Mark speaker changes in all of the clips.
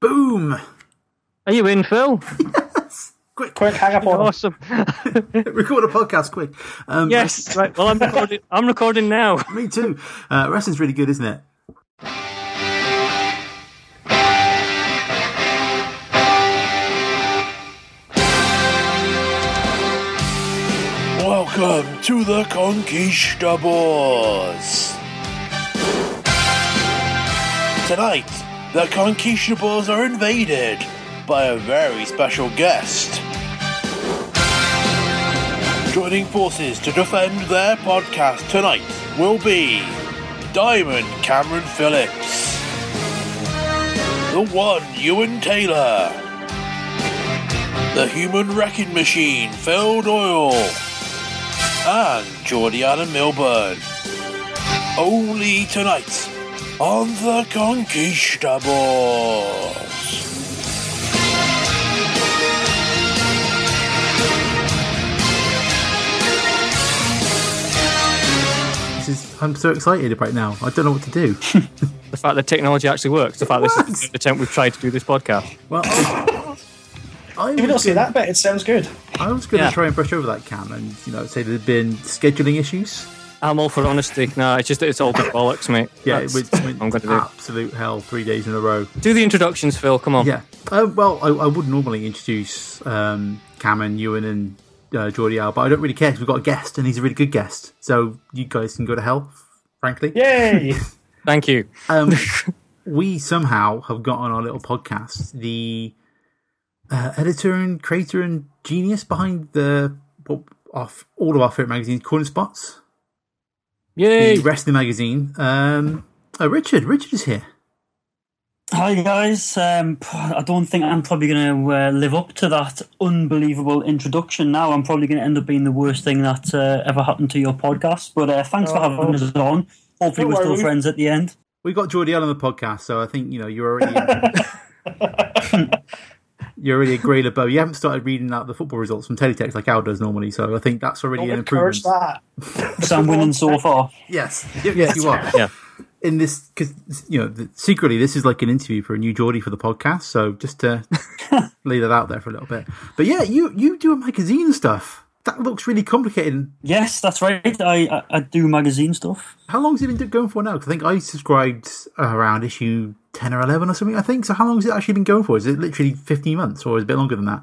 Speaker 1: Boom!
Speaker 2: Are you in, Phil?
Speaker 1: Quick,
Speaker 3: Quick, hang up on.
Speaker 2: awesome.
Speaker 1: record a podcast quick. Um,
Speaker 2: yes. Right. Well, I'm recording. I'm recording now.
Speaker 1: Me too. Uh, wrestling's really good, isn't it?
Speaker 4: Welcome to the Conquistadors. Tonight, the Conquistadors are invaded by a very special guest. Joining forces to defend their podcast tonight will be Diamond Cameron Phillips, the one Ewan Taylor, the human wrecking machine Phil Doyle and Georgiana Milburn. Only tonight on The Conquistadors.
Speaker 1: This is. I'm so excited right now. I don't know what to do.
Speaker 2: The fact that technology actually works. The fact this is the attempt we've tried to do this podcast.
Speaker 1: Well, I, I
Speaker 3: You don't
Speaker 1: was
Speaker 3: see
Speaker 1: gonna,
Speaker 3: that bit. It sounds good.
Speaker 1: I was going to
Speaker 2: Yeah.
Speaker 1: try and brush over that cam and you know say there'd been scheduling issues.
Speaker 2: I'm all for honesty. No, it's just it's all been bollocks, mate.
Speaker 1: Yeah,
Speaker 2: That's
Speaker 1: it went, went
Speaker 2: I'm going to do.
Speaker 1: absolute hell three days in a row.
Speaker 2: Do the introductions, Phil. Come on.
Speaker 1: Yeah. Uh, well, I, I would normally introduce um, Cameron, Ewan, and uh, Geordie Al, but I don't really care because we've got a guest and he's a really good guest. So you guys can go to hell, frankly.
Speaker 3: Yay!
Speaker 2: Thank you.
Speaker 1: Um, we somehow have got on our little podcast the uh, editor and creator and genius behind the well, off all of our favorite magazines, Corner Spots,
Speaker 2: Yay.
Speaker 1: the wrestling magazine. Um, oh, Richard, Richard is here.
Speaker 5: Hi guys. Um, p- I don't think I'm probably going to uh, live up to that unbelievable introduction. Now I'm probably going to end up being the worst thing that uh, ever happened to your podcast. But uh, thanks for having us on. Hopefully
Speaker 3: Don't
Speaker 5: we're still
Speaker 3: worry.
Speaker 5: friends at the end.
Speaker 1: We got Geordie Al on the podcast, so I think you know you're already. You're already a grey LeBeau. You haven't started reading out the football results from Teletext like Al does normally, so I think that's already
Speaker 3: Don't
Speaker 1: an
Speaker 3: encourage
Speaker 1: improvement.
Speaker 3: that.
Speaker 5: Because I'm winning so far.
Speaker 1: Yes, yes, you are.
Speaker 2: Yeah.
Speaker 1: in this because you know th- secretly this is like an interview for a new Geordie for the podcast. So just to lay that out there for a little bit. But yeah, you you do a magazine and stuff. That looks really complicated.
Speaker 5: Yes, that's right. I, I, I do magazine stuff.
Speaker 1: How long's it been going for now? 'Cause I think I subscribed around issue ten or eleven or something. I think. So how long has it actually been going for? Is it literally fifteen months or is it a bit longer than that?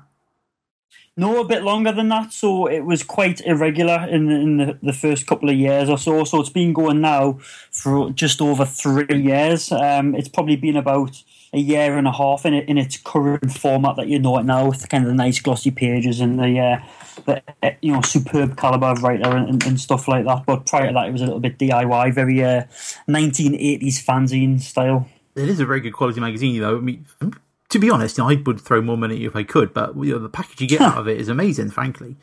Speaker 5: No, a bit longer than that. So it was quite irregular in the, in the, the first couple of years or so. So it's been going now for just over three years. Um, it's probably been about a year and a half in it, in its current format that you know it now, with kind of the nice glossy pages and the uh, the uh, you know superb caliber of writer and, and, and stuff like that. But prior to that, it was a little bit DIY, very uh, 1980s fanzine style.
Speaker 1: It is a very good quality magazine, though. I mean, um, to be honest, you know, I would throw more money at you if I could, but you know, the package you get out of it is amazing. Frankly,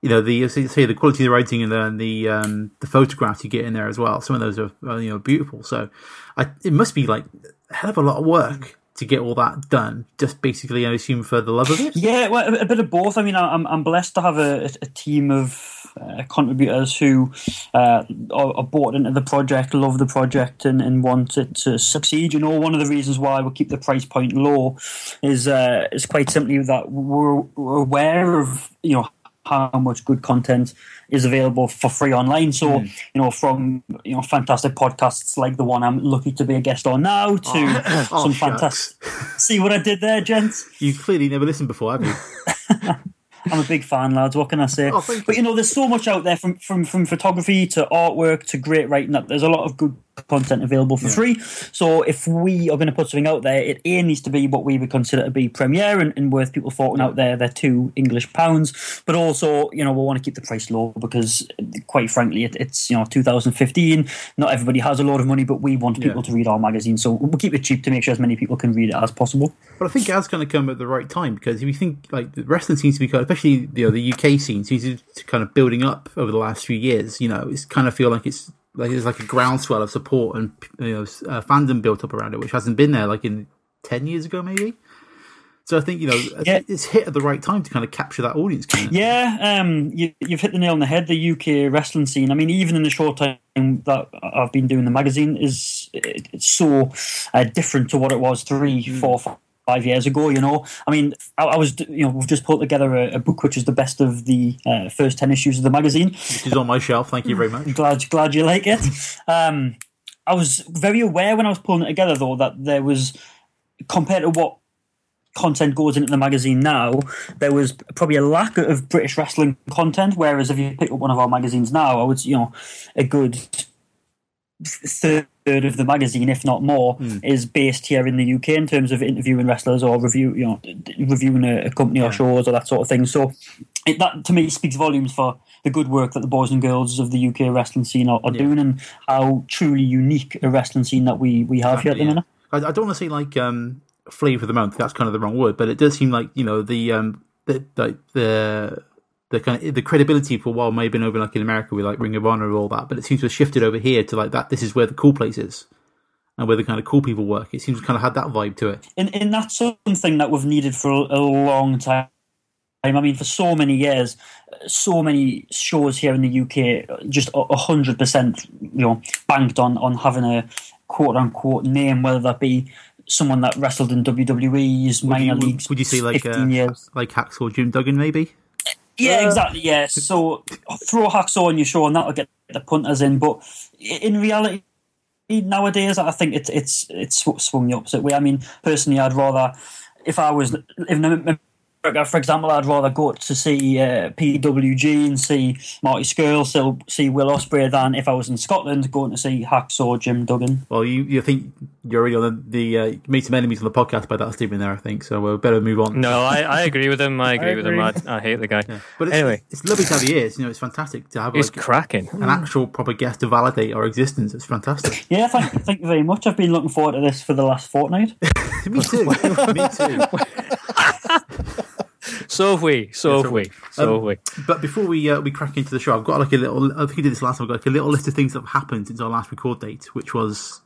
Speaker 1: you know the say say the quality of the writing and the and the, um, the photographs you get in there as well. Some of those are uh, you know beautiful. So, I, it must be like a hell of a lot of work to get all that done. Just basically, I assume for the love of it.
Speaker 5: Yeah, well, a, a bit of both. I mean, I- I'm, I'm blessed to have a, a- a team of uh, contributors who uh, are, are bought into the project, love the project, and, and want it to succeed. You know, one of the reasons why we keep the price point low is uh, is quite simply that we're, we're aware of you know how much good content is available for free online. So
Speaker 1: Hmm.
Speaker 5: you know, from you know fantastic podcasts like the one I'm lucky to be a guest on now, to
Speaker 1: Oh,
Speaker 5: some
Speaker 1: shucks.
Speaker 5: fantastic. See what I did there, gents.
Speaker 1: You clearly never listened before, have you?
Speaker 5: I'm a big fan, lads. What can I say?
Speaker 1: Oh, thank you.
Speaker 5: But you know, there's so much out there from from from photography to artwork to great writing. That there's a lot of good content available for free. So if we are going to put something out there, it a needs to be what we would consider to be premiere and, and worth people forking out there their two English pounds. But also, you know, we want to keep the price low because, quite frankly, it, it's you know 2015. Not everybody has a lot of money, but we want people to read our magazine, so we'll keep it cheap to make sure as many people can read it as possible.
Speaker 1: But I think it has kind of come at the right time because if you think like the wrestling seems to be kind of, especially you know, the UK scene seems to to kind of building up over the last few years. You know, it's kind of feel like it's like there's like a groundswell of support and you know s- uh, fandom built up around it, which hasn't been there like in ten years ago maybe. So I think you know I
Speaker 5: Yeah.
Speaker 1: think it's hit at the right time to kind of capture that audience. Kind of.
Speaker 5: Yeah, um, you, you've hit the nail on the head. The UK wrestling scene. I mean, even in the short time that I've been doing the magazine, is it, it's so uh, different to what it was three, four, five five years ago. You know, I mean, I, I was you know we've just pulled together a, a book which is the best of the uh, first ten issues of the magazine.
Speaker 1: Which is on my shelf. Thank you very much.
Speaker 5: Glad glad you like it. Um, I was very aware when I was pulling it together though that there was compared to what content goes into the magazine now, there was probably a lack of British wrestling content. Whereas if you pick up one of our magazines now, I would you know a good third of the magazine, if not more, is based here in the UK in terms of interviewing wrestlers or review, you know, d- d- reviewing a, a company or shows or that sort of thing. So it, that to me speaks volumes for the good work that the boys and girls of the UK wrestling scene are, are doing and how truly unique a wrestling scene that we we have here at the
Speaker 1: Yeah.
Speaker 5: minute.
Speaker 1: I, I don't want to say like um, flavor of the month. That's kind of the wrong word, but it does seem like you know the um, the like the the kind of the credibility for a while may have been over like in America with like Ring of Honor and all that, but it seems to have shifted over here to like that. This is where the cool place is, and where the kind of cool people work. It seems to kind of had that vibe to it.
Speaker 5: and, and that's something that we've needed for a, a long time. I mean, for so many years, uh, so many shows here in the UK uh, just a hundred percent, you know, banked on on having a quote unquote name, whether that be someone that wrestled in WWE's
Speaker 1: Would
Speaker 5: minor
Speaker 1: you,
Speaker 5: leagues.
Speaker 1: would, would you say like
Speaker 5: fifteen
Speaker 1: uh,
Speaker 5: years?
Speaker 1: like Hacksaw Jim Duggan maybe?
Speaker 5: Yeah, exactly. Yeah, so throw hacksaw on your show, and that'll get the punters in. But i- in reality, nowadays, I think it's it's it's sw- swung the opposite way. I mean, personally, I'd rather if I was in America, for example, I'd rather go to see uh, PWG and see Marty Skrull, so see Will Osprey, than if I was in Scotland going to see Hacksaw Jim Duggan.
Speaker 1: Well, you, you think you're already on the, the uh, made some enemies on the podcast by that statement there, I think. So we better move on.
Speaker 2: No, I, I agree with him. I agree, with
Speaker 3: agree.
Speaker 2: him. I, I hate the guy.
Speaker 1: But it's,
Speaker 2: anyway,
Speaker 1: it's lovely to have you here. It's, You know, it's fantastic to have
Speaker 2: he's
Speaker 1: like,
Speaker 2: cracking.
Speaker 1: an actual proper guest to validate our existence. It's fantastic.
Speaker 5: Yeah, thank, thank you very much. I've been looking forward to this for the last fortnight.
Speaker 1: Me too. Me too.
Speaker 2: So have we. So have we. Um, So have we.
Speaker 1: But before we uh, we crack into the show, I've got like a little. I think I did this last time. I've got like a little list of things that have happened since our last record date, which was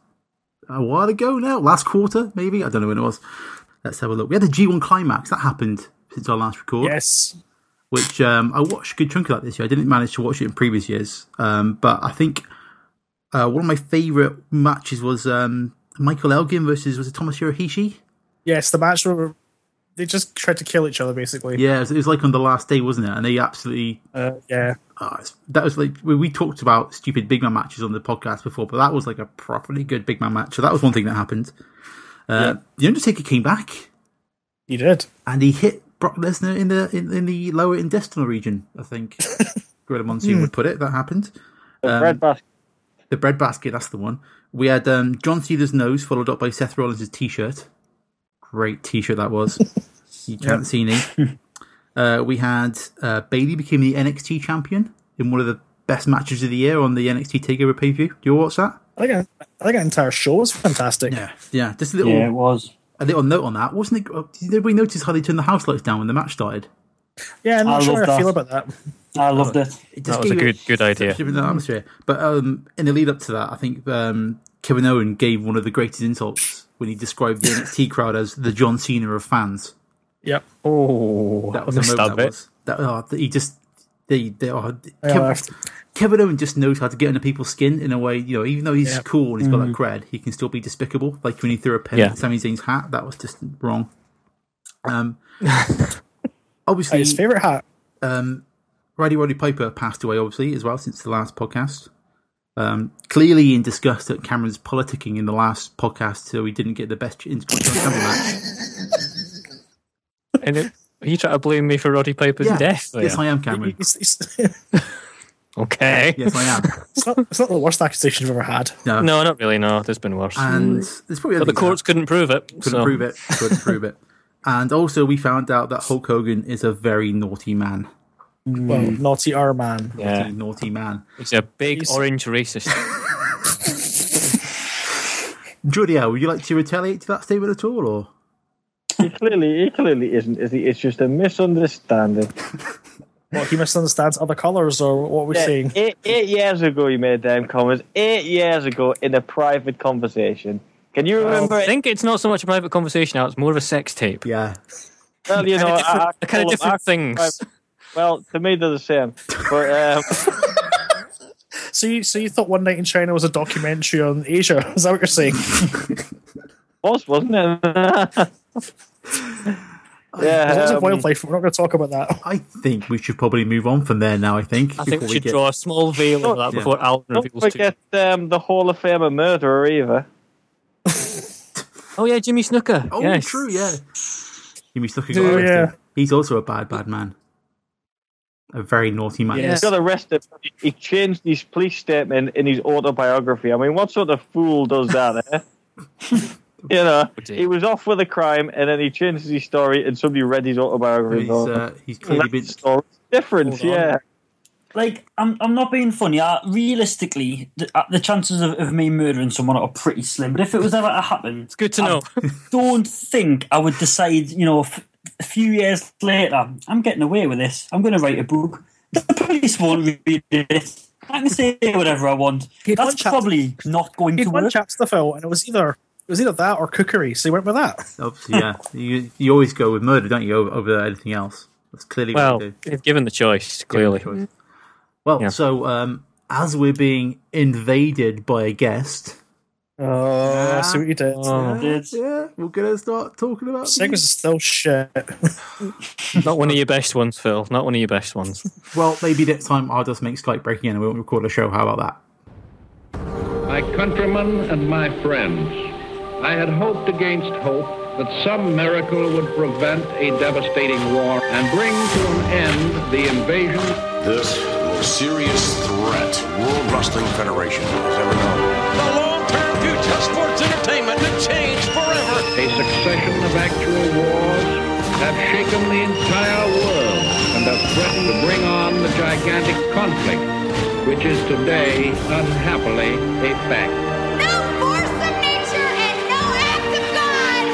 Speaker 1: a while ago now, last quarter maybe. I don't know when it was. Let's have a look. We had the G1 climax that happened since our last record.
Speaker 3: Yes.
Speaker 1: which um, I watched a good chunk of that this year. I didn't manage to watch it in previous years, um, but I think uh, one of my favourite matches was um, Michael Elgin versus was it Thomas Hirohishi?
Speaker 3: Yes, the match where they just tried to kill each other, basically.
Speaker 1: Yeah, it was, it was like on the last day, wasn't it? And they absolutely
Speaker 3: Uh, yeah.
Speaker 1: oh, it's- that was like we, we talked about stupid big man matches on the podcast before, but that was like a properly good big man match. So that was one thing that happened. Uh, The Undertaker came back
Speaker 3: He did.
Speaker 1: and he hit Brock Lesnar in the in, in the lower intestinal region. I think Gorilla Monsoon
Speaker 2: Hmm.
Speaker 1: would put it. That happened. Um,
Speaker 5: Red Basket.
Speaker 1: The breadbasket, that's the one. We had um, John Cena's nose followed up by Seth Rollins' t shirt. Great t shirt that was. you can't see me. Uh, we had uh, Bailey became the NXT champion in one of the best matches of the year on the NXT Takeover pay per view. Do you watch that?
Speaker 3: I think, I think that entire show was fantastic. Yeah.
Speaker 1: Yeah, just a little
Speaker 5: Yeah, it was.
Speaker 1: a little note on that. Wasn't it? uh, Did anybody notice how they turned the house lights down when the match started?
Speaker 3: I'm not
Speaker 5: I
Speaker 3: sure
Speaker 5: love
Speaker 3: how I feel
Speaker 5: that.
Speaker 3: about that.
Speaker 5: I loved it.
Speaker 1: It just
Speaker 2: That was a
Speaker 1: gave it-
Speaker 2: good good idea.
Speaker 1: Different atmosphere. But um, in the lead up to that, I think um, Kevin Owen gave one of the greatest insults when he described the NXT crowd as the John Cena of fans.
Speaker 3: Yep.
Speaker 2: Oh,
Speaker 1: That
Speaker 2: that
Speaker 1: was a moment.
Speaker 2: stab
Speaker 1: That
Speaker 2: it.
Speaker 1: was that. Oh, he just they they are.
Speaker 3: I
Speaker 1: Kevin,
Speaker 3: laughed.
Speaker 1: Kevin Owen just knows how to get under people's skin in a way. You know, even though he's
Speaker 3: Yeah.
Speaker 1: cool and he's got that cred, he can still be despicable. Like when he threw a pin
Speaker 2: Yeah.
Speaker 1: at Sami Zayn's hat, that was just wrong. Um,
Speaker 3: His
Speaker 1: obviously,
Speaker 3: favourite hat.
Speaker 1: um, Roddy Roddy Piper passed away, obviously, as well, since the last podcast. Um, clearly in disgust at Cameron's politicking in the last podcast, so he didn't get the best Intercontinental Champion match.
Speaker 2: And it, are you trying to blame me for Roddy Piper's
Speaker 1: Yeah.
Speaker 2: death?
Speaker 1: Yes,
Speaker 2: there?
Speaker 1: I am, Cameron.
Speaker 3: It's, it's,
Speaker 2: Okay.
Speaker 1: Yes, I am.
Speaker 3: it's, not, it's not the worst accusation I've ever had.
Speaker 2: No, not really. No, there's been worse.
Speaker 1: And there's probably
Speaker 2: but the courts couldn't prove it.
Speaker 1: couldn't
Speaker 2: so.
Speaker 1: prove it. Couldn't prove it. And also, we found out that Hulk Hogan is a very naughty man.
Speaker 3: Well, naughty R man.
Speaker 1: Naughty,
Speaker 2: Yeah,
Speaker 1: naughty man.
Speaker 2: he's a big
Speaker 3: He's-
Speaker 2: orange racist.
Speaker 1: Julia, would you like to retaliate to that statement at all, or
Speaker 6: He clearly, he clearly isn't. Is he? It's just a misunderstanding.
Speaker 3: What, he misunderstands other colours or what we're saying?
Speaker 6: Eight, eight years ago, you made them comments. Eight years ago, in a private conversation. Can you remember?
Speaker 2: I
Speaker 6: it?
Speaker 2: think it's not so much a private conversation now; it's more of a sex tape.
Speaker 1: yeah?
Speaker 6: Well, you know,
Speaker 2: Kinda
Speaker 6: I- I
Speaker 2: different- kinda
Speaker 6: call them
Speaker 2: different
Speaker 6: act-
Speaker 2: things.
Speaker 6: I- Well, to me, they're the same. But um,
Speaker 3: So you, so you thought One Night in China was a documentary on Asia? Is that what you're saying?
Speaker 6: was wasn't it? Yeah,
Speaker 3: There's lots of
Speaker 6: um,
Speaker 3: wildlife. We're not going to talk about that.
Speaker 1: I think we should probably move on from there now. I think.
Speaker 2: I think
Speaker 1: before
Speaker 2: we should
Speaker 1: get-
Speaker 2: draw a small veil over that
Speaker 1: Yeah.
Speaker 2: before Alan
Speaker 6: don't
Speaker 2: reveals to
Speaker 6: forget um, the Hall of Famer murderer either.
Speaker 2: Oh yeah, Jimmy Snooker.
Speaker 1: Oh,
Speaker 2: yes.
Speaker 1: true. Yeah. Jimmy Snooker got
Speaker 3: Oh,
Speaker 1: arrested.
Speaker 3: yeah.
Speaker 1: He's also a bad, bad man. A very naughty man.
Speaker 3: Yes.
Speaker 6: He got arrested. He changed his police statement in his autobiography. I mean, what sort of fool does that? Eh? you know,
Speaker 2: dear.
Speaker 6: he was off with a crime, and then he changed his story, and somebody read his autobiography.
Speaker 1: He's,
Speaker 6: and thought,
Speaker 1: uh, he's clearly
Speaker 6: "That's
Speaker 1: been.
Speaker 6: story. different,
Speaker 2: Hold on.
Speaker 6: yeah.
Speaker 5: Like, I'm, I'm not being funny. I, realistically, the, uh, the chances of, of me murdering someone are pretty slim. But if it was ever to happen,
Speaker 2: It's
Speaker 1: Ah.
Speaker 2: good to know.
Speaker 5: don't think I would decide, you know, f- a few years later, I'm getting away with this. I'm going to write a book. The police won't read it. I can say whatever I want.
Speaker 3: He'd one
Speaker 5: That's
Speaker 3: chap-
Speaker 5: probably not going
Speaker 3: He
Speaker 5: to
Speaker 3: had one
Speaker 5: work.
Speaker 3: chap stuff out, and it was either it was either that or cookery. So he went with that.
Speaker 1: Obviously, yeah. You, you always go with murder, don't you, over, over anything else? That's clearly
Speaker 2: well,
Speaker 1: what you do.
Speaker 2: they've given the choice clearly.
Speaker 1: Choice. Well,
Speaker 2: Yeah.
Speaker 1: so um, as we're being invaded by a guest,
Speaker 3: Oh, I see what you did.
Speaker 2: Oh,
Speaker 5: It's-
Speaker 1: yeah, we're gonna start talking about.
Speaker 3: Segments are still shit.
Speaker 2: not one of your best ones, Phil. Not one of your best ones.
Speaker 1: Well, maybe next time I'll just make Skype breaking in and we won't record a show. How about that?
Speaker 7: My countrymen and my friends, I had hoped against hope that some miracle would prevent a devastating war and bring to an end the invasion
Speaker 8: This most serious threat World Wrestling Federation has ever known.
Speaker 9: The long-term future of sports entertainment could change forever.
Speaker 7: A succession of actual wars have shaken the entire world and have threatened to bring on the gigantic conflict, which is today, unhappily, a fact.
Speaker 10: No force of nature and no act of God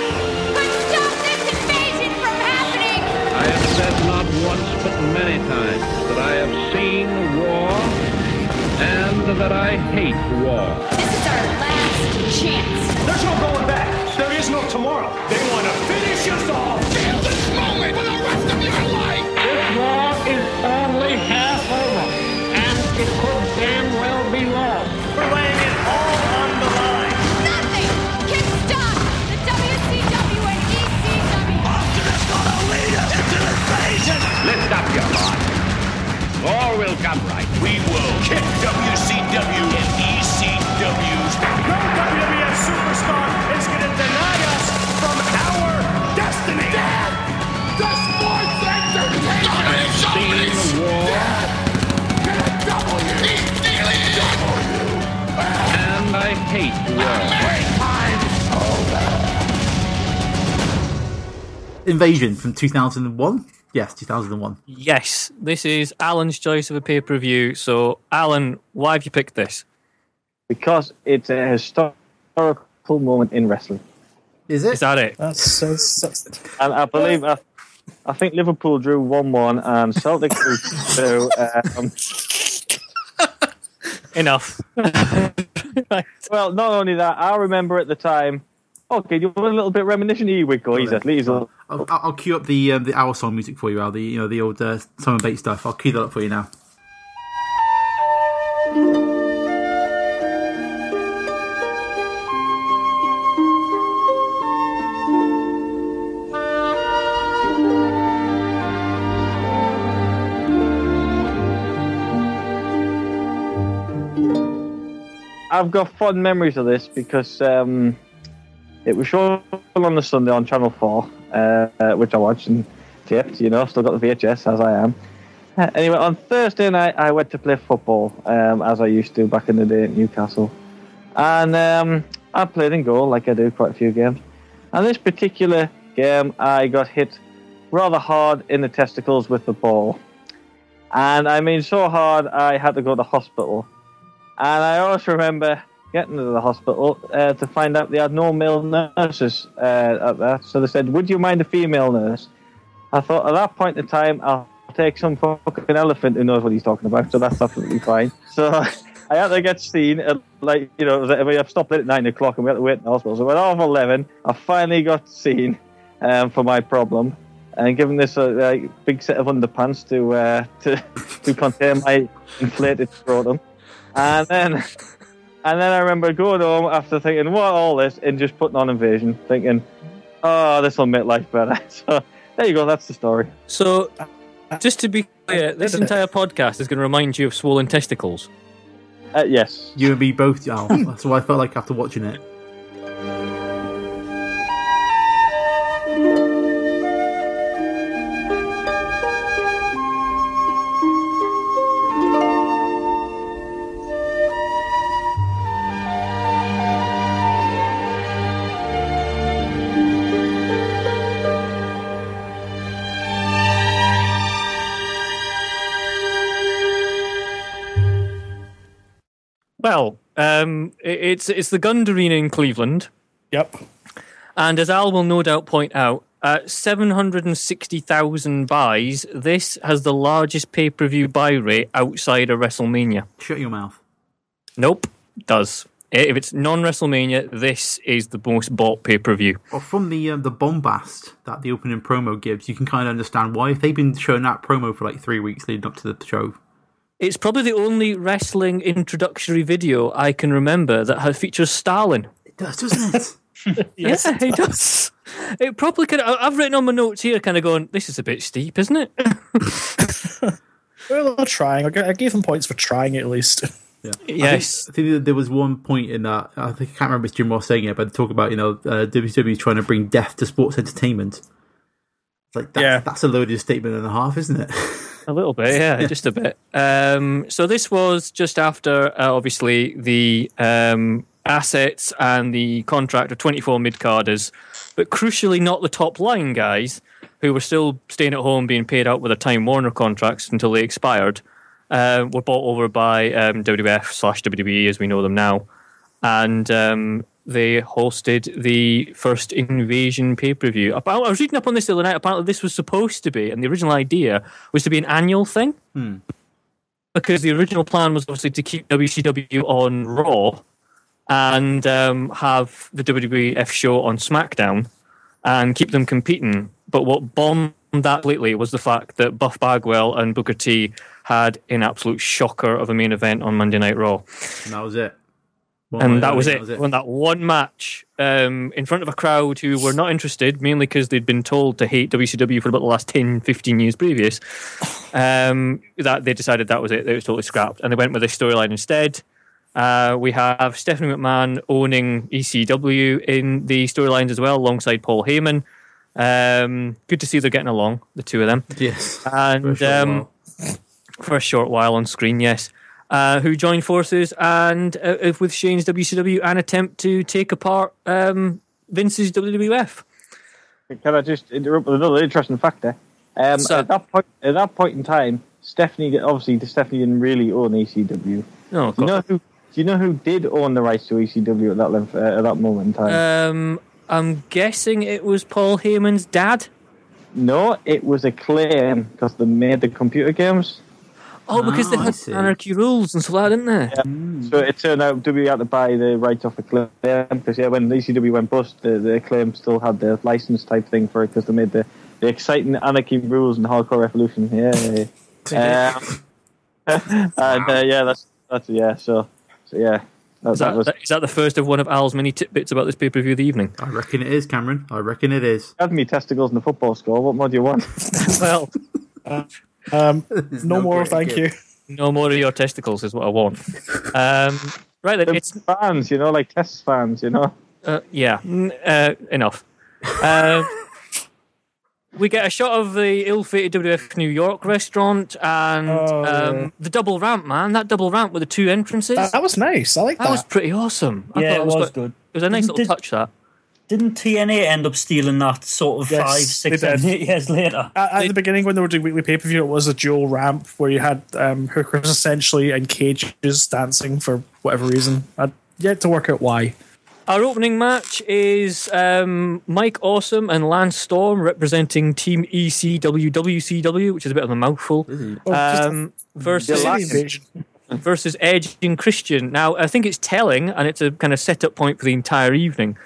Speaker 10: could stop this invasion from happening.
Speaker 7: I have said not once but many times that I have seen war and that I hate war.
Speaker 10: This is our last chance.
Speaker 9: There's no going back. There is no tomorrow. They want to finish us off.
Speaker 10: this moment for the rest of your life.
Speaker 7: This war is only half over, and it could damn well be lost.
Speaker 9: We're laying it all on the line.
Speaker 10: Nothing can stop the WCW and ECW.
Speaker 9: It's gonna lead us into invasion.
Speaker 7: Lift up your heart. All will come right.
Speaker 8: We will kick WCW and
Speaker 11: E
Speaker 8: ECW's
Speaker 9: No WWF superstar is gonna deny us from our destiny. Dad, the sports entertainment.
Speaker 7: Seen war and I hate war.
Speaker 1: Invasion from 2001. Yes, 2001.
Speaker 2: Yes, this is Alan's choice of a pay per view. So, Alan, why have you picked this?
Speaker 6: Because it's a historical moment in wrestling.
Speaker 1: Is it?
Speaker 2: Is that it?
Speaker 3: That's, that's, that's
Speaker 6: And I believe, I, I think Liverpool drew 1 1 and Celtic drew 2. Um,
Speaker 2: Enough. right.
Speaker 6: well, not only that, I remember at the time, okay, do you want a little bit reminiscent? Here we go. He's at least. a-
Speaker 1: I'll, I'll I'll cue up the um, the hour song music for you, Al. The you know the old uh, Simon Bates stuff. I'll cue that up for you now.
Speaker 6: I've got fond memories of this because um, it was shown on the Sunday on Channel 4, uh, uh, which I watched and taped, you know, still got the VHS as I am. Uh, Anyway, on Thursday night, I went to play football, um, as I used to back in the day at Newcastle. And um, I played in goal, like I do quite a few games. And this particular game, I got hit rather hard in the testicles with the ball. And I mean, so hard, I had to go to hospital. And I also remember getting to the hospital uh, to find out they had no male nurses uh, up there. So they said, Would you mind a female nurse? I thought, at that point in time, I'll take some fucking elephant who knows what he's talking about. So that's absolutely fine. So I had to get seen at, like, you know, it was like, we stopped at 9 o'clock and we had to wait in the hospital. So at half 11, I finally got seen um, for my problem. And given this a like, big set of underpants to uh, to to contain my inflated scrotum, and then, and then I remember going home after thinking, "What all this?" and just putting on Invasion, thinking, oh, this will make life better. So there you go. That's the story.
Speaker 2: So, just to be clear, this entire podcast is going to remind you of swollen testicles.
Speaker 6: Uh, yes.
Speaker 1: You and me both. Oh, that's what I felt like after watching it.
Speaker 2: Well, um, i- it's it's the Gund Arena in Cleveland,
Speaker 3: Yep.
Speaker 2: and as Al will no doubt point out, at seven hundred and sixty thousand buys, this has the largest pay per view buy rate outside of WrestleMania.
Speaker 1: Shut your mouth.
Speaker 2: Nope, does. I- If it's non WrestleMania, this is the most bought pay per view.
Speaker 1: Well, from the um, the bombast that the opening promo gives, you can kind of understand why. If they've been showing that promo for like three weeks leading up to the show,
Speaker 2: It's probably the only wrestling introductory video I can remember that has features Stalin.
Speaker 1: it does, doesn't it?
Speaker 3: Yes,
Speaker 2: yeah, it does. It probably could. I- I've written on my notes here, kind of going, "This is a bit steep, isn't it?"
Speaker 3: Well, I'm trying. I g- I gave them points for trying at least.
Speaker 2: yes,
Speaker 1: I think that there was one point in that I think I can't remember if it's Jim Ross saying it, but they talk about you know uh, WWE trying to bring death to sports entertainment. It's like that's,
Speaker 3: Yeah.
Speaker 1: that's a loaded statement and a half, isn't it?
Speaker 2: a little bit. Yeah, just a bit. Um, so this was just after, uh, obviously, the um, assets and the contract of twenty-four mid-carders, but crucially, not the top line guys who were still staying at home, being paid out with their Time Warner contracts until they expired. Uh, were bought over by um, WWF slash WWE as we know them now. and um, they hosted the first Invasion pay per view. I was reading up on this the other night. Apparently, this was supposed to be, and the original idea was to be an annual thing. Because the original plan was obviously to keep WCW on Raw and um, have the WWF show on SmackDown and keep them competing. But what bombed that lately was the fact that Buff Bagwell and Booker T had an absolute shocker of a main event on Monday Night Raw
Speaker 1: and that was it. One way or
Speaker 2: and that
Speaker 1: the
Speaker 2: was
Speaker 1: other,
Speaker 2: it. Won that one match um, in front of a crowd who were not interested, mainly because they'd been told to hate WCW for about the last 10, 15 years previous. Um, that they decided that was it. It was totally scrapped, and they went with this storyline instead. Uh, we have Stephanie McMahon owning ECW in the storylines as well, alongside Paul Heyman. Um, good to see they're getting along, the two of them
Speaker 1: Yes. For a
Speaker 2: and
Speaker 1: short
Speaker 2: um,
Speaker 1: while.
Speaker 2: for a short while on screen, yes. Uh, who joined forces and uh, uh, with Shane's WCW and attempt to take apart um, Vince's WWF.
Speaker 6: Can I just interrupt with another interesting fact there? Um,
Speaker 2: So-
Speaker 6: at that point, at that point in time, Stephanie obviously Stephanie didn't really own ECW.
Speaker 2: Oh
Speaker 6: Do you
Speaker 2: God!
Speaker 6: know who? Do you know who did own the rights to ECW at that lev- uh, at that moment in time?
Speaker 2: Um, I'm guessing it was Paul Heyman's dad.
Speaker 6: no, it was Acclaim because they made the computer games.
Speaker 2: Oh, because
Speaker 1: Ah, I
Speaker 2: they
Speaker 1: see.
Speaker 2: had Anarchy rules and stuff like that, didn't they?
Speaker 6: So it turned out WWE had to buy the rights off Acclaim because yeah, when ECW went bust, the, the Acclaim still had the license type thing for it because they made the, the exciting anarchy rules and hardcore revolution. Yeah. um, and uh, yeah, that's that's yeah. So, so yeah, that,
Speaker 2: Is
Speaker 6: that was.
Speaker 2: that, is that the first of one of Al's many tidbits about this pay per view of the evening?
Speaker 1: I reckon it is, Cameron. I reckon it is.
Speaker 6: Had me testicles in the football score. What more do you want?
Speaker 2: well,
Speaker 3: Um,
Speaker 1: There's
Speaker 3: no, more,
Speaker 1: greater
Speaker 3: thank
Speaker 1: gift.
Speaker 3: you.
Speaker 2: no more of your testicles is what I want. Um, right then,
Speaker 6: Them
Speaker 2: it's
Speaker 6: fans, you know, like test fans, you know.
Speaker 2: Uh, yeah, n- uh, enough. Um we get a shot of the ill-fated WF New York restaurant and
Speaker 3: Oh,
Speaker 2: um,
Speaker 3: yeah.
Speaker 2: the double ramp, man. That double ramp with the two entrances.
Speaker 3: Uh, That,
Speaker 2: That
Speaker 3: that was nice. I like that.
Speaker 2: was pretty awesome. I
Speaker 5: yeah,
Speaker 2: thought
Speaker 5: it was
Speaker 2: quite-
Speaker 5: good.
Speaker 2: It was a nice
Speaker 5: Did-
Speaker 2: little touch. That
Speaker 5: Didn't TNA end up stealing that sort of
Speaker 3: Yes,
Speaker 5: five, six,
Speaker 3: they did.
Speaker 5: seven, eight years later?
Speaker 3: at, at the beginning, when they were doing weekly pay per view, it was a dual ramp where you had um, hookers essentially in cages dancing for whatever reason. I'd yet to work out why.
Speaker 2: our opening match is um, Mike Awesome and Lance Storm representing Team E ECW WCW, which is a bit of a mouthful.
Speaker 3: Oh, just a
Speaker 2: Um, versus
Speaker 3: city invasion.
Speaker 2: versus Edge and Christian. Now, I think it's telling, and it's a kind of setup point for the entire evening,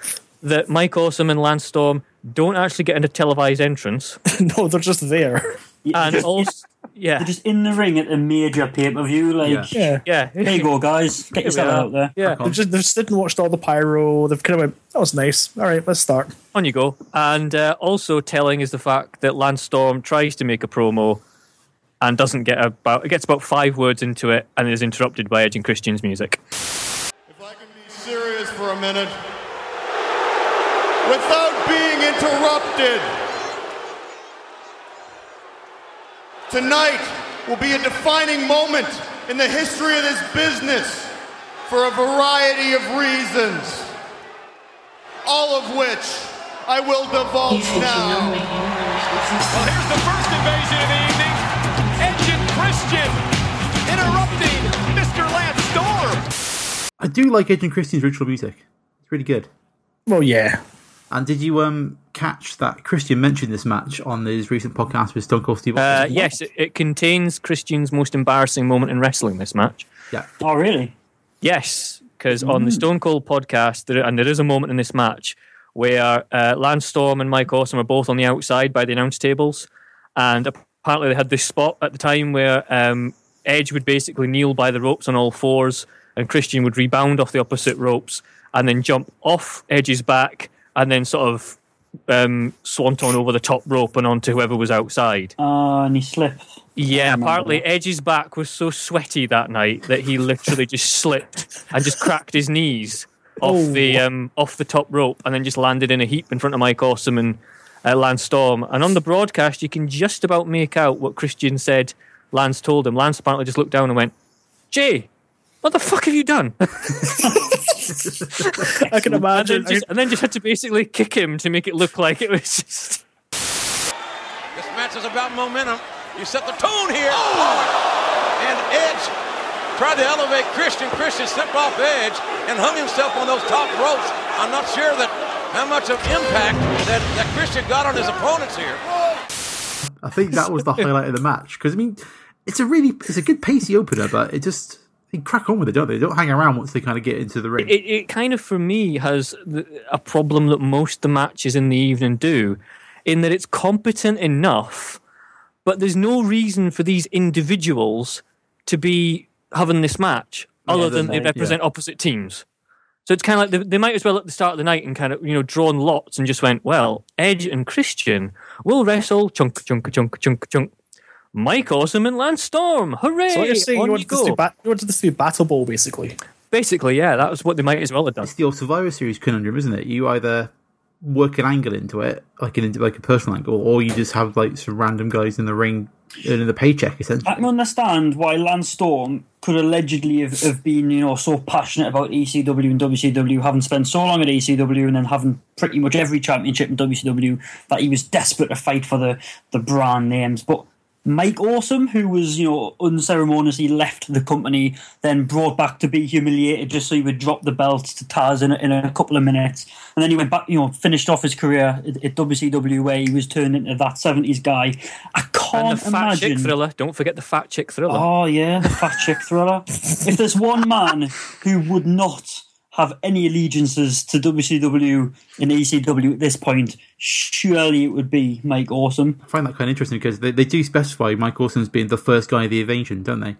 Speaker 2: that Mike Awesome and Lance Storm don't actually get into televised entrance,
Speaker 3: no, they're just there.
Speaker 2: and also, Yeah.
Speaker 5: They're just in the ring at a major pay per view. Like,
Speaker 1: Yeah.
Speaker 3: Yeah.
Speaker 2: Yeah.
Speaker 5: there you go, guys. Get yourself
Speaker 2: are.
Speaker 5: out there.
Speaker 2: Yeah.
Speaker 3: They've just, they've stood and watched all the pyro. They've kind of went, that was nice. All right, let's start.
Speaker 2: On you go. And uh, also telling is the fact that Lance Storm tries to make a promo and doesn't get about, it gets about five words into it and is interrupted by Edge and Christian's music.
Speaker 11: If I can be serious for a minute, without being interrupted, tonight will be a defining moment in the history of this business for a variety of reasons, all of which I will divulge now. Well, here's the first invasion of the evening Edge and Christian interrupting Mr. Lance Storm.
Speaker 1: I do like Edge and Christian's ritual music. It's really good.
Speaker 3: Well, yeah.
Speaker 1: And did you um catch that Christian mentioned this match on his recent podcast with Stone Cold Steve
Speaker 2: Uh,
Speaker 1: Austin?
Speaker 2: yes, it, it contains Christian's most embarrassing moment in wrestling this match.
Speaker 1: Yeah.
Speaker 5: Oh, really?
Speaker 2: Yes, because on the Stone Cold podcast, there, and there is a moment in this match where uh, Lance Storm and Mike Awesome are both on the outside by the announce tables, and apparently they had this spot at the time where um, Edge would basically kneel by the ropes on all fours, and Christian would rebound off the opposite ropes and then jump off Edge's back and then sort of um, swanton over the top rope and onto whoever was outside.
Speaker 5: Uh, and he slipped.
Speaker 2: Yeah,
Speaker 5: remember
Speaker 2: apparently
Speaker 5: that.
Speaker 2: Edge's back was so sweaty that night that he literally just slipped and just cracked his knees off the um, off the top rope and then just landed in a heap in front of Mike Awesome and uh, Lance Storm. And on the broadcast, you can just about make out what Christian said. Lance told him. Lance apparently just looked down and went, "Jay, what the fuck have you done?"
Speaker 3: I can
Speaker 2: And
Speaker 3: imagine.
Speaker 2: then just, and then just had to basically kick him to make it look like it was just.
Speaker 11: This match is about momentum. You set the tone here. Oh. And Edge tried to elevate Christian. Christian stepped off Edge and hung himself on those top ropes. I'm not sure that how much of impact that, that Christian got on his opponents here.
Speaker 1: I think that was the highlight of the match because I mean, it's a really it's a good pacey opener, but it just they crack on with it, don't they? They don't hang around once they kind of get into the ring.
Speaker 2: it, it kind of for me has th- a problem that most the matches in the evening do in that it's competent enough but there's no reason for these individuals to be having this match other than they
Speaker 5: they?
Speaker 2: represent opposite teams so it's kind of like they, they might as well at the start of the night and kind of you know drawn lots and just went well edge and christian will wrestle chunk chunk chunk chunk chunk mike awesome and lance storm hooray
Speaker 3: so what you're saying,
Speaker 2: On
Speaker 3: you
Speaker 2: you
Speaker 3: wanted, this to
Speaker 2: go.
Speaker 3: be ba- you wanted this to be Battle Bowl, basically.
Speaker 2: basically yeah that was what they might as well have done
Speaker 1: it's the old Survivor Series conundrum, isn't it? You either work an angle into it, like an like a personal angle, or you just have like some random guys in the ring earning the paycheck essentially.
Speaker 5: I can understand why Lance Storm could allegedly have, have been, you know, so passionate about ECW and WCW, having spent so long at ECW and then having pretty much every championship in WCW that he was desperate to fight for the, the brand names. But Mike Awesome, who was, you know, unceremoniously left the company, then brought back to be humiliated just so he would drop the belt to Taz in a, in a couple of minutes. And then he went back, you know, finished off his career at, at WCW where he was turned into that 70s guy. I can't
Speaker 2: and the fat
Speaker 5: imagine.
Speaker 2: chick thriller. Don't forget the fat chick thriller.
Speaker 5: Oh yeah, the fat chick thriller. if there's one man who would not have any allegiances to WCW and ECW at this point, surely it would be Mike Awesome.
Speaker 1: I find that kind of interesting because they, they do specify Mike Awesom's being the first guy of the invasion, don't they?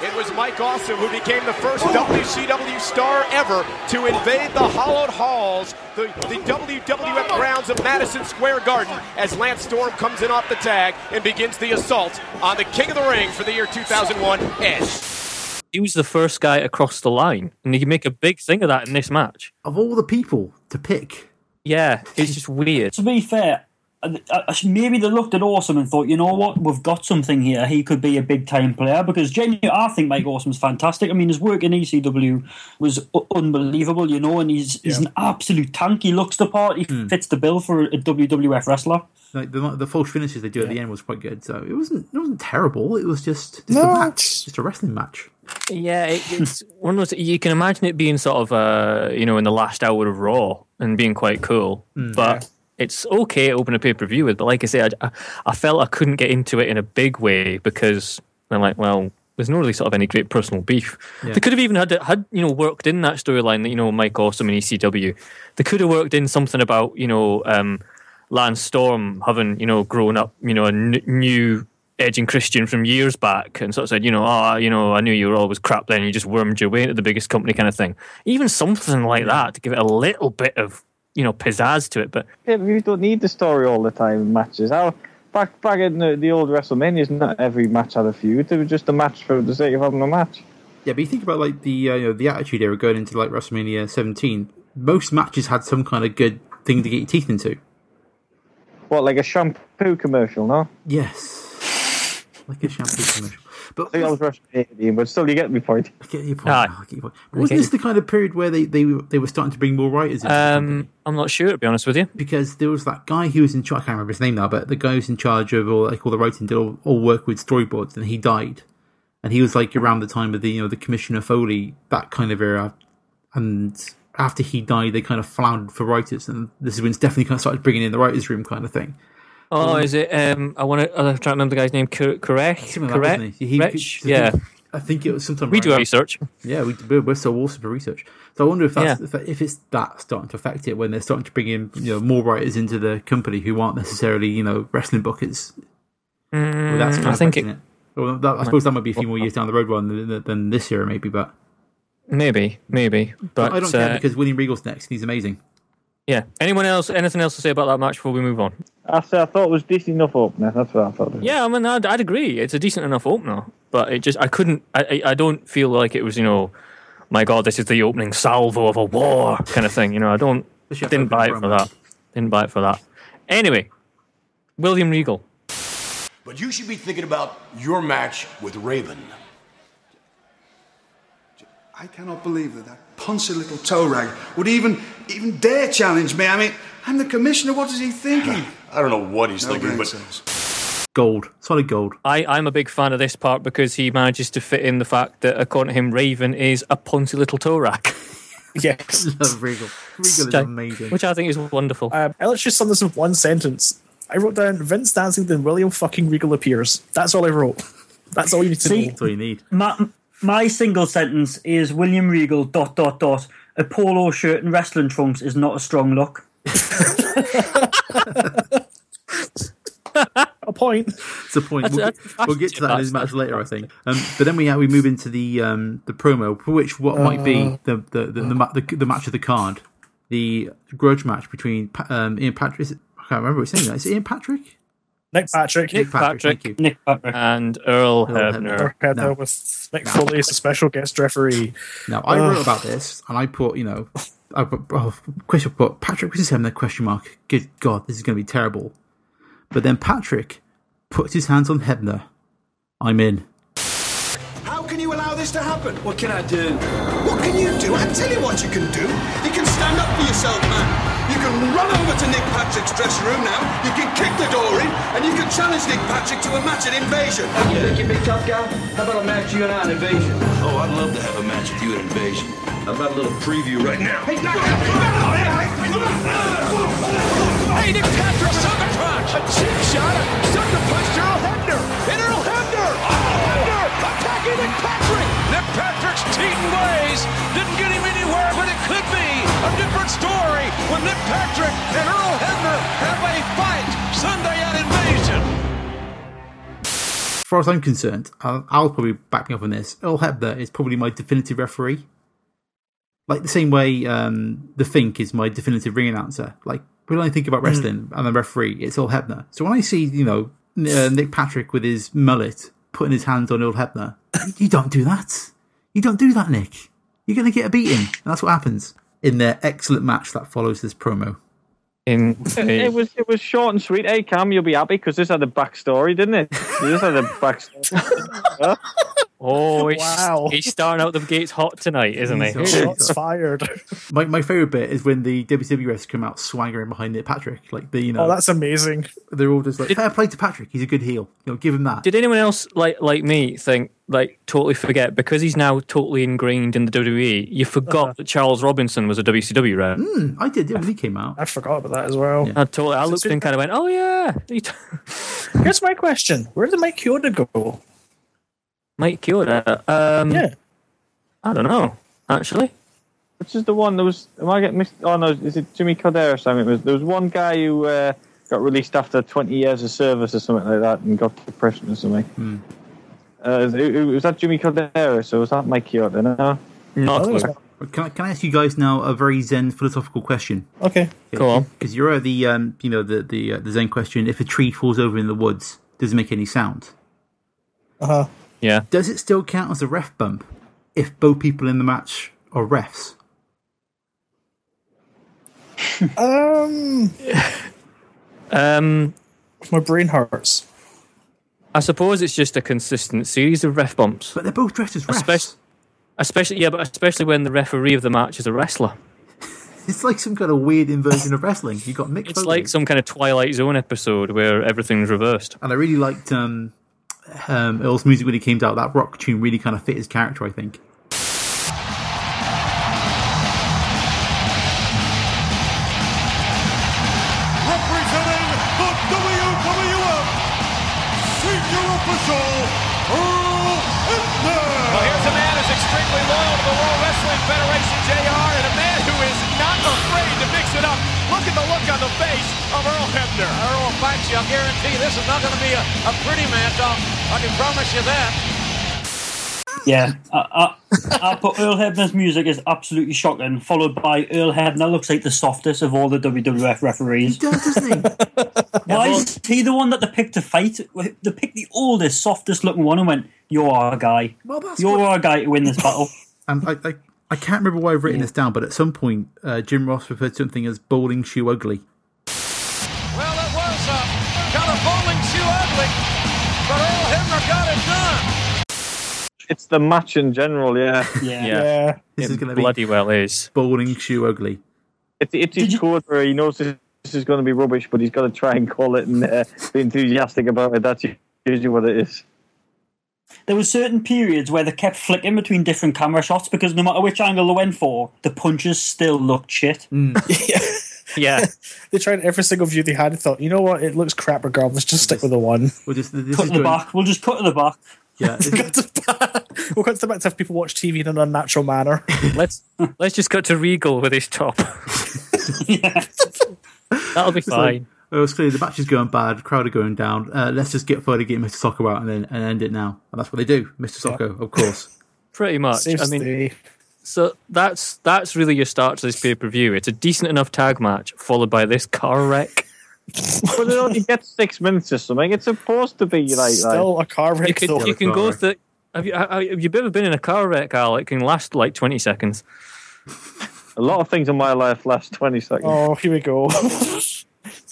Speaker 11: It was Mike Awesome who became the first WCW star ever to invade the hollowed halls, the, the WWF grounds of Madison Square Garden, as Lance Storm comes in off the tag and begins the assault on the King of the Ring for the year 2001, Edge.
Speaker 2: He was the first guy across the line, and he can make a big thing of that in this match.
Speaker 1: Of all the people to pick,
Speaker 2: Yeah, it's just weird.
Speaker 5: To be fair, I- I- maybe they looked at Awesome and thought, you know what, we've got something here. He could be a big time player because genuinely, I think Mike Awesome's fantastic. I mean, his work in ECW was u- unbelievable, you know, and he's he's an absolute tank. He looks the part. He fits the bill for a WWF wrestler.
Speaker 1: like the the false finishes they do at the end was quite good. So it wasn't it wasn't terrible. It was just just
Speaker 3: No,
Speaker 1: a match,
Speaker 3: it's-
Speaker 1: just a wrestling match.
Speaker 2: Yeah, it, it's one of those. You can imagine it being sort of, uh, you know, in the last hour of Raw and being quite cool. But it's okay to open a pay per view with. But like I said, I, I felt I couldn't get into it in a big way because I'm like, well, there's no really sort of any great personal beef. They could have even had had you know worked in that storyline that you know Mike Awesome and ECW. They could have worked in something about you know um, Lance Storm having you know grown up, you know, a n- new Edge and Christian from years back and sort of said, you know, ah, you know, I knew you were always crap then. You just wormed your way into the biggest company kind of thing. Even something like that to give it a little bit of, you know, pizzazz to it. But
Speaker 6: Yeah, you don't need the story all the time in matches. How back back in the, the old WrestleManias, not every match had a feud. It was just a match for the sake of having a match.
Speaker 1: Yeah, but you think about like the uh, you know the Attitude Era going into like WrestleMania 17. Most matches had some kind of good thing to get your teeth into.
Speaker 6: What like a shampoo commercial? No,
Speaker 1: Yes, like a shampoo commercial. But
Speaker 6: I think that was WrestleMania, but still, you get my point.
Speaker 1: I get your point.
Speaker 2: Aye.
Speaker 1: I get your point. Wasn't this the kind of period where they, they were- they were starting to bring more writers in?
Speaker 2: um, I'm not sure, to be honest with you.
Speaker 1: because there was that guy who was in charge. I can't remember his name now, but the guy who was in charge of all like all the writing, did all, all work with storyboards, and he died. And he was like around the time of the you know the Commissioner Foley that kind of era, and after he died, they kind of floundered for writers, and this is when Stephanie kind of started bringing in the writers' room kind of thing.
Speaker 2: Oh, is it? Um, I want to. I'm trying to remember the guy's name. Correct? Correct?
Speaker 1: Something like that, wasn't he? He-
Speaker 2: Correct?
Speaker 1: he-
Speaker 2: Yeah,
Speaker 1: I think it was sometime
Speaker 2: we
Speaker 1: around-
Speaker 2: do our research.
Speaker 1: Yeah, we, we're, we're so awesome for research. So I wonder if that's
Speaker 2: Yeah.
Speaker 1: if, if it's that starting to affect it when they're starting to bring in you know more writers into the company who aren't necessarily you know wrestling bookers. Well, that's kind
Speaker 2: Mm, I
Speaker 1: of
Speaker 2: think
Speaker 1: affecting
Speaker 2: it-
Speaker 1: Well, that, I suppose that might be a few more years down the road rather than, than this year maybe, but
Speaker 2: Maybe, maybe. But
Speaker 1: I don't
Speaker 2: uh,
Speaker 1: care because William Regal's next and he's amazing.
Speaker 2: yeah. Anyone else? Anything else to say about that match before we move on?
Speaker 6: I, said, I thought it was decent enough opener. That's what I thought. It was.
Speaker 2: Yeah, I mean, I'd, I'd agree. It's a decent enough opener, but it just I couldn't. I I I don't feel like it was you know, my God, this is the opening salvo of a war kind of thing. You know, I don't
Speaker 1: The chef
Speaker 2: didn't
Speaker 1: opened
Speaker 2: buy it
Speaker 1: promo.
Speaker 2: for that. Didn't buy it for that. Anyway, William Regal.
Speaker 12: But you should be thinking about your match with Raven.
Speaker 13: I cannot believe that that punchy little toe rag would even even dare challenge me. I mean, I'm the commissioner. What is he thinking?
Speaker 12: I don't know what he's
Speaker 13: No
Speaker 12: thinking,
Speaker 13: brain
Speaker 12: but
Speaker 13: cells.
Speaker 1: Gold, solid gold.
Speaker 2: I, I'm a big fan of this part because he manages to fit in the fact that, according to him, Raven is a poncy little toe rack,
Speaker 3: Yes.
Speaker 1: Love Regal. Regal is amazing.
Speaker 2: which I think is wonderful.
Speaker 3: Um, and let's just sum this in one sentence. I wrote down Vince dancing, then William fucking Regal appears. That's all I wrote. That's all you need to
Speaker 5: See?
Speaker 3: know.
Speaker 1: That's all you need.
Speaker 5: My, my single sentence is William Regal dot dot dot. A polo shirt and wrestling trunks is not a strong look.
Speaker 3: A point.
Speaker 1: It's a point. We'll,
Speaker 2: That's-
Speaker 1: get-
Speaker 2: that's-
Speaker 1: we'll get to that in
Speaker 2: that's-
Speaker 1: his match later, I think. Um, but then we have, we move into the um, the promo, for which what might be the the the, the, ma- the the match of the card, the grudge match between Pa- um, Ian Patrick. Is it, I can't remember what his name is. Is it Ian Patrick?
Speaker 3: Nick Patrick.
Speaker 2: Nick Patrick,
Speaker 1: Thank you.
Speaker 5: Nick Patrick.
Speaker 2: and Earl
Speaker 1: Hebner.
Speaker 2: Hebner.
Speaker 3: Or Heather
Speaker 1: No.
Speaker 3: with Nick Foley as a special guest referee.
Speaker 1: Now I wrote about this, and I put you know, I put oh, question put Patrick puts his hand in the question mark. Good God, this is going to be terrible. But then Patrick puts his hands on Hebner. I'm in.
Speaker 13: How can you allow this to happen? What can I do? What can you do? I tell you what you can do. You can stand up for yourself, man. You can run over to Nick Patrick's dressing room now. You can kick the door in, and you can challenge Nick Patrick to a match at Invasion. You think you're big tough guy? How about a match you and I at Invasion?
Speaker 4: Oh, I'd love to have a match with you at Invasion. I've got a little preview right now.
Speaker 13: Hey, Nick Patrick, sucker punch! A chin shot, a sucker punch to Earl Hebner! And Earl Hebner! Hebner attacking Nick Patrick! Nick Patrick's cheating ways didn't get him anywhere, but it could be a different story when Nick Patrick and Earl Hebner have a fight Sunday at Invasion!
Speaker 1: As far as I'm concerned, I'll, I'll probably back me up on this. Earl Hebner is probably my definitive referee. Like the same way um, the Fink is my definitive ring announcer. Like when I think about
Speaker 3: Hmm.
Speaker 1: wrestling and the referee, it's Earl Hebner. So when I see you know N- uh, Nick Patrick with his mullet putting his hands on Earl Hebner, you don't do that. You don't do that, Nick. You're going to get a beating, and that's what happens in their excellent match that follows this promo.
Speaker 2: In
Speaker 6: It was it was short and sweet. Hey Cam, you'll be happy because this had a backstory, didn't it? This had a backstory.
Speaker 2: oh, he's,
Speaker 3: Wow.
Speaker 2: he's starting out the gates hot tonight, isn't he?
Speaker 1: He's all-
Speaker 3: Shots fired.
Speaker 1: My my favorite bit is when the WWS come out swaggering behind Nick Patrick, like the you know
Speaker 3: Oh, that's amazing.
Speaker 1: they're all just like fair play to Patrick. He's a good heel. You know, give him that.
Speaker 2: Did anyone else like like me think like totally forget because he's now totally ingrained in the WWE? You
Speaker 3: Uh-huh.
Speaker 2: forgot that Charles Robinson was a WCW rep.
Speaker 3: Hmm.
Speaker 1: I did yeah, when he came out.
Speaker 3: I forgot about that as well.
Speaker 2: I totally. I looked
Speaker 3: good-
Speaker 2: and kind of went, "Oh yeah." He t-
Speaker 3: Here's my question. Where did Mike Kyoto go?
Speaker 2: Mike Kyoto. Um,
Speaker 3: Yeah.
Speaker 2: I don't know actually.
Speaker 6: Which is the one that was? Am I getting mixed? Oh no, is it Jimmy Cordero or something? It was, there was one guy who uh, got released after 20 years of service or something like that and got depression or something. Uh, is- who- who- was that Jimmy Calderas or was that Mike Kyoto? No.
Speaker 3: Oh,
Speaker 2: Not
Speaker 1: Can I, can I ask you guys now a very Zen philosophical question?
Speaker 3: Okay.
Speaker 2: Go on.
Speaker 1: Because you're at the um, you know the the, uh, the Zen question: if a tree falls over in the woods, does it make any sound?
Speaker 3: Uh-huh.
Speaker 2: Yeah.
Speaker 1: Does it still count as a ref bump if both people in the match are refs?
Speaker 3: Um,
Speaker 2: Um,
Speaker 3: my brain hurts.
Speaker 2: I suppose it's just a consistent series of ref bumps.
Speaker 1: But they're both dressed as refs.
Speaker 2: Especially, especially yeah, but especially when the referee of the match is a wrestler.
Speaker 1: It's like some kind of weird inversion of wrestling. You got mixed.
Speaker 2: It's like some kind of Twilight Zone episode where everything's reversed.
Speaker 1: and I really liked um, um, Earl's music when he came out. That rock tune really kind of fit his character, I think.
Speaker 11: Representing the WWF senior official, Earl Hebner.
Speaker 13: Well, here's a man who's extremely loyal to the World Wrestling Federation, JR, and a man who is not afraid to mix it up. Look at the look on the face of Earl Hebner. Earl will fight you. I guarantee this is not going to be a, a pretty match. I'll- I can promise you that.
Speaker 5: Yeah, I, I, I put Earl Hebner's music is absolutely shocking, followed by Earl Hebner looks like the softest of all the WWF referees.
Speaker 1: does, doesn't he?
Speaker 5: Why is he the one that they picked to fight? They picked the oldest, softest looking one and went, "You're our guy.
Speaker 1: Well, that's
Speaker 5: You're
Speaker 1: what-
Speaker 5: our guy to win this battle."
Speaker 1: And I, I, I can't remember why I've written this down, but at some point, uh, Jim Ross referred to something as bowling shoe ugly.
Speaker 13: Well, it was uh, kind of bowling shoe ugly, but Earl Hebner got it done.
Speaker 6: It's the match in general, yeah.
Speaker 5: Yeah.
Speaker 2: Yeah.
Speaker 3: Yeah.
Speaker 1: This
Speaker 2: It
Speaker 1: is going to be
Speaker 2: bloody well is.
Speaker 1: bowling shoe ugly.
Speaker 6: It's, it's his code where he knows this, this is going to be rubbish, but he's got to try and call it and uh, be enthusiastic about it. That's usually what it is.
Speaker 5: There were certain periods where they kept flicking between different camera shots because no matter which angle they went for, the punches still looked shit.
Speaker 2: Yeah.
Speaker 3: They tried every single view they had and thought, you know what, it looks crap regardless, just stick with the one.
Speaker 1: Well, just this
Speaker 5: Cut
Speaker 1: is
Speaker 5: to
Speaker 1: going,
Speaker 5: the back. We'll just cut to the back.
Speaker 1: yeah, this is-
Speaker 3: Cut to the back. We'll cut to the back to have people watch TV in an unnatural manner.
Speaker 2: let's let's just cut to Regal with his top. That'll be fine.
Speaker 1: Well, it's clear the match is going bad, crowd are going down. Uh, let's just get further, get Mr. Soccer out, and then and end it now. And that's what they do, Mr. Soccer, of course.
Speaker 2: Pretty much.
Speaker 3: Saves
Speaker 2: I mean,
Speaker 3: the day.
Speaker 2: so that's that's really your start to this pay per view. It's a decent enough tag match followed by this car wreck.
Speaker 6: But it only gets six minutes or something. It's supposed to be like that.
Speaker 3: still a car
Speaker 2: You
Speaker 3: wreck
Speaker 2: can
Speaker 3: though.
Speaker 2: you can
Speaker 1: car
Speaker 2: go
Speaker 1: wreck.
Speaker 2: through. Have you have you ever been in a car wreck, Al? It can last like twenty seconds.
Speaker 6: A lot of things in my life last 20 seconds.
Speaker 3: Oh, here we go.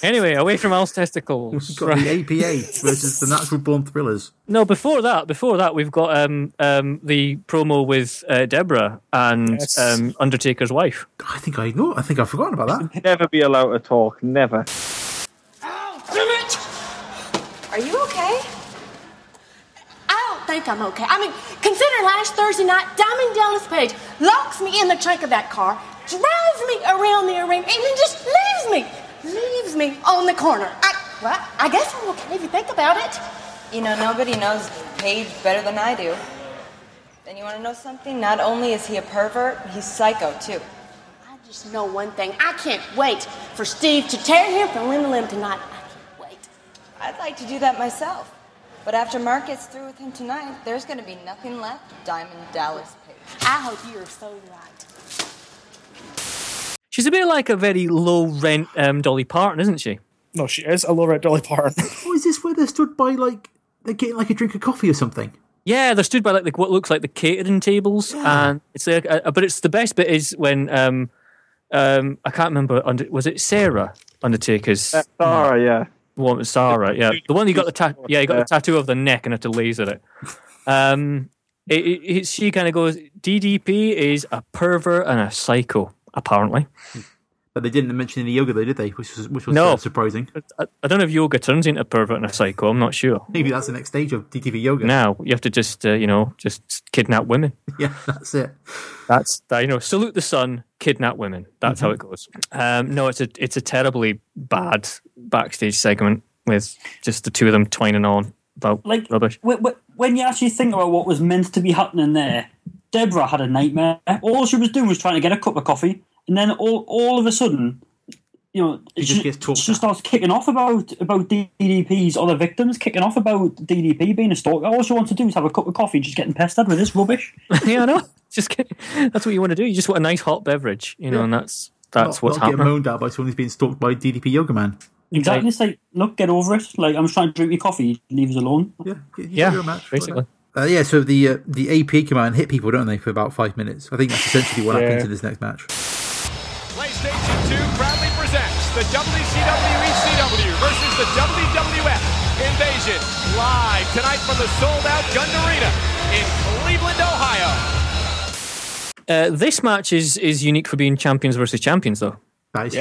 Speaker 2: Anyway, away from Al's
Speaker 1: We've
Speaker 2: testicles.
Speaker 1: got
Speaker 2: Right.
Speaker 1: the APA versus the natural born thrillers.
Speaker 2: No, before that, before that, we've got um, um, the promo with uh, Deborah and
Speaker 3: Yes.
Speaker 2: um, Undertaker's wife.
Speaker 1: I think I know. I think I've forgotten about that.
Speaker 6: Never be allowed to talk. Never.
Speaker 14: Are you okay? I don't think I'm okay. I mean, consider last Thursday night, Diamond Dallas Page locks me in the trunk of that car, drives me around the arena, and then just leaves me, leaves me on the corner. I, well, I guess I'm okay if you think about it.
Speaker 15: You know, nobody knows Paige better than I do. And you want to know something? Not only is he a pervert, he's psycho too.
Speaker 14: I just know one thing. I can't wait for Steve to tear him from limb to limb tonight. I can't wait.
Speaker 15: I'd like to do that myself. But after Mark gets through with him tonight, there's going to be nothing left of Diamond Dallas Page.
Speaker 14: I hope you're so right.
Speaker 2: She's a bit like a very low rent um, Dolly Parton, isn't she?
Speaker 3: no, she is a low red Dolly Parton.
Speaker 1: Oh, is this where they're stood by like they're getting like a drink of coffee or something?
Speaker 2: Yeah, they're stood by like the, what looks like the catering tables, and it's like, uh, but it's the best bit is when um, um, I can't remember. Under, was it Sarah Undertaker's
Speaker 6: Uh, Sorry, yeah.
Speaker 2: woman, Sarah? Yeah, the one who got the ta- yeah, you got the tattoo of the neck and had to laser it. Um, it, it, it- she kind of goes, DDP is a pervert and a psycho, apparently.
Speaker 1: But they didn't mention any yoga though, did they? Which was which was
Speaker 2: No.
Speaker 1: uh, surprising.
Speaker 2: I, I don't know if yoga turns into a pervert and a psycho. I'm not sure.
Speaker 1: Maybe that's the next stage of DTV yoga.
Speaker 2: Now you have to just uh, you know just kidnap women.
Speaker 1: Yeah, that's it.
Speaker 2: That's that, you know, salute the sun, kidnap women. That's how it goes. Um, no, it's a it's a terribly bad backstage segment with just the two of them twining on about
Speaker 5: Like
Speaker 2: rubbish.
Speaker 5: wh- wh- when you actually think about what was meant to be happening there, Deborah had a nightmare. All she was doing was trying to get a cup of coffee, and then all all of a sudden, you know,
Speaker 1: He just gets talked
Speaker 5: she starts kicking off about about DDP's other victims, kicking off about DDP being a stalker. All she wants to do is have a cup of coffee, and she's getting pestered with this rubbish.
Speaker 2: yeah, I know. Just kidding. That's what you want to do. You just want a nice hot beverage, you know,
Speaker 1: Yeah.
Speaker 2: and that's that's
Speaker 1: not,
Speaker 2: what's
Speaker 1: not
Speaker 2: happening.
Speaker 1: Get moaned at by someone who's being stalked by DDP Yoga Man.
Speaker 5: Exactly. It's like, look, get over it. Like, I'm just trying to drink my coffee. Leave us alone.
Speaker 1: Yeah,
Speaker 5: yeah,
Speaker 2: basically.
Speaker 1: Uh, yeah, so the uh, the AP come out and hit people, don't they, for about five minutes? I think that's essentially what
Speaker 5: Yeah.
Speaker 1: happens in this next match.
Speaker 13: PlayStation 2 proudly presents the WCW ECW E versus the WWF Invasion live tonight from the sold-out Gund Arena in Cleveland, Ohio.
Speaker 2: Uh, this match is is unique for being champions versus champions, though.
Speaker 1: That is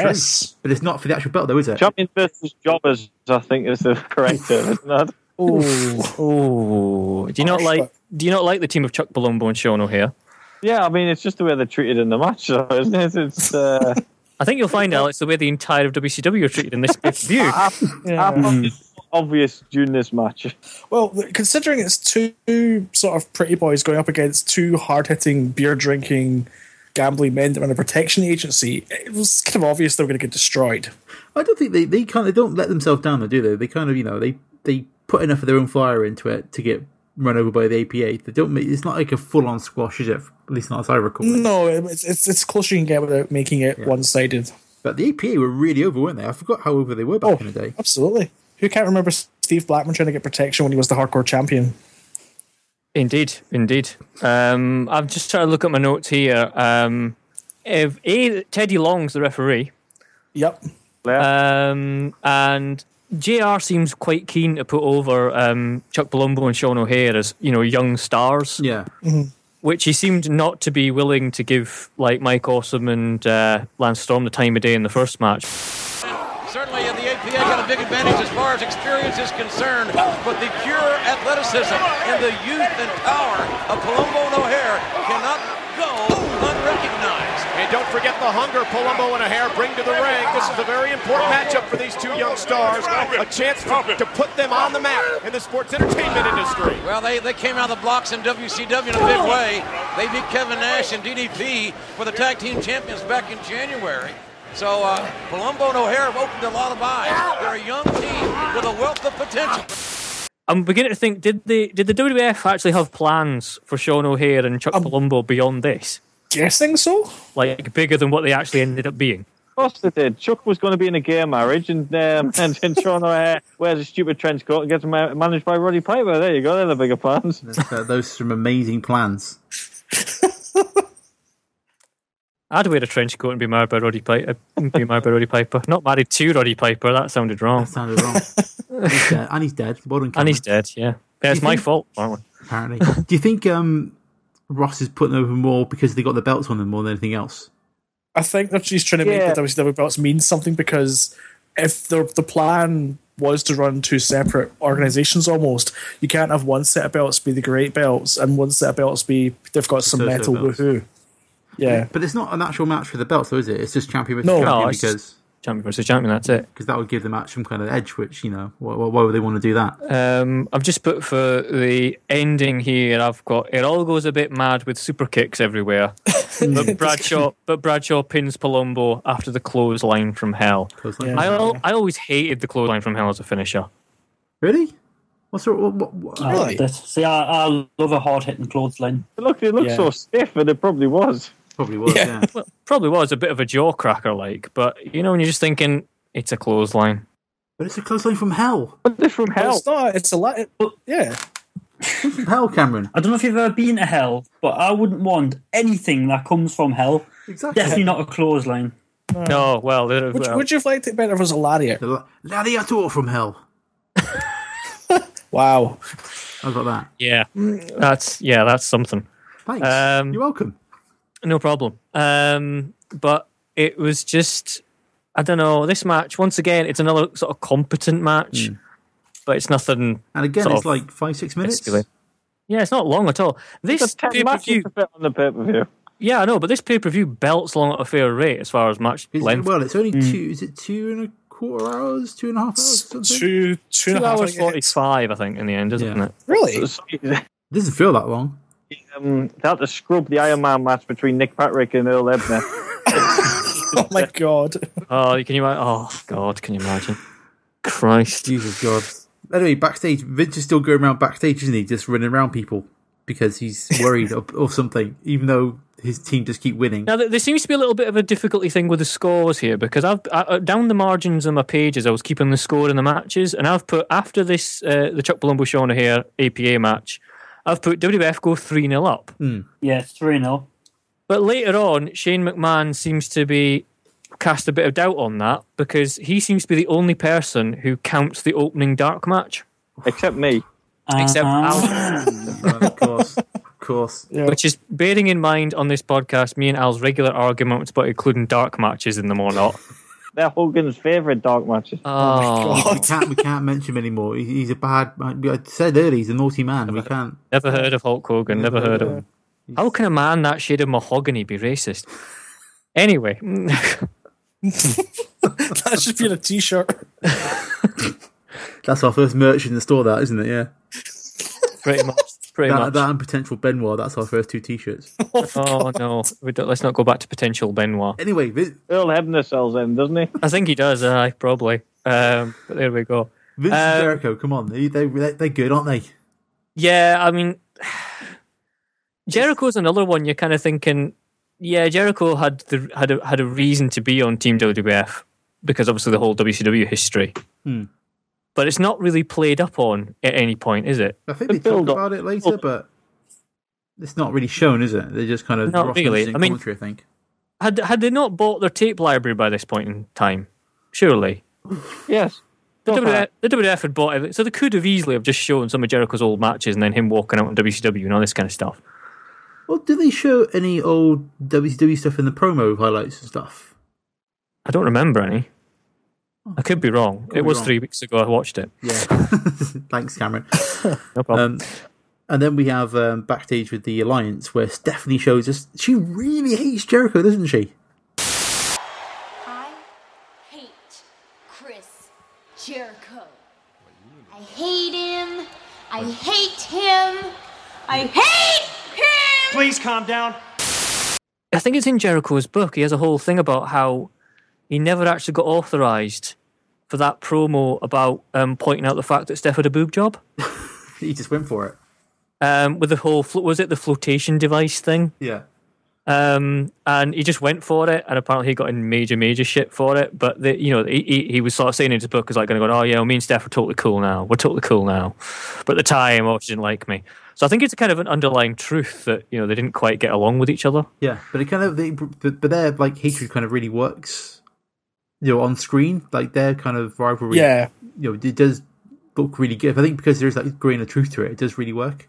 Speaker 1: true. But it's not for the actual belt, though, is it?
Speaker 6: Champions versus jobbers, I think, is the correct term, isn't it?
Speaker 2: Oh, oh. Do you not like? Do you not like the team of Chuck Palumbo and Sean O'Hare?
Speaker 6: Yeah, I mean, it's just the way they're treated in the match, though, isn't it? It's. Uh,
Speaker 2: I think you'll find, Alex, the way the entire of WCW are treated in this review.
Speaker 6: I found it obvious during this match.
Speaker 3: Well, th- considering it's two sort of pretty boys going up against two hard hitting, beer drinking, gambling men that run a protection agency, it was kind of obvious they were going to get destroyed.
Speaker 1: I don't think they, they kind of don't let themselves down, though, do they? They kind of, you know, they, they put enough of their own fire into it to get run over by the APA. They don't make, it's not like a full on squash, is it? At least not as I recall.
Speaker 3: No, it's it's, it's closer you can get without making it one sided.
Speaker 1: But the APA were really over, weren't they? I forgot how over they were back in the day.
Speaker 3: Absolutely. Who can't remember Steve Blackman trying to get protection when he was the hardcore champion?
Speaker 2: Indeed, indeed. Um, I'm just trying to look at my notes here. Um, if a, Teddy Long's the referee.
Speaker 3: Yep.
Speaker 2: Um, and JR seems quite keen to put over um, Chuck Palumbo and Sean O'Hare as you know young stars.
Speaker 1: Yeah.
Speaker 2: Which he seemed not to be willing to give like Mike Awesome and uh, Lance Storm the time of day in the first match.
Speaker 13: Certainly, and the APA got a big advantage as far as experience is concerned, but the pure athleticism and the youth and power of Palumbo and O'Hare cannot go unrecognized. And don't forget the hunger Palumbo and O'Hare bring to the ring. This is a very important matchup for these two young stars, a chance to, to put them on the map in the sports entertainment industry. Well, they, they came out of the blocks in WCW in a big way. They beat Kevin Nash and DDP for the tag team champions back in January. So uh, Palumbo and O'Hare have opened a lot of eyes. They're a young team with a wealth of potential.
Speaker 2: I'm beginning to think did the did the WWF actually have plans for Sean O'Hare and Chuck Palumbo beyond this?
Speaker 3: Guessing so.
Speaker 2: Like bigger than what they actually ended up being.
Speaker 6: Of course they did. Chuck was going to be in a gay marriage, and um, and then Sean O'Hare wears a stupid trench coat and gets ma- managed by Roddy Piper. There you go. They're the bigger plans.
Speaker 1: Uh, those are some amazing plans.
Speaker 2: I'd wear a trench coat and be married by Roddy Piper. Be married by Roddy Piper. Not married to Roddy Piper. That sounded wrong. That
Speaker 1: sounded wrong. He's dead. And he's dead. Well done,
Speaker 2: and
Speaker 1: Cameron.
Speaker 2: he's dead. Yeah, that's
Speaker 1: You
Speaker 2: my
Speaker 1: think-
Speaker 2: fault. Aren't
Speaker 1: apparently. Do you think um, Ross is putting over more because they got the belts on them more than anything else?
Speaker 3: I think that she's trying to
Speaker 1: Yeah.
Speaker 3: make the WCW belts mean something because if the the plan was to run two separate organizations almost, you can't have one set of belts be the great belts and one set of belts be they've got some
Speaker 1: Associate
Speaker 3: metal
Speaker 1: belts.
Speaker 3: woohoo. Yeah.
Speaker 1: but it's not an actual match for the belts, though, is it? It's just champion versus
Speaker 3: No.
Speaker 1: champion
Speaker 3: No, it's
Speaker 1: because
Speaker 2: champion versus champion. That's it.
Speaker 1: Because that would give the match some kind of edge, which you know, why, why would they want to do that?
Speaker 2: we? Um, I've just put for the ending here. I've got it all goes a bit mad with super kicks everywhere. but Bradshaw, but Bradshaw pins Palumbo after the clothesline from hell.
Speaker 1: Clothesline.
Speaker 2: I al- I always hated the clothesline from hell as a finisher.
Speaker 1: Really? What's the, what, what, what-
Speaker 2: Uh,
Speaker 5: I loved it. See, I, I love a hard hitting clothesline.
Speaker 6: Look, it looks
Speaker 2: Yeah.
Speaker 6: so stiff, and it probably was.
Speaker 1: Probably was. Yeah.
Speaker 2: Well, probably was a bit of a jaw cracker, like. But you know, when you're just thinking it's a clothesline.
Speaker 1: But it's a clothesline from hell.
Speaker 6: But it's from
Speaker 3: hell. it's not. It's a lot. It, yeah.
Speaker 1: from hell, Cameron.
Speaker 5: I don't know if you've ever been to hell, but I wouldn't want anything that comes from hell.
Speaker 1: Exactly.
Speaker 5: Definitely not a clothesline.
Speaker 1: Hmm.
Speaker 2: No, well,
Speaker 3: Would, you- would you have liked it better if it was a lariat?
Speaker 1: Gladiator from hell.
Speaker 3: wow.
Speaker 1: I got that.
Speaker 2: Yeah, Mm, that's yeah, that's something.
Speaker 1: Thanks.
Speaker 2: Um,
Speaker 1: You're welcome.
Speaker 2: No problem. Um, but it was just, I don't know. This match, once again, it's another sort of competent match,
Speaker 1: Hmm.
Speaker 2: but it's nothing.
Speaker 1: And again,
Speaker 2: sort
Speaker 1: it's
Speaker 2: of-
Speaker 1: like five six minutes.
Speaker 2: escalated. yeah, it's not long at all. This
Speaker 6: It's a
Speaker 2: pay
Speaker 6: ten
Speaker 2: per
Speaker 6: matches
Speaker 2: view,
Speaker 6: to fit on the pay per view.
Speaker 2: yeah, I know, but this pay per view belts long at a fair rate as far as match
Speaker 1: Is it-
Speaker 2: length.
Speaker 1: well, it's only two. Is it two and a quarter hours? Two and a half hours? Something?
Speaker 3: Two
Speaker 2: two hours forty five, I think, in the end, isn't it?
Speaker 3: Really?
Speaker 1: Doesn't feel that long.
Speaker 6: Um, they had to scrub the Iron Man match between Nick Patrick and Earl Ebner.
Speaker 3: oh my god.
Speaker 2: Oh, can you imagine? Oh God, can you imagine? Christ,
Speaker 1: Jesus God. Anyway, backstage, Vince is still going around backstage, isn't he? Just running around people because he's worried or, or something, even though his team just keep winning.
Speaker 2: Now, there there seems to be a little bit of a difficulty thing with the scores here because I've I, uh, down the margins of my pages, I was keeping the score in the matches, and I've put after this uh, the Chuck Palumbo Shauna here APA match, I've put WWF go three 0 up.
Speaker 5: Yeah, three 0
Speaker 2: But later on, Shane McMahon seems to be cast a bit of doubt on that because he seems to be the only person who counts the opening dark match.
Speaker 6: Except me.
Speaker 2: Except
Speaker 5: Uh-huh.
Speaker 2: Al.
Speaker 1: of course. Of course.
Speaker 2: Which is bearing in mind on this podcast, me and Al's regular arguments about including dark matches in them or not.
Speaker 6: They're Hogan's favourite dark matches.
Speaker 2: Oh,
Speaker 1: We can't, we can't mention him anymore. He- He's a bad. I said earlier, he's a naughty man. We can't.
Speaker 2: never heard of Hulk Hogan. Never heard of him. How can a man that shade of mahogany be racist? Anyway,
Speaker 3: that should be in a t shirt.
Speaker 1: That's our first merch in the store, that isn't it? Yeah.
Speaker 2: pretty much. Pretty
Speaker 1: That,
Speaker 2: much.
Speaker 1: that and potential Benoit. That's our first two T-shirts.
Speaker 2: oh no, we don't, let's not go back to potential Benoit.
Speaker 1: Anyway, Vin-
Speaker 6: Earl Hebner sells in, doesn't he?
Speaker 2: I think he does. Uh, probably. Um, but there we go.
Speaker 1: Vince
Speaker 2: Um,
Speaker 1: and Jericho, come on, they they they- they're good, aren't they?
Speaker 2: Yeah, I mean, Jericho's another one. You're kind of thinking, yeah, Jericho had the had a, had a reason to be on Team WWF because obviously the whole WCW history.
Speaker 1: Hmm.
Speaker 2: But it's not really played up on at any point, is it?
Speaker 1: I think they talk about it later, but it's not really shown, is it? They're just kind of
Speaker 2: Not
Speaker 1: rough
Speaker 2: really.
Speaker 1: notes in
Speaker 2: I mean-
Speaker 1: commentary, I think.
Speaker 2: Had had they not bought their tape library by this point in time, surely
Speaker 6: Yes.
Speaker 2: the
Speaker 6: Don't
Speaker 2: WWF, the WWF had bought it, so they could have easily have just shown some of Jericho's old matches and then him walking out on WCW and all this kind of stuff.
Speaker 1: Well, do they show any old WCW stuff in the promo highlights and stuff?
Speaker 2: I don't remember any. I could be wrong.
Speaker 1: Could be
Speaker 2: it was
Speaker 1: wrong.
Speaker 2: three weeks ago. I watched it.
Speaker 1: Yeah. Thanks, Cameron.
Speaker 2: No problem.
Speaker 1: Um, and then we have um, backstage with the Alliance, where Stephanie shows us she really hates Jericho, doesn't she?
Speaker 14: I hate Chris Jericho. I hate him. I hate him. I hate him.
Speaker 9: Please calm down.
Speaker 2: I think it's in Jericho's book. He has a whole thing about how he never actually got authorized for that promo about um, pointing out the fact that Steph had a boob job
Speaker 1: He just went for it.
Speaker 2: um, with the whole flo- was it the flotation device thing,
Speaker 1: Yeah.
Speaker 2: um, and he just went for it. And apparently, he got in major major shit for it. But the, you know, he, he he was sort of saying in his book is like going, "Oh yeah, well, me and Steph are totally cool now. We're totally cool now." But at the time, oh, she didn't like me. So I think it's a kind of an underlying truth that you know they didn't quite get along with each other.
Speaker 1: Yeah, but it kind of they, but, but their like hatred kind of really works, you know, on screen. Like their kind of rivalry,
Speaker 3: Yeah.
Speaker 1: you know, it does look really good. I think because there is that grain of truth to it, it does really work.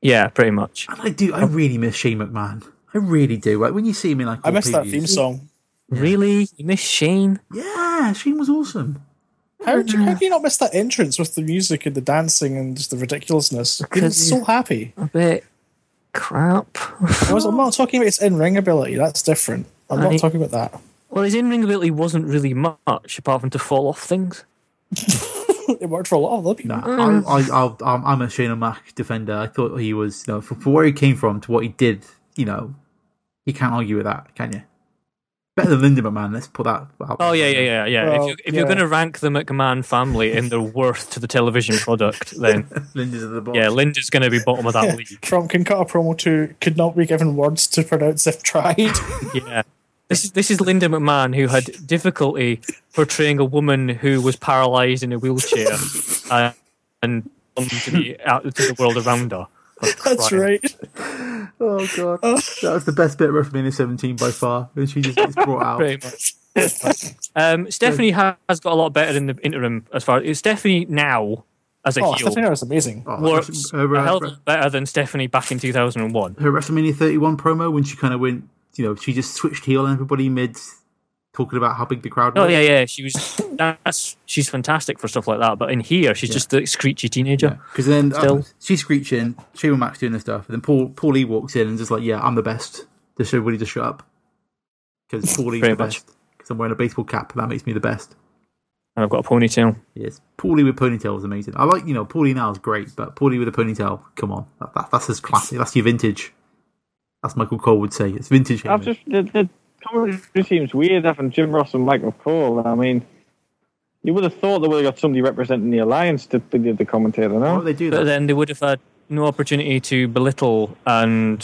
Speaker 2: Yeah, pretty much.
Speaker 1: And I do,
Speaker 2: Oh.
Speaker 1: I really miss Shane McMahon. I really do. Like when you see him in like,
Speaker 3: I
Speaker 1: old
Speaker 3: missed that
Speaker 1: previews-
Speaker 3: theme song.
Speaker 2: Really, you miss Shane?
Speaker 1: Yeah, Shane was awesome.
Speaker 3: How do, how do you not miss that entrance with the music and the dancing and just the ridiculousness? He
Speaker 2: Because
Speaker 3: was
Speaker 2: you-
Speaker 3: so happy.
Speaker 2: a bit crap.
Speaker 3: I was, I'm not talking about his in ring ability, that's different. I'm
Speaker 2: Right.
Speaker 3: not talking about that.
Speaker 2: well, his in ring ability wasn't really much apart from to fall off things.
Speaker 3: It worked for a lot of other people.
Speaker 1: Nah, I, I, I'll, I'm, I'm a Shane O'Mac defender. I thought he was, you know, from, from where he came from to what he did, you know, you can't argue with that, can you? Better than Linda McMahon. Let's put that. out
Speaker 2: Oh
Speaker 1: there.
Speaker 2: yeah, yeah, yeah, yeah. if
Speaker 3: Well,
Speaker 2: you, if you're
Speaker 3: yeah.
Speaker 2: going to rank the McMahon family in their worth to the television product, then
Speaker 1: Linda's at the bottom.
Speaker 2: yeah, Linda's going to be bottom of that league.
Speaker 3: Trump can cut a promo to could not be given words to pronounce if tried.
Speaker 2: Yeah. This is this is Linda McMahon who had difficulty portraying a woman who was paralysed in a wheelchair uh, and on to the out to the world around her.
Speaker 3: That's
Speaker 2: Right.
Speaker 3: right.
Speaker 1: Oh god, that was the best bit of WrestleMania 17 by far. And she just gets brought out.
Speaker 2: Pretty much. um, Stephanie ha- has got a lot better in the interim as far as Stephanie now as a
Speaker 3: Oh,
Speaker 2: heel
Speaker 3: Stephanie was amazing.
Speaker 1: Oh,
Speaker 2: works
Speaker 1: her,
Speaker 2: a hell of
Speaker 1: her-
Speaker 2: a lot better than Stephanie back in 2001.
Speaker 1: her WrestleMania 31 promo when she kind of went, you know, she just switched heel and everybody mid talking about how big the crowd
Speaker 2: Oh
Speaker 1: was.
Speaker 2: yeah, yeah, she was. That's she's fantastic for stuff like that. But in here, she's just the screechy teenager.
Speaker 1: Because then uh,
Speaker 2: Still.
Speaker 1: she's screeching, Shane Max doing this stuff, and then Paul Paul E walks in and just like, yeah, I'm the best. Just everybody just shut up because Paul E's the
Speaker 2: Pretty much.
Speaker 1: best. Because I'm wearing a baseball cap, that makes me the best.
Speaker 2: And I've got a ponytail.
Speaker 1: Yes, Paulie with ponytail is amazing. I like, you know, Paulie now is great, but Paulie with a ponytail, come on, that, that, that's his classic. That's your vintage. That's Michael Cole would say. It's vintage.
Speaker 6: I've
Speaker 1: Heyman.
Speaker 6: just the, the commentary seems weird having Jim Ross and Michael Cole. I mean, you would have thought they would have got somebody representing the alliance to be the commentator. No,
Speaker 2: But then they would have had no opportunity to belittle and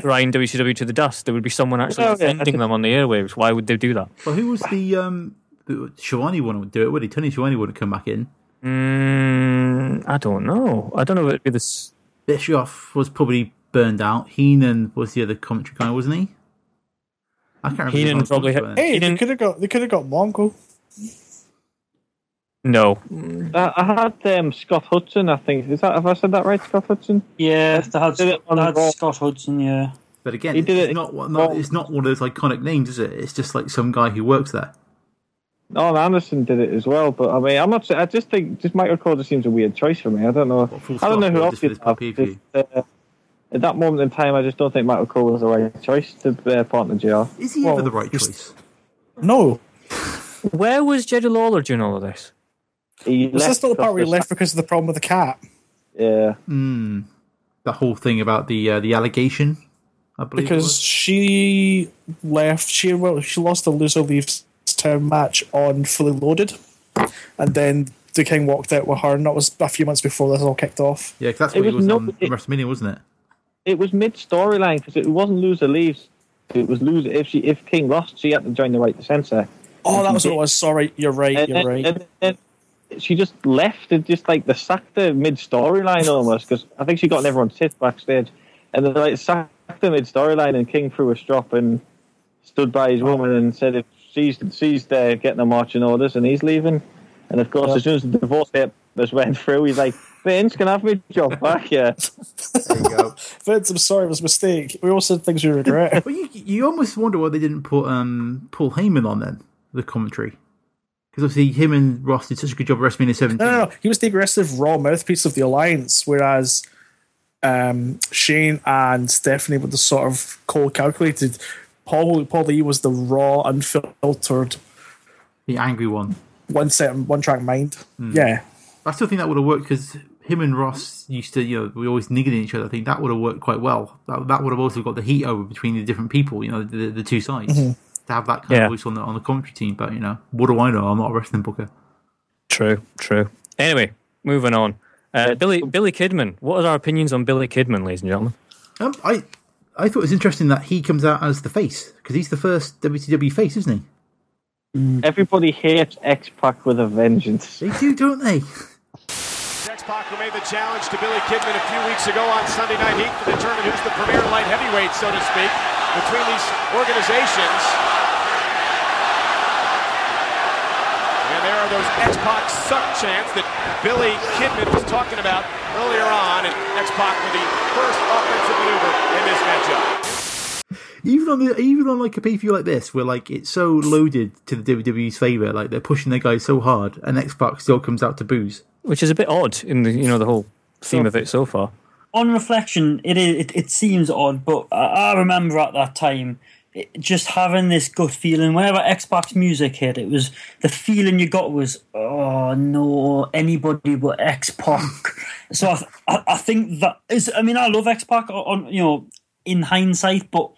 Speaker 2: grind WCW to the dust. There would be someone actually
Speaker 1: Well, yeah, I
Speaker 2: defending them on the airwaves. Why would they do that?
Speaker 1: Well, who was the um? the- Shivani wouldn't do it, would he? Tony Shivani wouldn't come back in.
Speaker 2: Mm, I don't know. I don't know if it'd be this.
Speaker 1: Bischoff was probably burned out. Heenan was the other commentary guy, wasn't he? I can't remember.
Speaker 2: Heenan
Speaker 1: who
Speaker 2: probably
Speaker 1: was then.
Speaker 2: had-
Speaker 3: Hey, they could have got they could have got Mongo.
Speaker 2: No.
Speaker 6: I, I had um, Scott Hudson. I think is that have I said that right? Scott Hudson.
Speaker 5: Yeah, they had,
Speaker 6: Did it on
Speaker 5: they had
Speaker 6: Raw.
Speaker 5: Scott Hudson, yeah.
Speaker 1: But again,
Speaker 5: He
Speaker 1: it's
Speaker 5: did it-
Speaker 1: not, one- not it's not one of those iconic names, is it? It's just like some guy who works there.
Speaker 6: Norm Anderson did it as well, but I mean, I'm not. sa- I just think just Michael Cole just seems a weird choice for me. I don't know. I don't know who else. you'd have. Just, uh, at that moment in time, I just don't think Michael Cole was the right choice to uh, partner JR.
Speaker 1: Is he ever the right choice?
Speaker 3: No.
Speaker 2: Where was Jerry Lawler during all of this?
Speaker 6: He
Speaker 3: Was this not the part where he left because of the problem with the cat?
Speaker 6: Yeah.
Speaker 1: Hmm. The whole thing about the uh, the allegation, I believe. it
Speaker 3: Because
Speaker 1: was.
Speaker 3: she left, she well, she lost the loser leaves town match on Fully Loaded, and then the King walked out with her, and that was a few months before this all kicked off.
Speaker 1: yeah, 'cause that's
Speaker 6: It
Speaker 1: what it
Speaker 6: was
Speaker 1: was,
Speaker 6: not-
Speaker 1: on WrestleMania, wasn't it?
Speaker 6: It was mid storyline because it wasn't loser leaves. It was loser. If she if King lost, she had to join the right to censor.
Speaker 3: Oh, that was what it was. Sorry, you're right. You're right.
Speaker 6: And then she just left and just like they sacked her mid storyline almost because I think she got in everyone's tits backstage, and then they like sacked her mid storyline and King threw a strop and stood by his woman and said if she's she's there getting her marching orders and he's leaving, and of course as soon as the divorce papers went through, he's like Vince can I have my job back, yeah.
Speaker 3: Vince, I'm sorry, it was a mistake. We all said things we regret.
Speaker 1: But you, you almost wonder why they didn't put um, Paul Heyman on then the commentary, because obviously him and Ross did such a good job at WrestleMania 17.
Speaker 3: No, no, no. He was the aggressive raw mouthpiece of the alliance, whereas um, Shane and Stephanie were the sort of cold, calculated. Paul Paul Lee was the raw, unfiltered,
Speaker 1: The angry one.
Speaker 3: one set, one track mind. Yeah,
Speaker 1: I still think that would have worked because him and Ross used to, you know, we always niggered at each other. I think that would have worked quite well. That, that would have also got the heat over between the different people, you know, the, the two sides.
Speaker 3: Mhm.
Speaker 1: To have that kind
Speaker 2: Yeah.
Speaker 1: of voice on the on the commentary team, but you know, what do I know? I'm not a wrestling booker.
Speaker 2: True, true. Anyway, moving on. Uh, Billy Billy Kidman. What are our opinions on Billy Kidman, ladies and gentlemen?
Speaker 1: Um, I I thought it was interesting that he comes out as the face because he's the first WCW face, isn't he?
Speaker 6: Everybody hates X Pac with a vengeance.
Speaker 1: They do, don't they?
Speaker 9: X-Pac, who made the challenge to Billy Kidman a few weeks ago on Sunday Night Heat to determine who's the premier light heavyweight, so to speak, between these organizations. And there are those X-Pac suck chants that Billy Kidman was talking about earlier on, and X-Pac with the first offensive maneuver in this matchup.
Speaker 1: Even on the even on like a pay per view like this, where like it's so loaded to the WWE's favor, like they're pushing their guys so hard, and X Pac still comes out to booze.
Speaker 2: Which is a bit odd in the you know the whole theme of it so far.
Speaker 5: on reflection, it is it, it seems odd, but I, I remember at that time it, just having this gut feeling. Whenever Xbox music hit, it was the feeling you got was oh no, anybody but X Pac. so I, th- I I think that is. I mean, I love X Pac on on, you know in hindsight, but.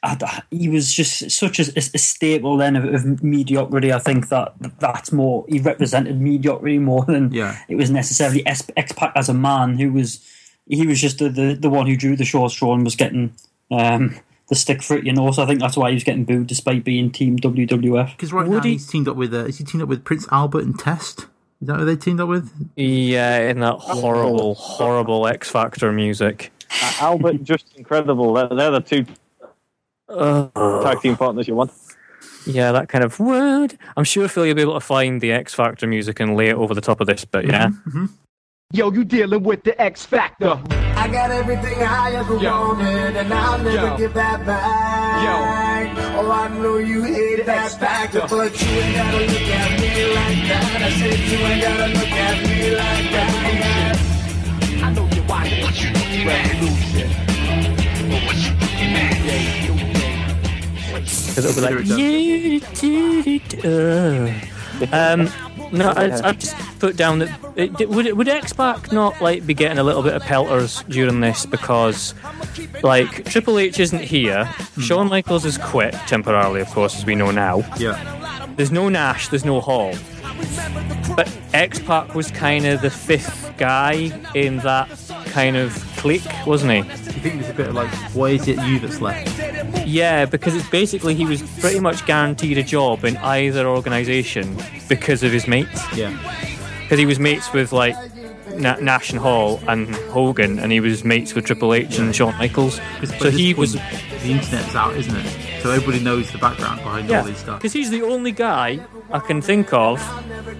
Speaker 5: I d he was just such a, a staple then of, of mediocrity. I think that that's more he represented mediocrity more than
Speaker 1: Yeah.
Speaker 5: it was necessarily X Pac as a man who was he was just the, the, the one who drew the short straw and was getting um, the stick for it. You know, so I think that's why he was getting booed despite being Team WWF.
Speaker 1: Because right now he's teamed up with uh, is he teamed up with Prince Albert and Test? Is that who they teamed up with?
Speaker 2: Yeah, in that horrible, horrible X Factor music.
Speaker 6: Uh, Albert and Just Incredible. They're, they're the two tag team partners you want.
Speaker 2: Yeah, that kind of word. I'm sure Phil, you'll be able to find the X Factor music and lay it over the top of this, but yeah.
Speaker 16: Yo, you dealing with the X Factor. I got everything I ever wanted, and I'll never give that back. Oh, I know you hate that factor, but you ain't gotta look at me like that. I said you ain't gotta look at me like that. I know you're watching, but you looking at losing. But what you looking at? Yeah, you
Speaker 2: Because it'll be like, "You did it, uh." um, no, I, I've just put down that it, would would X Pac not like be getting a little bit of pelters during this because like Triple H isn't here. Shawn Michaels is quit temporarily, of course, as we know now.
Speaker 1: Yeah.
Speaker 2: There's no Nash. There's no Hall. But X Pac was kind of the fifth guy in that kind of clique, wasn't he?
Speaker 1: You think there's a bit of like, why is it you that's left?
Speaker 2: Yeah, because it's basically he was pretty much guaranteed a job in either organization because of his mates.
Speaker 1: Yeah.
Speaker 2: Because he was mates with like Na- Nash and Hall and Hogan, and he was mates with Triple H and Shawn Michaels. So he was.
Speaker 1: The internet's out, isn't it? So everybody knows the background behind all this stuff.
Speaker 2: because he's the only guy I can think of.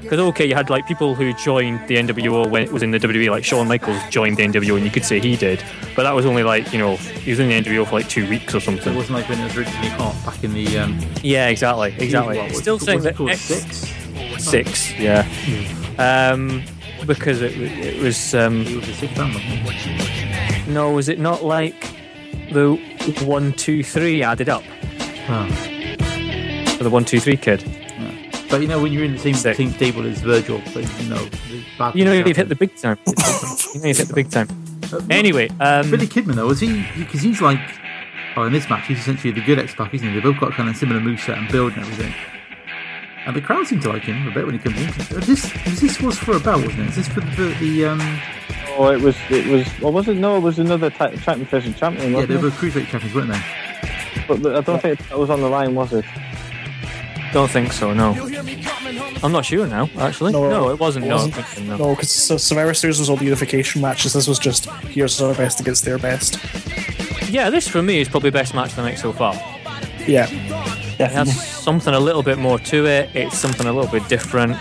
Speaker 2: Because okay, you had like people who joined the NWO when it was in the WWE, like Shawn Michaels joined the NWO, and you could say he did, but that was only like you know he was in the NWO for like two weeks or
Speaker 1: It
Speaker 2: something.
Speaker 1: wasn't like when it was originally hot back in the. Um,
Speaker 2: Yeah, exactly, exactly.
Speaker 1: what was-
Speaker 2: Still
Speaker 1: what
Speaker 2: saying
Speaker 1: was it
Speaker 2: that
Speaker 1: called?
Speaker 2: X-
Speaker 1: six.
Speaker 2: six, yeah, um, because it, w- it was. Um, no, was it not like the one, two, three added up? For the one, two, three kid.
Speaker 1: But you know, when you're in the same same stable as Virgil, so you know, the bad
Speaker 2: You know
Speaker 1: things
Speaker 2: you've
Speaker 1: happen.
Speaker 2: hit the big time. you know you've hit the big time. Anyway, um,
Speaker 1: Billy Kidman though, is he? Because he's like, oh, in this match, he's essentially the good X Pac, isn't he? They've both got kind of similar moveset and build and everything. And the crowd seem to like him a bit when he comes in. This this was for a belt, wasn't it? Is this for the, the um?
Speaker 6: Oh, it was, it was, or was it? No, it was another ti- champion versus champion.
Speaker 1: Yeah,
Speaker 6: Wasn't
Speaker 1: they
Speaker 6: it?
Speaker 1: were cruiserweight champions, weren't they?
Speaker 6: But the- I don't think that was on the line, was it?
Speaker 2: Don't think so. No. I'm not sure now. Actually, no, it wasn't. no, I don't think so,
Speaker 3: No, because Survivor Series was all the unification matches. This was just here's our best against their best.
Speaker 2: Yeah, this for me is probably best match of the night so far.
Speaker 3: Yeah,
Speaker 2: It has something a little bit more to it. It's something a little bit different.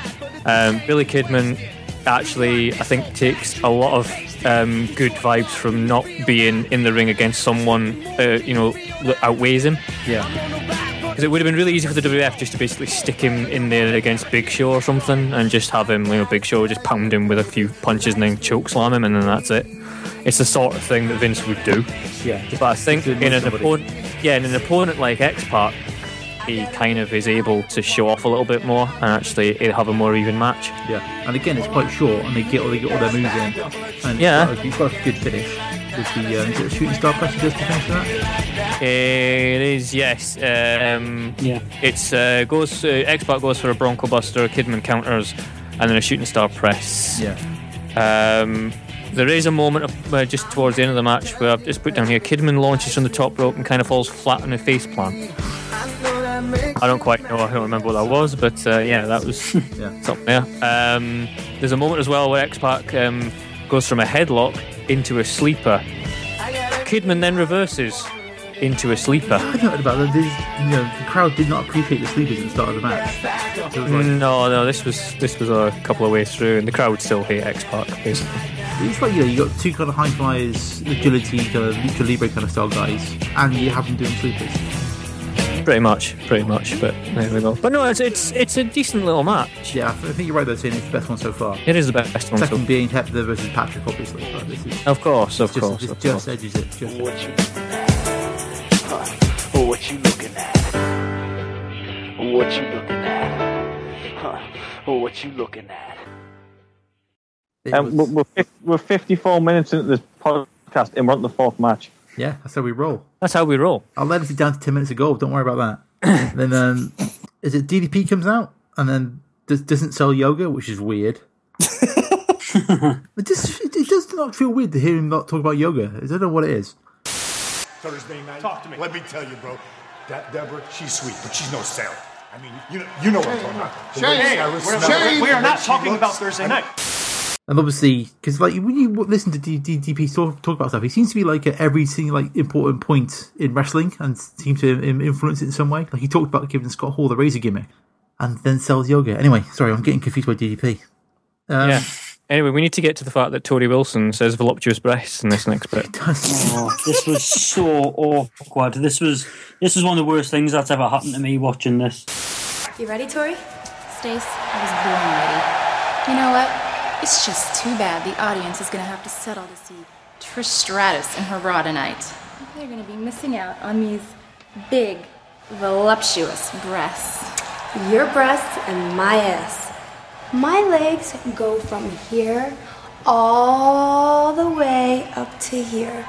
Speaker 2: Um, Billy Kidman actually, I think, takes a lot of um, good vibes from not being in the ring against someone, uh, you know, that outweighs him.
Speaker 1: Yeah.
Speaker 2: Because it would have been really easy for the WF just to basically stick him in there against Big Show or something and just have him, you know, Big Show just pound him with a few punches and then choke slam him and then that's it. It's the sort of thing that Vince would do.
Speaker 1: Yeah.
Speaker 2: But I think
Speaker 1: just
Speaker 2: in
Speaker 1: annoy
Speaker 2: an
Speaker 1: somebody.
Speaker 2: opponent, yeah, in an opponent like X Pac, he kind of is able to show off a little bit more and actually he'll have a more even match.
Speaker 1: Yeah, and again, it's quite short, and they get all they get all their moves in, and
Speaker 2: Yeah.
Speaker 1: it's got a- it's got a good finish with the um, is it a shooting star press he does to finish that.
Speaker 2: It is yes. Um,
Speaker 5: yeah.
Speaker 2: It's uh, goes uh, X Pac goes for a Bronco Buster, Kidman counters, and then a shooting star press.
Speaker 1: Yeah.
Speaker 2: Um, there is a moment of, uh, just towards the end of the match where I've just put down here. Kidman launches from the top rope and kind of falls flat on a face plant. I don't quite know. I don't remember what that was, but uh, yeah, that was
Speaker 1: Yeah.
Speaker 2: something there. Um, there's a moment as well where X Pac um, goes from a headlock into a sleeper. Kidman then reverses into a sleeper.
Speaker 1: I noted about that. This, you know, the crowd did not appreciate the sleepers at the start of the match. So it was like,
Speaker 2: No, no, this was this was a couple of ways through, and the crowd still hate X Pac. Basically,
Speaker 1: it's like you know, you got two kind of high flyers, agility kind of lucha libre kind of style guys, and you have them doing sleepers.
Speaker 2: pretty much, pretty much. But there we go. But no, it's it's it's a decent little match.
Speaker 1: Yeah, I th- I think you're right though, saying it's the best one so far.
Speaker 2: It is the best one.
Speaker 1: Second
Speaker 2: So,
Speaker 1: being Hepner versus Patrick, obviously, but this is
Speaker 2: of course, of
Speaker 1: just,
Speaker 2: course,
Speaker 1: this
Speaker 2: of
Speaker 1: just
Speaker 2: course.
Speaker 1: edges it. Just
Speaker 16: Huh, uh, what you looking at? What you looking at? Huh, what you looking at?
Speaker 6: Um, we're, we're, fif- we're 54 minutes into this podcast and we're on the fourth match.
Speaker 1: Yeah, that's how we roll.
Speaker 2: That's how we roll.
Speaker 1: I'll let it down to ten minutes ago. Don't worry about that. then um, is it DDP comes out and then does, doesn't sell yoga, which is weird. it, just, it, it does not feel weird to hear him not talk about yoga. I don't know what it is.
Speaker 17: Thursday night. Talk to me. Let me tell you, bro. That Deborah, she's sweet, but she's no Sarah. I mean, you know, you know what I'm talking about. The way Sarah smells, the way she looks, I mean,
Speaker 1: And obviously, because like when you listen to D- DDP talk, talk about stuff, he seems to be like at every single like important point in wrestling, and seems to im- influence it in some way. Like he talked about giving Scott Hall the razor gimmick, and then sells yoga. Anyway, sorry, I'm getting confused by DDP. Um,
Speaker 2: yeah. Anyway, we need to get to the fact that Tori Wilson says voluptuous breasts in this next bit.
Speaker 1: Oh,
Speaker 5: this was so awkward. This was this was one of the worst things that's ever happened to me watching this.
Speaker 18: You ready, Tori? Stace, I was born ready. You know what? It's just too bad the audience is gonna have to settle to see Trish Stratus in her raw tonight. They're gonna be missing out on these big, voluptuous breasts.
Speaker 10: Your breasts and my ass. My legs go from here all the way up to here.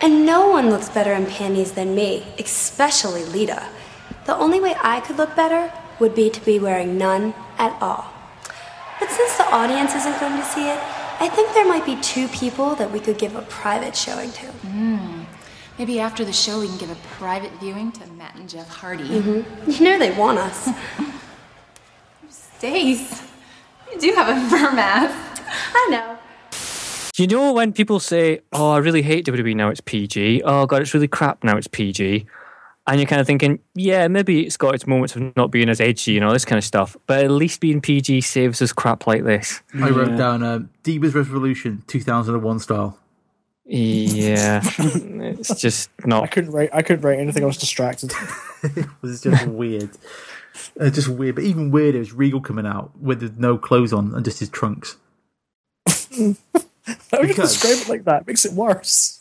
Speaker 10: And no one looks better in panties than me, especially Lita. The only way I could look better would be to be wearing none at all. But since the audience isn't going to see it, I think there might be two people that we could give a private showing to.
Speaker 18: Mm. Maybe after the show, we can give a private viewing to Matt and Jeff Hardy.
Speaker 10: Mm-hmm. You know they want us.
Speaker 18: Stace, you do have a firm ass.
Speaker 10: I know.
Speaker 2: You know when people say, "Oh, I really hate WWE now it's PG." Oh god, it's really crap now it's PG. And you're kind of thinking, yeah, maybe it's got its moments of not being as edgy and all this kind of stuff, but at least being PG saves us crap like this.
Speaker 1: I wrote down um, Divas Revolution 2001 style.
Speaker 2: Yeah, it's just
Speaker 3: I
Speaker 2: not.
Speaker 3: couldn't write. I couldn't write anything. I was distracted.
Speaker 1: it was just weird. Uh, just weird. But even weirder is Regal coming out with no clothes on and just his trunks.
Speaker 3: I would describe it like that. Makes it worse.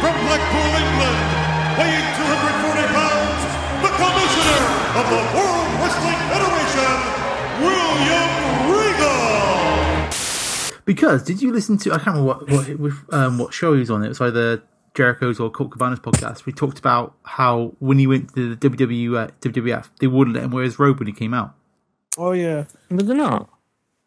Speaker 11: From Blackpool, England, weighing 240 pounds, the commissioner of the World Wrestling Federation, William Regal.
Speaker 1: Because did you listen to? I can't remember what what, which, um, what show he was on. It was either Jericho's or Colt Cabana's podcast. We talked about how when he went to the WWE, uh, WWF, they wouldn't let him wear his robe when he came out.
Speaker 3: Oh yeah.
Speaker 2: But they're not.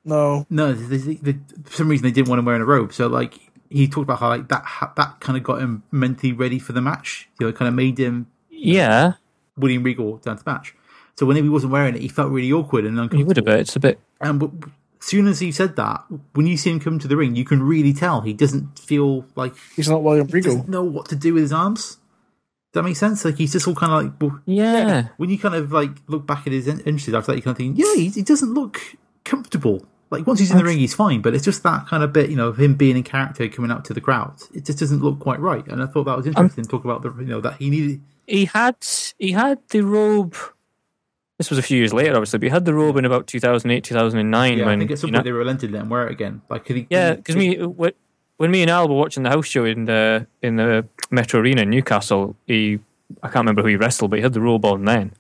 Speaker 3: No.
Speaker 1: No, they, they, they, for some reason they didn't want him wearing a robe. So like he talked about how like that ha- that kind of got him mentally ready for the match. You know, it kind of made him
Speaker 2: Yeah,
Speaker 1: William Regal down to the match. So whenever he wasn't wearing it, he felt really awkward and uncomfortable.
Speaker 2: you would have, but it's a bit.
Speaker 1: And but soon as he said that, when you see him come to the ring, you can really tell he doesn't feel like
Speaker 3: he's not William Regal.
Speaker 1: Doesn't know what to do with his arms. Does that make sense? Like he's just all kind of like well,
Speaker 2: yeah.
Speaker 1: When you kind of like look back at his in- entrances after that, you kind of think, yeah, he, he doesn't look comfortable. Like once he's in the ring, he's fine, but it's just that kind of bit, you know, of him being in character coming out to the crowd. It just doesn't look quite right. And I thought
Speaker 2: Um,
Speaker 1: that was interesting. talk about the you know that he needed
Speaker 2: He had he had the robe. This was a few years later, obviously, but he had the robe in about 2008, 2009.
Speaker 1: Yeah,
Speaker 2: when,
Speaker 1: I think at some
Speaker 2: you know-
Speaker 1: point they relented and let him wear it again. Like, could he,
Speaker 2: Yeah, because me wh- when me and Al were watching the house show in the in the Metro Arena in Newcastle, he I can't remember who he wrestled, but he had the robe on then.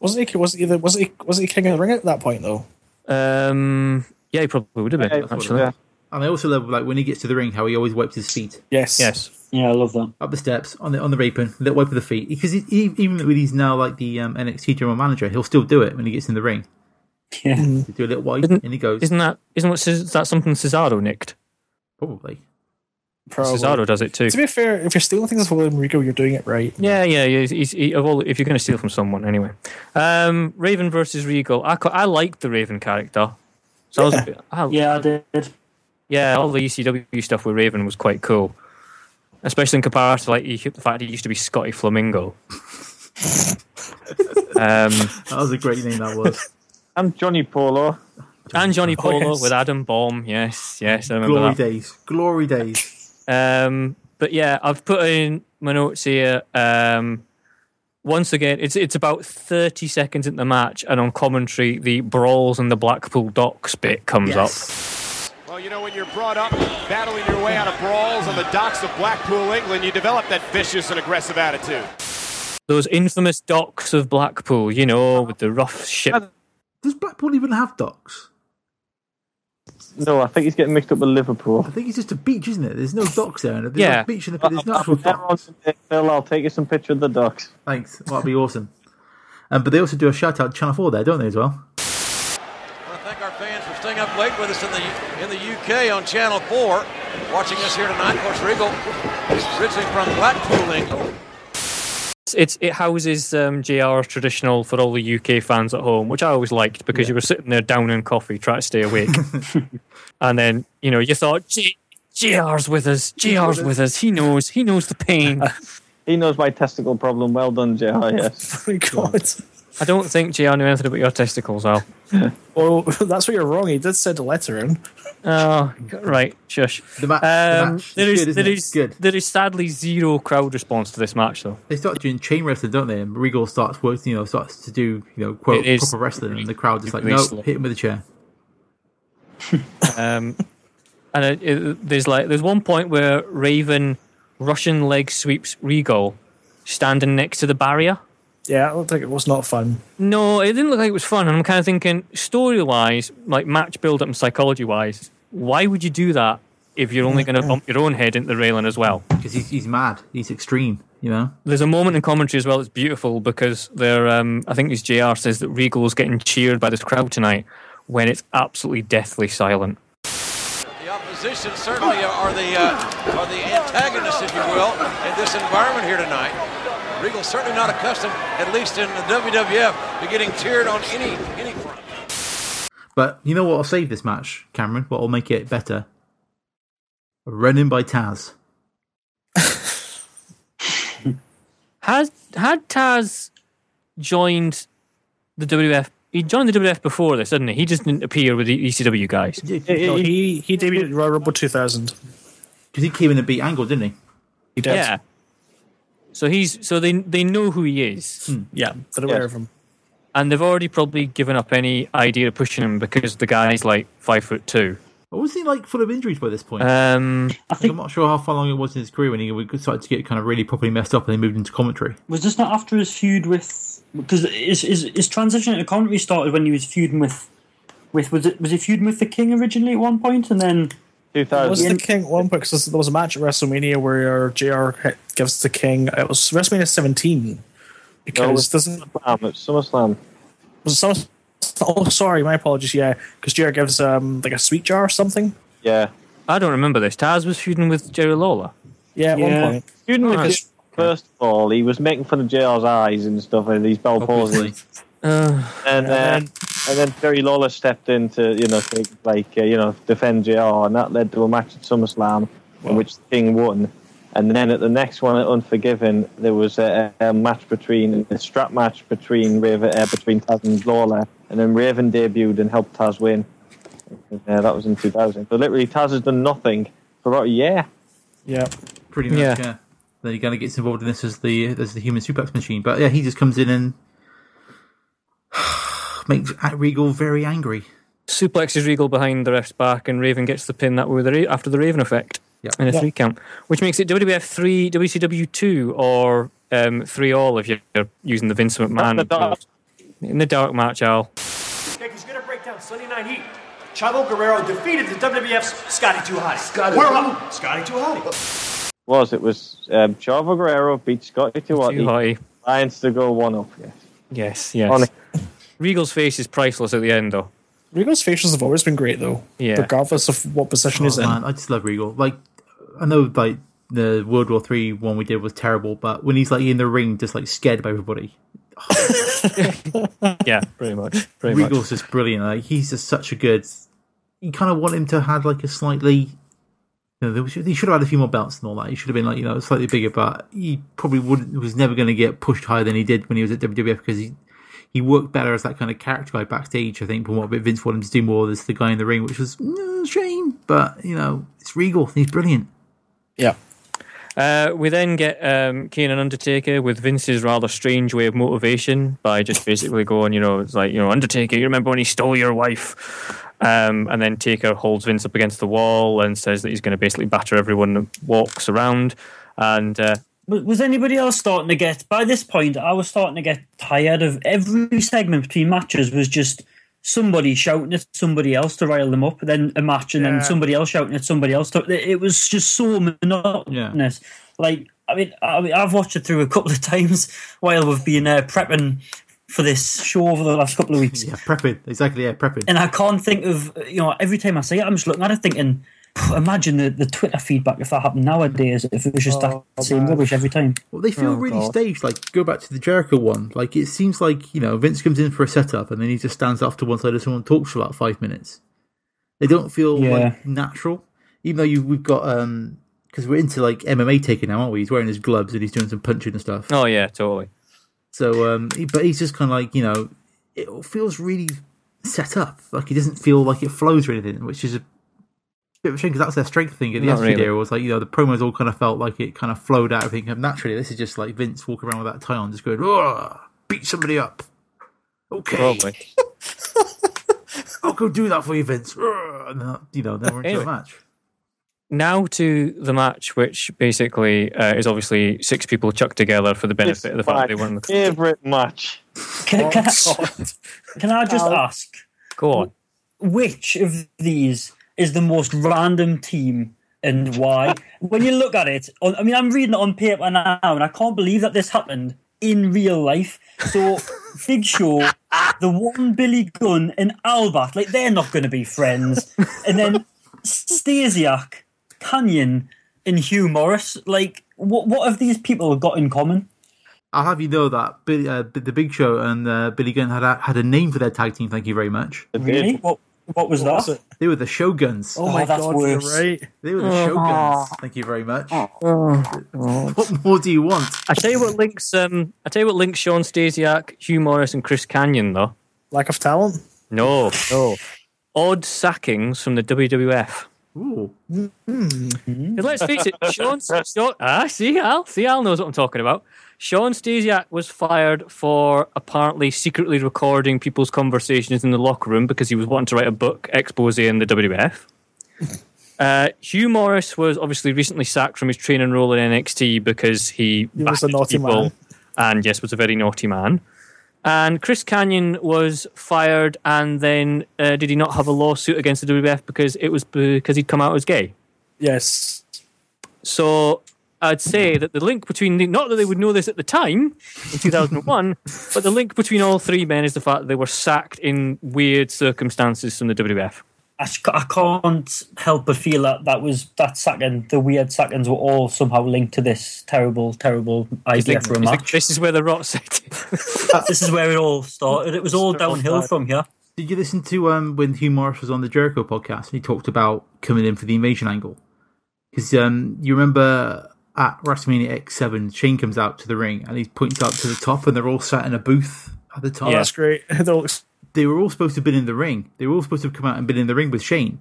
Speaker 3: Wasn't he? Wasn't he? The, wasn't he? Wasn't he king of the ring at that point though?
Speaker 2: Um, yeah, he probably would have been actually.
Speaker 6: uh,
Speaker 1: And I also love like when he gets to the ring, how he always wipes his feet.
Speaker 3: Yes.
Speaker 2: Yes.
Speaker 5: Yeah, I love that.
Speaker 1: Up the steps on the on the apron, that wipe of the feet. Because he, he- even with he's now like the um, NXT general manager, he'll still do it when he gets in the ring.
Speaker 5: Yeah,
Speaker 3: Mm.
Speaker 1: do a little wipe and he goes.
Speaker 2: Isn't that isn't what Ces- is that something Cesaro nicked?
Speaker 1: Probably.
Speaker 2: Cesaro does it too.
Speaker 3: Mm. To be fair, if you're stealing things from William Regal, you're doing it right.
Speaker 2: Yeah, yeah, yeah. He's, he's, he, of all, if you're going to steal from someone, anyway. Um, Raven versus Regal. I, ca- I liked the Raven character. So I was, I,
Speaker 5: yeah, I did.
Speaker 2: Yeah, all the ECW stuff with Raven was quite cool, especially in comparison to like he- the fact he used to be Scotty Flamingo. um,
Speaker 1: that was a great name. That was.
Speaker 2: And Johnny Polo. And Johnny
Speaker 1: Oh,
Speaker 2: Polo
Speaker 1: yes.
Speaker 2: with Adam Baum. Yes, yes, I remember
Speaker 1: Glory
Speaker 2: that.
Speaker 1: days. Glory days.
Speaker 2: Um, but yeah, I've put in my notes here. Um, once again, it's it's about thirty seconds into the match, and on commentary, the brawls and the Blackpool docks bit comes
Speaker 9: Well, you know, when you're brought up battling your way out of brawls on the docks of Blackpool, England, you develop that vicious and aggressive attitude.
Speaker 2: up. Those infamous docks of Blackpool, you know, with the rough ship.
Speaker 1: Does Blackpool even have docks?
Speaker 6: No, I think he's getting mixed up with Liverpool.
Speaker 1: I think it's just a beach, isn't it? There's no docks there. There's
Speaker 6: Yeah.
Speaker 1: no beach in the There's no actual docks.
Speaker 6: Phil, I'll take you some picture of the docks.
Speaker 1: Thanks. That'd be awesome. Um, but they also do a shout out to Channel 4 there, don't they, as well?
Speaker 7: want to thank our fans for staying up late with us in the in the UK on Channel 4, watching us here tonight. Of course, Regal is originally from Blackpool, England.
Speaker 2: It's, it's it houses um, JR traditional for all the UK fans at home, which I always liked because you were sitting there downing coffee, trying to stay awake, and then you know you thought, "Gee, JR's with us, JR's with us. He knows, he knows the pain.
Speaker 6: he knows my testicle problem. Well done, JR. Yes.
Speaker 3: Oh my God.
Speaker 2: I don't think JR knew anything about your testicles, Al.
Speaker 3: Well, that's where you're wrong. He did send a letter in.
Speaker 2: Oh, right. Shush.
Speaker 1: The match.
Speaker 2: Um, there is,
Speaker 1: good, isn't
Speaker 2: there
Speaker 1: it?
Speaker 2: is, there is sadly zero crowd response to this match, though.
Speaker 1: They start doing chain wrestling, don't they? And Regal starts working, you know, starts to do, you know, quote,
Speaker 2: It is
Speaker 1: proper wrestling. And the crowd is like,
Speaker 2: really
Speaker 1: no,
Speaker 2: slow.
Speaker 1: hit him with a chair.
Speaker 2: Um, and it, it, there's like there's one point where Raven Russian leg sweeps Regal, standing next to the barrier.
Speaker 3: yeah, it looked like it was not fun.
Speaker 2: No, it didn't look like it was fun. And I'm kind of thinking, story wise, like match build up and psychology wise, why would you do that if you're
Speaker 1: Mm-hmm.
Speaker 2: only going to bump your own head into the railing as well?
Speaker 1: Because he's, he's mad. He's extreme, you know?
Speaker 2: There's a moment in commentary as well that's beautiful because they're, um, I think it's JR says that Regal's getting cheered by this crowd tonight when it's absolutely deathly silent.
Speaker 7: The opposition certainly are the uh, are the antagonists, if you will, in this environment here tonight. Regal's certainly not accustomed, at least in the WWF, to getting cheered on any any front.
Speaker 1: But you know what? I'll save this match, Cameron. What will make it better? A run in by Taz.
Speaker 2: Has had Taz joined the WF? He joined the WF before this, didn't he? He just didn't appear with the ECW guys.
Speaker 3: No, he he debuted at Royal Rumble 2000.
Speaker 1: Because he came in and beat Angle, didn't he?
Speaker 3: He did.
Speaker 2: Yeah. So he's so they they know who he is.
Speaker 3: Yeah, they're aware of him.
Speaker 2: and they've already probably given up any idea of pushing him because the guy's like five foot two.
Speaker 1: What was he like full of injuries by this point?
Speaker 2: Um,
Speaker 1: I think, I'm not sure how far long it was in his career when he started to get kind of really properly messed up and he moved into commentary.
Speaker 5: Was this not after his feud with? Because his, his, his transition into commentary started when he was feuding with, with was it was he feuding with the King originally at one point, and then
Speaker 6: two
Speaker 5: Uh,
Speaker 3: It was the King at one point 'cause there was a match at WrestleMania where uh, JR hit- gives the King. uh, It was WrestleMania 17 because
Speaker 6: No, it was
Speaker 3: doesn't
Speaker 6: SummerSlam. It's SummerSlam.
Speaker 3: was it some, oh sorry my apologies yeah because JR gives um like a sweet jar or something.
Speaker 6: Yeah.
Speaker 2: I don't remember this. Taz was feuding with Jerry Lawler.
Speaker 3: Yeah, at one point.
Speaker 6: You know,
Speaker 2: Alright.
Speaker 6: because first of all, he was making fun of JR's eyes and stuff and these bell palsy. And then, and then Terry Lawler stepped in to you know take, like uh, you know defend JR, and that led to a match at SummerSlam in which the King won. And then at the next one at Unforgiven, there was a, a match between a strap match between Raven uh, between Taz and Lawler, and then Raven debuted and helped Taz win. Uh, that was in 2000. But literally, Taz has done nothing for about a year.
Speaker 3: Yeah,
Speaker 1: pretty much. Yeah.
Speaker 6: Yeah.
Speaker 1: Then he kind of gets involved in this as the as the human suplex machine. But yeah, he just comes in and makes Regal very angry.
Speaker 2: Suplexes Regal behind the ref's back, and Raven gets the pin that way with the ra- after the Raven effect
Speaker 1: Yep.
Speaker 2: in a
Speaker 1: Yep.
Speaker 2: three count, which makes it WWF three, WCW two, or um, three all if you're using the Vince McMahon. in the dark match, Al.
Speaker 19: Nick is going to break down Sunday Night Heat. Chavo Guerrero defeated the WWF's Scotty Too Hot. Scotty We're up. Scotty Too Hot.
Speaker 6: was it was um, Chavo Guerrero beat Scotty Tuati. Lions to go one up. Yes.
Speaker 2: Yes, yes.
Speaker 6: Funny.
Speaker 2: Regal's face is priceless at the end, though.
Speaker 3: Regal's facials have always been great though.
Speaker 2: Yeah.
Speaker 3: regardless of what position he's
Speaker 1: Oh,
Speaker 3: in.
Speaker 1: man, I just love Regal. Like I know like the World War Three one we did was terrible, but when he's like in the ring, just like scared by everybody.
Speaker 2: yeah, pretty much. Pretty much.
Speaker 1: Regal's just brilliant. Like he's just such a good. You kind of want him to have like a slightly. You know, they should- he should have had a few more belts and all that. He should have been like you know slightly bigger, but he probably wouldn't. Was never going to get pushed higher than he did when he was at WWF because he he worked better as that kind of character guy backstage. I think from what Vince wanted him to do more as the guy in the ring, which was mm, a shame. But you know, it's Regal. He's brilliant.
Speaker 3: Yeah.
Speaker 2: Uh, we then get um, Kane and Undertaker with Vince's rather strange way of motivation by just basically going, you know, it's like, you know, Undertaker, you remember when he stole your wife? Um, and then Taker holds Vince up against the wall and says that he's going to basically batter everyone that walks around. And uh,
Speaker 5: Was was anybody else starting to get by this point? I was starting to get tired of every segment between matches was just somebody shouting at somebody else to rile them up, then a match, and
Speaker 3: Yeah.
Speaker 5: then somebody else shouting at somebody else. To, it was just so monotonous. Like I mean, I mean, I've watched it through a couple of times while we've been uh, prepping for this show over the last couple of weeks.
Speaker 1: yeah, prepping exactly. Yeah, prepping.
Speaker 5: And I can't think of you know every time I see it, I'm just looking at it thinking. "Phew, Imagine the, the Twitter feedback if that happened nowadays, if it was just that same rubbish every time.
Speaker 1: Well, they feel really staged. Like, go back to the Jericho one. Like, it seems like, you know, Vince comes in for a setup and then he just stands off to one side and someone talks for about five minutes. They don't feel,
Speaker 5: Yeah.
Speaker 1: like, natural. Even though you, we've got, um, because we're into, like, MMA taking now, aren't we? He's wearing his gloves and he's doing some punching and stuff.
Speaker 2: oh, yeah, totally.
Speaker 1: So, um, he, but he's just kind of like, you know, it all feels really set up. Like, it doesn't feel like it flows or anything, which is a bit of a shame because that's their strength thing. In the
Speaker 2: Not
Speaker 1: last
Speaker 2: really.
Speaker 1: video was like, you know, the promos all kind of felt like it kind of flowed out of everything naturally. This is just like Vince walking around with that tie on, just going, "Ugh, beat somebody up. Okay.
Speaker 2: Probably.
Speaker 1: I'll go do that for you, Vince. Ugh, And, then, you know, then we're into
Speaker 2: Anyway.
Speaker 1: a match.
Speaker 2: now to the match, which basically uh, is obviously six people chucked together for the benefit of the fact that they won the
Speaker 6: favorite match.
Speaker 5: Can, can, I, can I just
Speaker 2: Ow.
Speaker 5: ask?
Speaker 2: Go on.
Speaker 5: Which of these is the most random team and why? when you look at it, on, I mean, I'm reading it on paper now, and I can't believe that this happened in real life. So, Big Show, the one Billy Gunn, and Albert, like, they're not going to be friends. And then Stasiak, Canyon, and Hugh Morris, like, what, what have these people got in common?
Speaker 1: I'll have you know that Billy, uh, the Big Show and uh, Billy Gunn had a, had a name for their tag team. Thank you very much.
Speaker 5: Really? What, what was that?
Speaker 1: They were the Shoguns.
Speaker 5: Oh my Oh, that's God, you're worse. right.
Speaker 1: They were the
Speaker 5: Oh.
Speaker 1: Shoguns. Thank you very much.
Speaker 2: what
Speaker 1: more do you want?
Speaker 2: I tell you what links. Um, I tell you what links Sean Stasiak, Hugh Morris, and Chris Canyon though.
Speaker 3: Lack of talent.
Speaker 2: No, no. Odd sackings from the WWF.
Speaker 1: Ooh.
Speaker 2: And let's face it, Sean, Sean. Ah, see, Al. See, Al knows what I'm talking about. Sean Stasiak was fired for apparently secretly recording people's conversations in the locker room because he was wanting to write a book expose in the WWF. Uh, Hugh Morris was obviously recently sacked from his training role in NXT because he,
Speaker 3: He was a
Speaker 2: battered
Speaker 3: naughty
Speaker 2: people
Speaker 3: man.
Speaker 2: and yes, was a very naughty man. And Chris Canyon was fired, and then uh, did he not have a lawsuit against the WWF because it was because he'd come out as gay?
Speaker 3: Yes.
Speaker 2: So I'd say that the link between the, not that they would know this at the time in 2001, but the link between all three men is the fact that they were sacked in weird circumstances from the WWF.
Speaker 5: I, s- I can't help but feel that that was that second, the weird seconds were all somehow linked to this terrible, terrible
Speaker 2: You
Speaker 5: idea
Speaker 2: think-
Speaker 5: for a
Speaker 2: you think
Speaker 5: match.
Speaker 2: This is where the rot set. in.
Speaker 5: this is where it all started. It was all downhill from here.
Speaker 1: Did you listen to um, when Hugh Morris was on the Jericho podcast and he talked about coming in for the invasion angle? Because um, you remember at WrestleMania X7, Shane comes out to the ring and he points up to the top and they're all sat in a booth at the top.
Speaker 3: Oh, that's great. That looks-
Speaker 1: They were all supposed to have been in the ring. They were all supposed to have come out and been in the ring with Shane.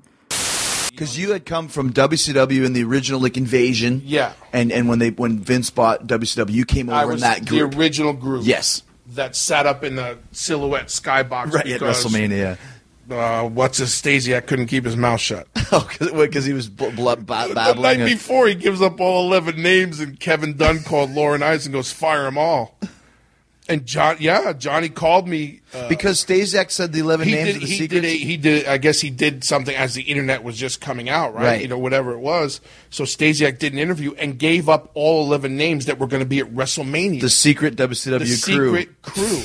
Speaker 20: Because you had come from WCW in the original like invasion.
Speaker 21: Yeah.
Speaker 20: And and when they when Vince bought WCW, you came over
Speaker 21: I
Speaker 20: in
Speaker 21: was
Speaker 20: that group.
Speaker 21: the original group.
Speaker 20: Yes.
Speaker 21: That sat up in the silhouette skybox
Speaker 20: Right at
Speaker 21: because,
Speaker 20: WrestleMania.
Speaker 21: Uh, what's his Stasiak couldn't keep his mouth shut.
Speaker 20: Oh, because he was bl- bl- ba-
Speaker 21: the
Speaker 20: babbling.
Speaker 21: night
Speaker 20: and-
Speaker 21: before, he gives up all eleven names, and Kevin Dunn called Lauren Ice and goes, "Fire them all." And John, yeah, Johnny called me uh,
Speaker 20: because Stasiak said the eleven
Speaker 21: he
Speaker 20: names
Speaker 21: did,
Speaker 20: of the
Speaker 21: he
Speaker 20: secrets.
Speaker 21: Did a, he did. I guess he did something as the internet was just coming out, right?
Speaker 20: Right.
Speaker 21: You know, whatever it was. So Stasiak did an interview and gave up all eleven names that were going to be at WrestleMania.
Speaker 20: the secret WCW
Speaker 21: the
Speaker 20: crew.
Speaker 21: secret crew.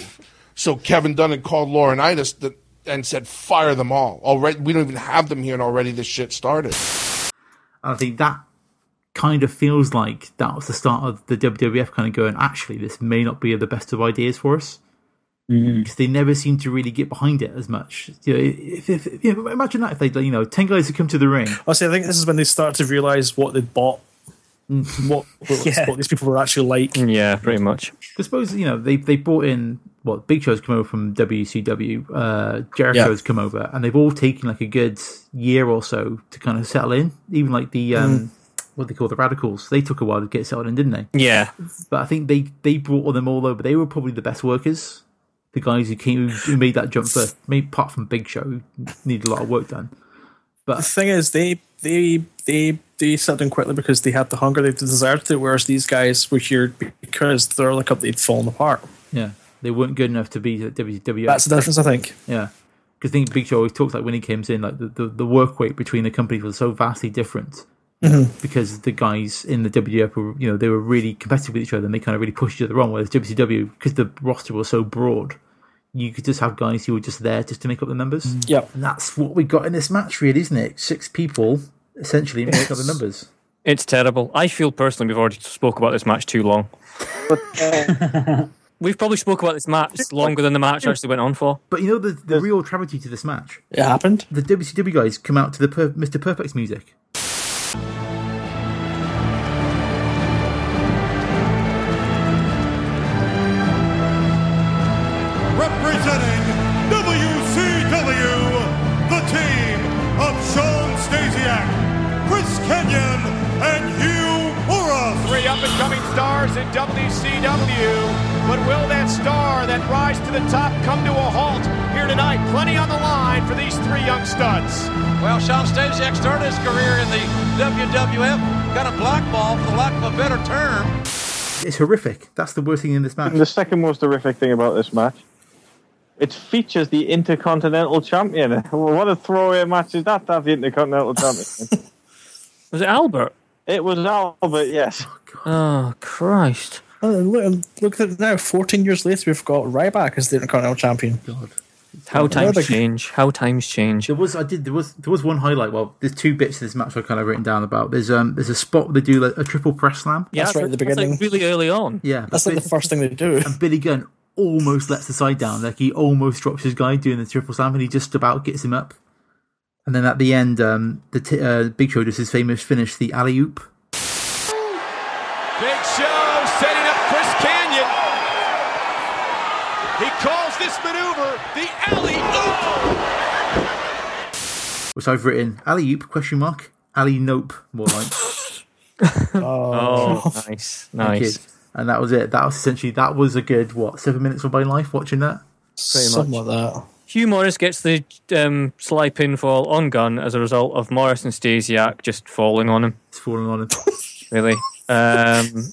Speaker 21: So Kevin Dunn had called Lauren Itis the, and said, "Fire them all! Already, we don't even have them here, and already this shit started."
Speaker 1: And I think that kind of feels like that was the start of the WWF kind of going, actually, this may not be the best of ideas for us. Because they never seem to really get behind it as much. You know, if, if, you know, imagine that if they, you know, 10 guys who come to the ring.
Speaker 3: Honestly, I think this is when they start to realize what they'd bought, what, what, what these people were actually like.
Speaker 2: Yeah, pretty much.
Speaker 1: I suppose, you know, they, they brought in, what, Big Show's come over from WCW, uh, Jericho's come over, and they've all taken like a good year or so to kind of settle in. Even like the, um, what they call the Radicals, they took a while to get settled in, didn't they?
Speaker 2: Yeah.
Speaker 1: But I think they they brought them all over. They were probably the best workers. The guys who came who made that jump first, maybe apart from Big Show, who needed a lot of work done.
Speaker 3: the thing is, they they they they sat down quickly because they had the hunger, they had the desire to. Whereas these guys were here because their like they'd fallen apart.
Speaker 1: Yeah, they weren't good enough to be at WWE.
Speaker 3: That's the difference, I think.
Speaker 1: Yeah, because I think Big Show always talks like when he comes in, like the, the, the work weight between the companies was so vastly different.
Speaker 3: Mhm.
Speaker 1: Because the guys in the WWF were, you know, they were really competitive with each other and they kind of really pushed each other on. Whereas WCW, because the roster was so broad, you could just have guys who were just there just to make up the numbers.
Speaker 3: Yep.
Speaker 1: And that's what we got in this match, really, isn't it? Six people essentially make up the
Speaker 2: Yes.
Speaker 1: numbers.
Speaker 2: It's terrible. I feel personally we've already spoke about this match too long. we've probably spoke about this match longer than the match actually went on for.
Speaker 1: But you know the, the real tragedy to this match?
Speaker 3: It happened.
Speaker 1: The WCW guys come out to the per- Mr. Perfect's music.
Speaker 11: Representing WCW, the team of Sean Stasiak, Chris Kenyon, and Hugh Morris.
Speaker 9: Three up and coming stars in WCW. But will that star, that rise to the top, come to a halt here tonight? Plenty on the line for these three young studs.
Speaker 7: Well, Sean Stasiak started his career in the WWF got a blackball, for lack of a better term.
Speaker 1: It's horrific. That's the worst thing in this match.
Speaker 6: The second most horrific thing about this match, it features the Intercontinental Champion. What a throwaway match is that to have the Intercontinental Champion?
Speaker 2: was it Albert?
Speaker 6: It was Albert, yes.
Speaker 2: Oh, Christ.
Speaker 3: Oh, look, look at it now. 14 years later, we've got Ryback as the Intercontinental Champion.
Speaker 1: God.
Speaker 2: How times
Speaker 1: Another-
Speaker 2: change. How times change.
Speaker 1: There was I did there was there was one highlight. Well, there's two bits of this match I kind of written down about. There's um there's a spot where they do like a triple press slam.
Speaker 3: Yeah, That's right at the that's, like, beginning.
Speaker 2: really early on.
Speaker 1: Yeah,
Speaker 3: That's like the first thing they do.
Speaker 1: And Billy Gunn almost lets the side down. Like he almost drops his guy doing the triple slam, and he just about gets him up. And then at the end, um, the t- uh, Big Show does his famous finish, the alley oop.
Speaker 9: Big Show setting up Chris Canyon. He calls this maneuver the alley oop.
Speaker 1: which I've written alley oop question mark alley nope more like.
Speaker 2: Oh, nice,
Speaker 1: Thank you.
Speaker 2: nice.
Speaker 1: And that was it. That was essentially that was a good what seven minutes of my life watching that.
Speaker 2: Something
Speaker 3: like that.
Speaker 2: Hugh Morris gets the um, sly pinfall on Gunn as a result of Morris and Stasiak just falling on him.
Speaker 1: It's falling on Uh, him.
Speaker 2: really. Um,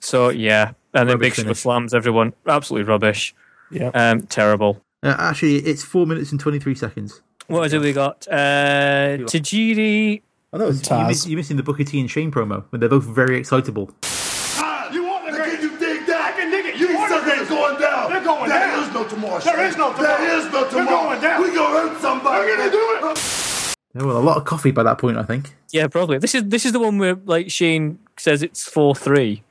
Speaker 2: so, yeah. And then Big Show
Speaker 1: finish.
Speaker 2: slams everyone. Absolutely rubbish.
Speaker 1: Yeah.
Speaker 2: Um, terrible.
Speaker 1: Uh, actually, it's four minutes and twenty three seconds.
Speaker 2: What is it we got? Uh, Tajiri.
Speaker 1: I know it's, Oh, you miss, you're missing the Booker T and Shane promo when they're both very excitable.
Speaker 11: You want the greatest? You dig that? I can dig it.
Speaker 17: You said they're going down.
Speaker 11: They're going
Speaker 17: There
Speaker 11: down.
Speaker 17: is no tomorrow.
Speaker 11: There is no tomorrow.
Speaker 17: There is no
Speaker 11: We're
Speaker 17: tomorrow.
Speaker 11: going down.
Speaker 17: We gonna hurt somebody.
Speaker 11: We're gonna
Speaker 17: do it.
Speaker 1: There were a lot of coffee by that point, I think.
Speaker 2: Yeah, probably. This is this is the one where like Shane says it's four three.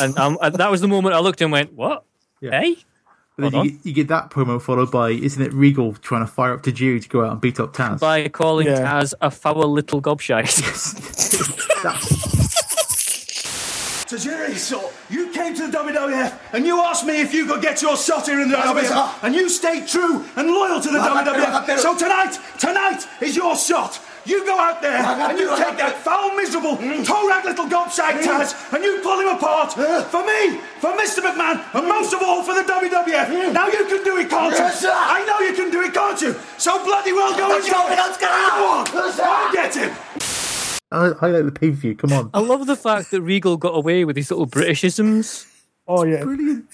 Speaker 2: and um, and that was the moment I looked and went, "What? Hey,
Speaker 1: But then
Speaker 2: Hold
Speaker 1: you, get- you get that promo followed by isn't it Regal trying to fire up to Jerry to go out and beat up Taz?
Speaker 2: by calling Taz a foul little gobshite."
Speaker 19: So Jerry, so you came to the WWF and you asked me if you could get your shot here in the
Speaker 17: That's bizarre.
Speaker 19: WWF, and you stayed true and loyal to the
Speaker 17: Well, I- I- I-
Speaker 19: WWF. So tonight, tonight is your shot. You go out there
Speaker 17: Well, I-
Speaker 19: and you
Speaker 17: I-
Speaker 19: take that foul, miserable, toe rag little gobshite
Speaker 17: Mm.
Speaker 19: Taz and you pull him apart for me, for Mr. McMahon, and most of all for the
Speaker 3: Mm.
Speaker 19: WWF. Now you can do it, can't you?
Speaker 17: Yes, sir.
Speaker 19: I know you can do it, can't you? So bloody well go and
Speaker 17: Let's
Speaker 19: do
Speaker 17: go,
Speaker 19: it.
Speaker 17: let's go.
Speaker 19: Go on,
Speaker 17: Yes, sir.
Speaker 19: go and get him.
Speaker 1: I highlight the pay per view. Come on.
Speaker 2: I love the fact that Regal got away with these little Britishisms
Speaker 3: Oh, yeah.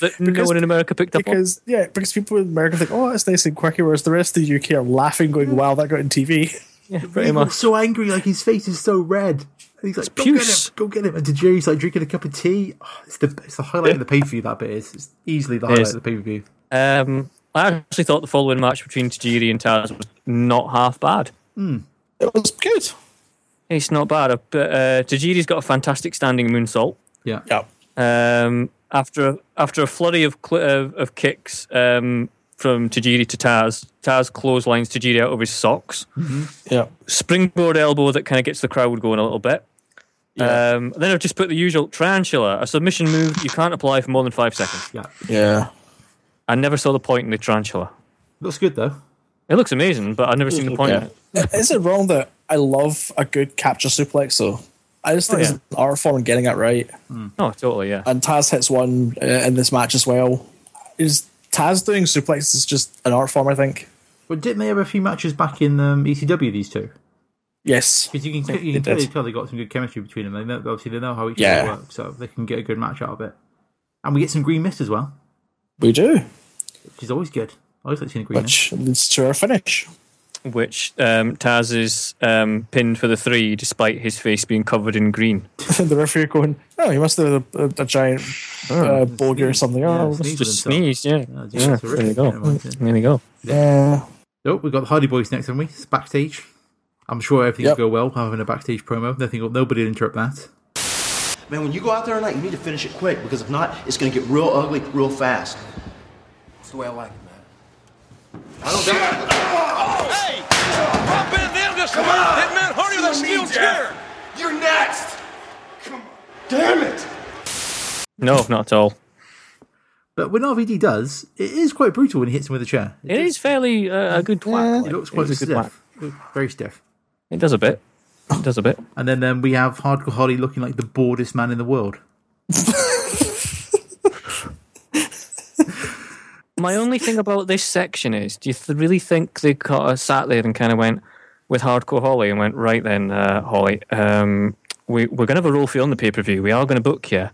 Speaker 2: that no one in America picked up on.
Speaker 3: Because, yeah, because people in America think, oh, it's nice and quirky, whereas the rest of the UK are laughing, going, wow, that got on TV.
Speaker 2: Yeah,
Speaker 1: Regal's so angry, like his face is so red. And he's like, go
Speaker 3: puce.
Speaker 1: get him, go get him. And Jerry's like drinking a cup of tea. Oh, it's the it's the highlight of the pay per view. That bit is it's easily the
Speaker 2: It
Speaker 1: highlight
Speaker 2: is.
Speaker 1: of the pay per view.
Speaker 2: Um, I actually thought the following match between Tajiri and Taz was not half bad.
Speaker 3: It was good.
Speaker 2: It's not bad. Uh, But uh, Tajiri's got a fantastic standing moonsault.
Speaker 1: Yeah.
Speaker 3: Yep.
Speaker 2: Um, after a, after a flurry of cl- of, of kicks um, from Tajiri to Taz, Taz clotheslines Tajiri out of his socks.
Speaker 3: Yeah.
Speaker 2: Springboard elbow that kind of gets the crowd going a little bit. Um, then I've just put the usual tarantula, a submission move you can't apply for more than five seconds.
Speaker 1: Yeah.
Speaker 3: Yeah.
Speaker 2: I never saw the point in the tarantula.
Speaker 1: Looks good though.
Speaker 2: It looks amazing, but I've never seen the point in it.
Speaker 3: Is it wrong that I love a good capture suplex, though? I just think
Speaker 2: Oh,
Speaker 3: it's
Speaker 2: yeah.
Speaker 3: an art form in getting it right.
Speaker 2: Oh, totally, yeah.
Speaker 3: And Taz hits one uh, in this match as well. Is Taz doing suplex is just an art form, I think.
Speaker 1: But didn't they have a few matches back in um, ECW? These two.
Speaker 3: Yes.
Speaker 1: Because you can,
Speaker 3: They-
Speaker 1: clearly- you
Speaker 3: they
Speaker 1: can clearly
Speaker 3: did.
Speaker 1: tell they got some good chemistry between them. They know, obviously they know how each
Speaker 3: Yeah.
Speaker 1: other work, so they can get a good match out of it. And we get some green mist as well,
Speaker 3: We do.
Speaker 1: which is always good. I always like seeing a green mist.
Speaker 3: Which
Speaker 2: Mm-hmm.
Speaker 3: leads to our finish.
Speaker 2: Which um, Taz is um, pinned for the three despite his face being covered in green.
Speaker 3: the referee going, oh, he must have a, a, a giant uh, bogey or something.
Speaker 1: sneeze
Speaker 3: oh, let's
Speaker 1: with
Speaker 3: just
Speaker 1: himself.
Speaker 2: Sneeze, yeah.
Speaker 1: Oh, geez,
Speaker 2: yeah
Speaker 1: that's
Speaker 2: there you
Speaker 1: horrific. Yeah,
Speaker 2: go.
Speaker 1: right, yeah.
Speaker 2: There you go.
Speaker 3: Yeah.
Speaker 1: Oh, we've got the Hardy Boys next, haven't we? It's backstage. I'm sure everything
Speaker 3: Yep.
Speaker 1: will go well having a backstage promo. Nothing, will- nobody will interrupt that.
Speaker 22: Man, when you go out there tonight, you need to finish it quick because if not, it's going to get real ugly real fast. That's the way I like it, man. I don't doubt it.
Speaker 7: Hey! Pop in them just come on! Hit Matt Hardy with a steel chair! You're next!
Speaker 17: Damn it!
Speaker 2: No, not at all.
Speaker 1: But when RVD does, it is quite brutal when he hits him with a chair.
Speaker 2: It is fairly uh, a good whack. like,
Speaker 1: It looks
Speaker 2: it
Speaker 1: quite
Speaker 2: is a good whack.
Speaker 1: stiff. Very stiff.
Speaker 2: It does a bit. It does a bit.
Speaker 1: And then um, we have Hardcore Hardy looking like the boredest man in the world.
Speaker 2: My only thing about this section is, do you th- really think they got, uh, sat there and kind of went, with Hardcore Holly and went, right then, uh, Holly, um, we, we're going to have a role for you on the pay per view. We are going to book you.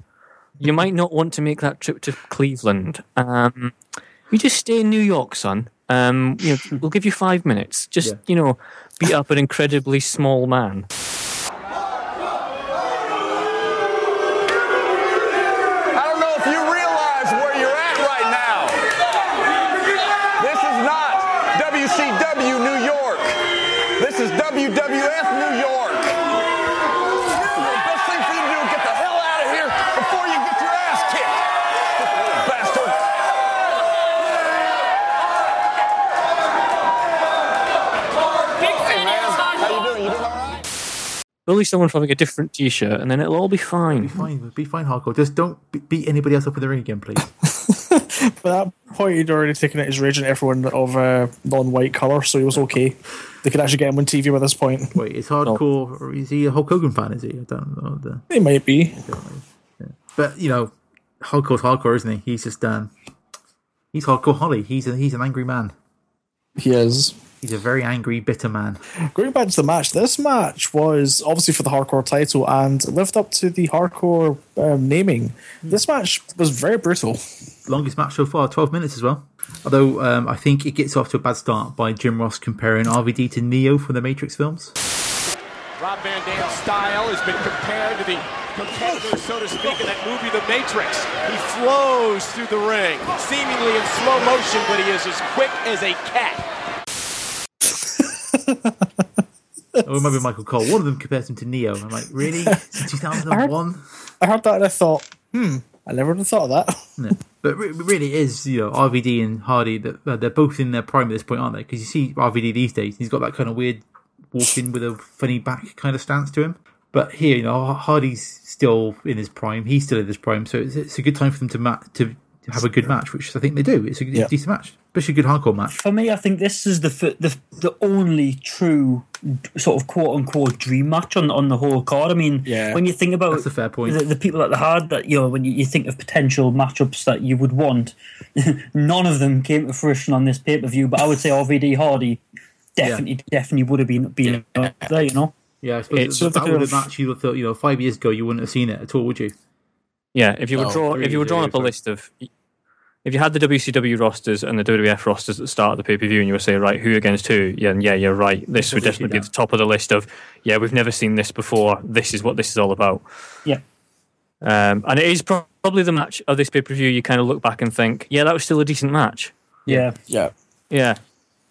Speaker 2: You might not want to make that trip to Cleveland. Um, you just stay in New York, son. Um, you know, we'll give you five minutes. Just, you know, beat up an incredibly small man.
Speaker 12: I don't know if you realize where you're at right now. This is not WCW New York. This is WWF New York. The best thing for you to do is get the hell out of here before you get your ass kicked. Bastard. Hey, man. How you doing? You doing all right?
Speaker 2: Release someone from like a different t shirt and then it'll all be fine.
Speaker 1: Be fine, be fine, hardcore. Just don't be- beat anybody else up in the ring again, please.
Speaker 3: But at that point, he'd already taken out his rage on everyone of uh, non-white color, so he was okay. They could actually get him on TV by this point.
Speaker 1: Wait, it's hardcore. Or is he a Hulk Hogan fan? Is he? I don't know. The-
Speaker 3: They might be.
Speaker 1: But you know, hardcore's hardcore, isn't he? He's just um, he's hardcore Holly. He's a, he's an angry man.
Speaker 3: He is.
Speaker 1: He's a very angry, bitter man.
Speaker 3: Going back to the match, this match was obviously for the hardcore title and lived up to the hardcore um, naming.
Speaker 1: Hmm.
Speaker 3: This match was very brutal.
Speaker 1: Longest match so far, twelve minutes as well. Although um, I think it gets off to a bad start by Jim Ross comparing RVD to Neo from the Matrix films.
Speaker 9: Rob Van Dam's style has been compared to the competitor, so to speak, in that movie The Matrix. He flows through the ring, seemingly in slow motion, but he is as quick as a cat.
Speaker 1: or Oh, it might be Michael Cole. One of them compares him to Neo. I'm like, really?
Speaker 3: I heard,
Speaker 1: 2001.
Speaker 3: I heard that and I thought, hmm, I never would have thought of that.
Speaker 1: No. But re- really, it is you know RVD and Hardy that uh, they're both in their prime at this point, aren't they? Because you see RVD these days, he's got that kind of weird walking with a funny back kind of stance to him. But here, you know, Hardy's still in his prime. He's still in his prime, so it's, it's a good time for them to ma- to to have a good match, which I think they do. It's a, it's a
Speaker 5: Yeah.
Speaker 1: decent match, especially a good hardcore match.
Speaker 5: For me, I think this is the f- the the only true sort of quote unquote dream match on on the whole card. I mean,
Speaker 1: Yeah.
Speaker 5: when you think about
Speaker 1: That's a fair point.
Speaker 5: The, the people at the hard that you know when you, you think of potential matchups that you would want, none of them came to fruition on this pay per view. But I would say RVD Hardy definitely definitely would have been been up there. You know,
Speaker 1: Yeah, I suppose
Speaker 5: It's
Speaker 1: that,
Speaker 5: sort
Speaker 1: that
Speaker 5: of
Speaker 1: would
Speaker 5: a-
Speaker 1: have match you thought you know five years ago you wouldn't have seen it at all, would you?
Speaker 2: Yeah, if you were
Speaker 1: Oh,
Speaker 2: draw,
Speaker 1: three
Speaker 2: if you were drawing up a list of, if you had the WCW rosters and the WWF rosters at the start of the pay per view, and you were saying right who against who, yeah, and yeah, you're right. This would definitely be at the top of the list of yeah, we've never seen this before. This is what this is all about.
Speaker 5: Yeah.
Speaker 2: um, and it is pro- probably the match of this pay per view. You kind of look back and think, yeah, that was still a decent match.
Speaker 5: yeah,
Speaker 3: yeah,
Speaker 2: yeah.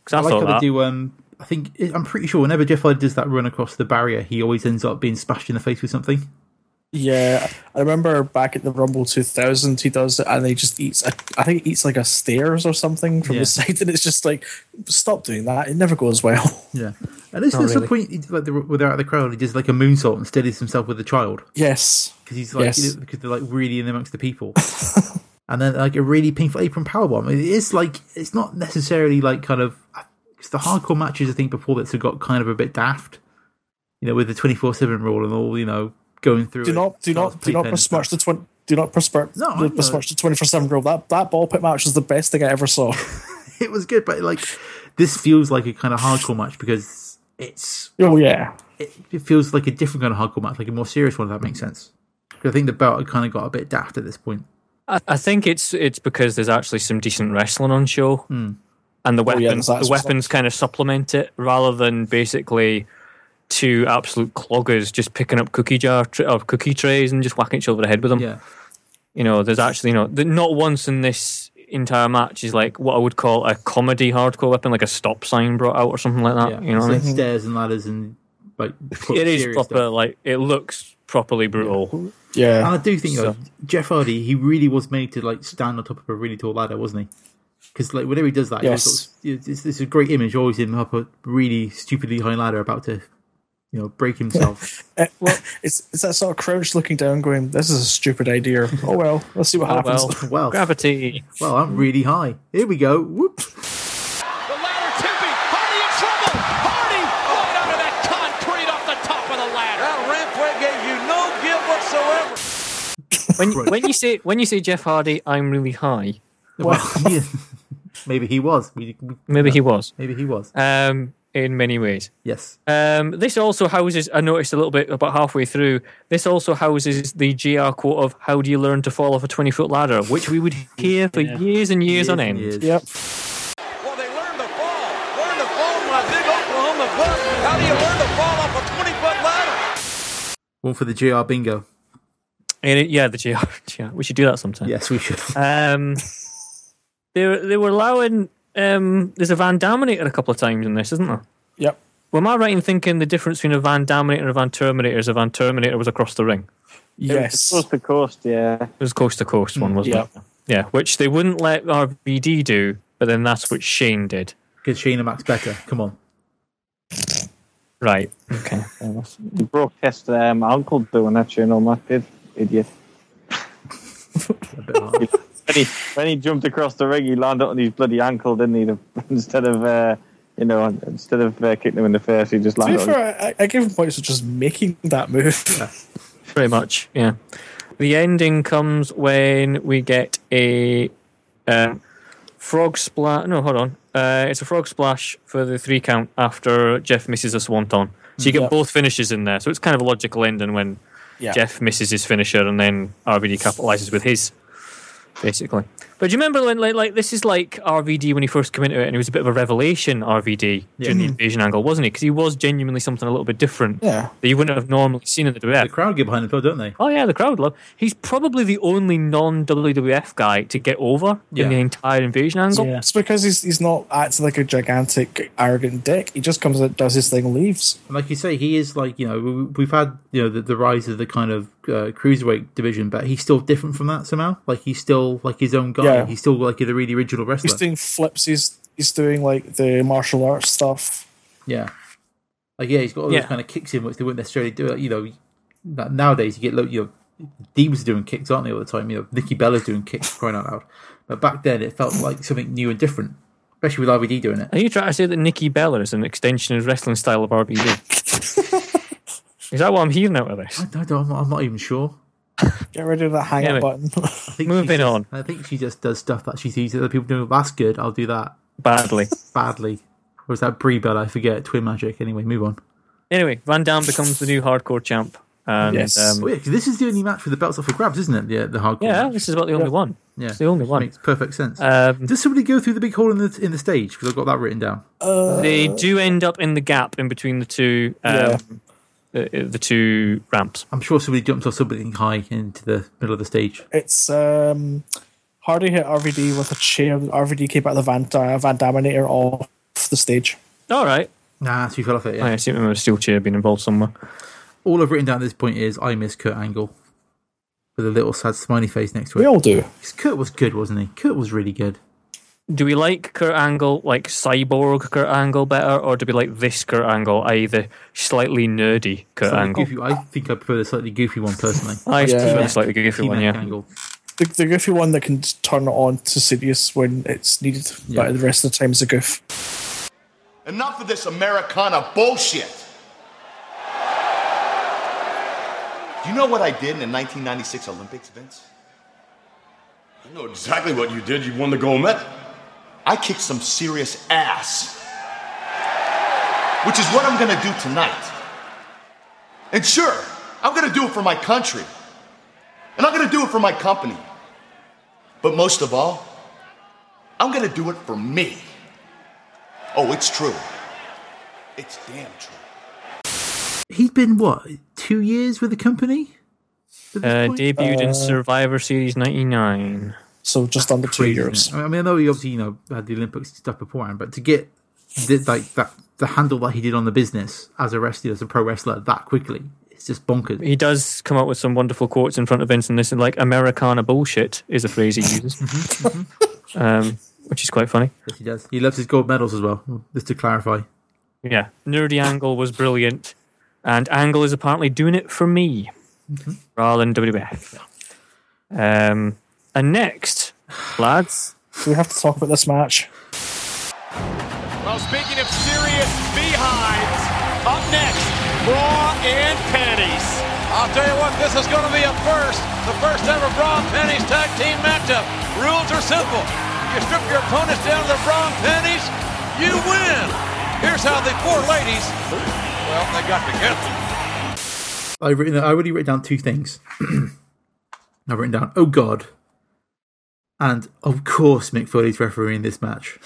Speaker 2: Because I,
Speaker 1: I, like
Speaker 2: thought
Speaker 1: how
Speaker 2: that.
Speaker 1: they do. Um, I think I'm pretty sure whenever Jeff Hardy does that run across the barrier, he always ends up being splashed in the face with something.
Speaker 3: Yeah, I remember back at the Rumble 2000, he does it and he just eats, a, I think he eats like a stairs or something from
Speaker 1: Yeah.
Speaker 3: the side, and it's just like, stop doing that. It never goes well.
Speaker 1: Yeah, and this there's
Speaker 3: Not really.
Speaker 1: some point he- like, the, where they're at the crowd, he does like a moonsault and steadies himself with a child
Speaker 3: Yes.
Speaker 1: because he's like
Speaker 3: Yes.
Speaker 1: you know, because they're like really in amongst the people. and then like a really painful apron powerbomb. It is like it's not necessarily like kind of because the hardcore matches I think before this have got kind of a bit daft, you know, with the twenty four seven rule and all you know going through.
Speaker 3: do
Speaker 1: it,
Speaker 3: not do
Speaker 1: Charles
Speaker 3: not do not
Speaker 1: Playpen.
Speaker 3: besmirch the twenty. Do not besmirch,
Speaker 1: No, I
Speaker 3: no,
Speaker 1: know.
Speaker 3: besmirch the twenty four seven rule. That that ball pit match was the best thing I ever saw.
Speaker 1: it was good, but like this feels like a kind of hardcore match because it's
Speaker 3: oh yeah,
Speaker 1: it, it feels like a different kind of hardcore match, like a more serious one. If that makes sense, 'Cause I think the belt had kind of got a bit daft at this point.
Speaker 2: I, I think it's it's because there's actually some decent wrestling on show,
Speaker 1: Mm.
Speaker 2: and the
Speaker 1: yeah, that's
Speaker 2: weapons the
Speaker 1: what's up.
Speaker 2: weapons kind of supplement it rather than basically two absolute cloggers just picking up cookie jar tra- or cookie trays and just whacking each other over the head with them.
Speaker 1: Yeah.
Speaker 2: You know, there's actually you know th- not once in this entire match is like what I would call a comedy hardcore weapon, like a stop sign brought out or something like that.
Speaker 1: Yeah,
Speaker 2: uh, you know,
Speaker 1: it's
Speaker 2: what I
Speaker 1: like
Speaker 2: mean?
Speaker 1: stairs and ladders and like
Speaker 2: it is
Speaker 1: serious
Speaker 2: proper.
Speaker 1: stuff.
Speaker 2: Like it looks properly brutal.
Speaker 1: And I do think though,
Speaker 2: So-
Speaker 1: Jeff Hardy, he really was made to like stand on top of a really tall ladder, wasn't he? Because like whenever he does that,
Speaker 3: Yes.
Speaker 1: he always sort of, it's, it's a great image, always him up a really stupidly high ladder, about to, you know, break himself.
Speaker 3: Eh, it's it's that sort of crouch looking down, going, "This is a stupid idea." Oh well, let's see what
Speaker 1: Oh,
Speaker 3: happens.
Speaker 1: well. Well.
Speaker 2: Gravity.
Speaker 1: well, I'm really high. Here we go. Whoop.
Speaker 9: Hardy in trouble. Hardy right onto that concrete off the top of the ladder. That rampway gave you no give whatsoever.
Speaker 2: when when you say when you say Jeff Hardy, I'm really high.
Speaker 1: Well, yeah. maybe he was. We, we-
Speaker 2: Maybe he was.
Speaker 1: Maybe he was.
Speaker 2: Um, in many ways.
Speaker 1: Yes.
Speaker 2: Um, this also houses, I noticed a little bit about halfway through, this also houses the GR quote of how do you learn to fall off a 20 foot ladder, which we would hear for years and years, on end.
Speaker 1: Yep.
Speaker 7: Learn to fall, my big Oklahoma buck. How do you learn to fall off a 20 foot ladder?
Speaker 1: One for the GR bingo.
Speaker 2: And it, yeah, the GR, GR. We should do that sometime.
Speaker 1: Yes, we should.
Speaker 2: Um, they, were- they were allowing, um, there's a Van Dominator a couple of times in this, isn't there?
Speaker 3: Yep.
Speaker 2: Well, am I right in thinking the difference between a Van Dominator and a Van Terminator is a Van Terminator was across the ring?
Speaker 3: Yes.
Speaker 6: Coast to coast, yeah.
Speaker 2: It was coast to coast one, wasn't
Speaker 6: yeah.
Speaker 2: it? Yeah, which they wouldn't let RVD do, but then that's what Shane did.
Speaker 1: Because Shane and Max better. Come on.
Speaker 2: Right. Okay.
Speaker 6: He broke his um, ankle doing that, you know, Matt did. Idiot. when, he, when he jumped across the ring, he landed on his bloody ankle, didn't he? The- Instead of, uh, you know, instead of uh, kicking him in the face, he just
Speaker 3: To be
Speaker 6: landed on his
Speaker 3: fair, I, I gave him points for just making that move.
Speaker 2: Pretty much, yeah. The ending comes when we get a um, frog splash. No, hold on. Uh, it's a frog splash for the three count after Jeff misses a swanton. So you get
Speaker 3: Yeah.
Speaker 2: both finishes in there. So it's kind of a logical ending when
Speaker 3: Yeah.
Speaker 2: Jeff misses his finisher and then RVD capitalizes with his, basically. But do you remember when, like, like, this is like RVD when he first came into it and he was a bit of a revelation, RVD, during the
Speaker 1: Yeah.
Speaker 2: invasion angle, wasn't he? Because he was genuinely something a little bit different
Speaker 1: Yeah.
Speaker 2: that you wouldn't have normally seen in the WWF. The
Speaker 1: crowd get behind him, don't they?
Speaker 2: Oh yeah, the crowd love. He's probably the only non WWF guy to get over
Speaker 3: Yeah.
Speaker 2: in the entire invasion angle.
Speaker 3: It's because he's he's not acting like a gigantic arrogant dick. He just comes out, does his thing, and leaves.
Speaker 1: And like you say, he is like you know we- we've had you know the, the rise of the kind of uh, cruiserweight division, but he's still different from that somehow. Like he's still like his own guy.
Speaker 3: Yeah.
Speaker 1: He's still like the really original wrestler.
Speaker 3: He's doing flips. He's he's doing like the martial arts stuff.
Speaker 1: yeah, like yeah, he's got all
Speaker 3: Yeah.
Speaker 1: those kind of kicks in which they wouldn't necessarily do. Like, you know, na- nowadays you get lo- you know, Deeb's doing kicks, aren't they, all the time? You know, Nikki Bella's doing kicks, for crying out loud. But back then, it felt like something new and different, especially with RVD doing it.
Speaker 2: Are you trying to say that Nikki Bella is an extension of wrestling style of RBD? is that what I'm hearing out of this?
Speaker 1: I don't, I'm, not, I'm not even sure.
Speaker 3: Get rid of that hang
Speaker 2: Damn
Speaker 3: up
Speaker 2: it.
Speaker 3: button.
Speaker 2: Moving on.
Speaker 1: I think she just does stuff that she sees other people doing. That's good. I'll do that
Speaker 2: badly.
Speaker 1: Badly. Or is that Brie Bell? I forget. Twin Magic. Anyway, move on.
Speaker 2: Anyway, Van Dam becomes the new hardcore champ. And um,
Speaker 1: Oh, yeah, 'cause this is the only match with the belts up for grabs, isn't it? Yeah, the hardcore.
Speaker 2: Yeah,
Speaker 1: match.
Speaker 2: this is about the only one.
Speaker 1: Yeah,
Speaker 2: It's the only one.
Speaker 1: Makes perfect sense.
Speaker 2: Um,
Speaker 1: Does somebody go through the big hole in the in the stage? Because I've got that written down.
Speaker 2: they do end up in the gap in between the two um,
Speaker 1: Yeah.
Speaker 2: the, the two ramps.
Speaker 1: I'm sure somebody jumps off something high into the middle of the stage.
Speaker 3: It's um, Hardy hit RVD with a chair. RVD came out of the Van, uh, Van Dominator off the stage.
Speaker 2: All right.
Speaker 1: Nah, so you fell off it. Yeah.
Speaker 2: I assume remember a steel chair being involved somewhere.
Speaker 1: All I've written down at this point is I miss Kurt Angle with a little sad smiley face next to it.
Speaker 3: We all do.
Speaker 1: 'Cause Kurt was good, wasn't he? Kurt was really good.
Speaker 2: do we like Kurt Angle, like cyborg Kurt Angle better, or do we like this Kurt Angle, i.e. the slightly nerdy Kurt
Speaker 1: Slightly
Speaker 2: Angle?
Speaker 1: goofy- I think I prefer the slightly goofy one personally.
Speaker 2: I prefer the slightly goofy one, yeah.
Speaker 3: The, the goofy one that can turn it on to serious when it's needed, but the rest of the time is a goof.
Speaker 11: Enough of this Americana bullshit. Do you know what I did in the 1996 Olympics, Vince? I know exactly what you did. You won the gold medal. I kicked some serious ass, which is what I'm going to do tonight. And sure, I'm going to do it for my country, and I'm going to do it for my company. But most of all, I'm going to do it for me. Oh, it's true. It's damn true.
Speaker 1: He's been what two years with the company?
Speaker 2: Uh, debuted
Speaker 1: Uh,
Speaker 2: in Survivor Series 99.
Speaker 3: So just under two
Speaker 1: I mean, I mean, I know he obviously you know had the Olympics stuff beforehand, but to get the, like that the handle that he did on the business as a wrestler, as a pro wrestler, that quickly, it's just bonkers.
Speaker 2: He does come up with some wonderful quotes in front of Vince in this, and like Americana bullshit is a phrase he uses, um, which is quite funny.
Speaker 1: Yes, he does. He loves his gold medals as well. Just to clarify,
Speaker 2: Yeah, nerdy Angle was brilliant, and Angle is apparently doing it for me Mm-hmm. rather than WWF. Um, and next, lads,
Speaker 3: we have to talk about this match.
Speaker 9: Well, speaking of serious behinds, up next, bra and panties.
Speaker 7: I'll tell you what, this is going to be a first. The first ever bra and panties tag team matchup. Rules are simple. You strip your opponents down to their bra and panties, you win. Here's how the four ladies, well, they got together.
Speaker 1: I've written. I already written down two things. I've written down, oh god, and of course Mick Foley's refereeing this match.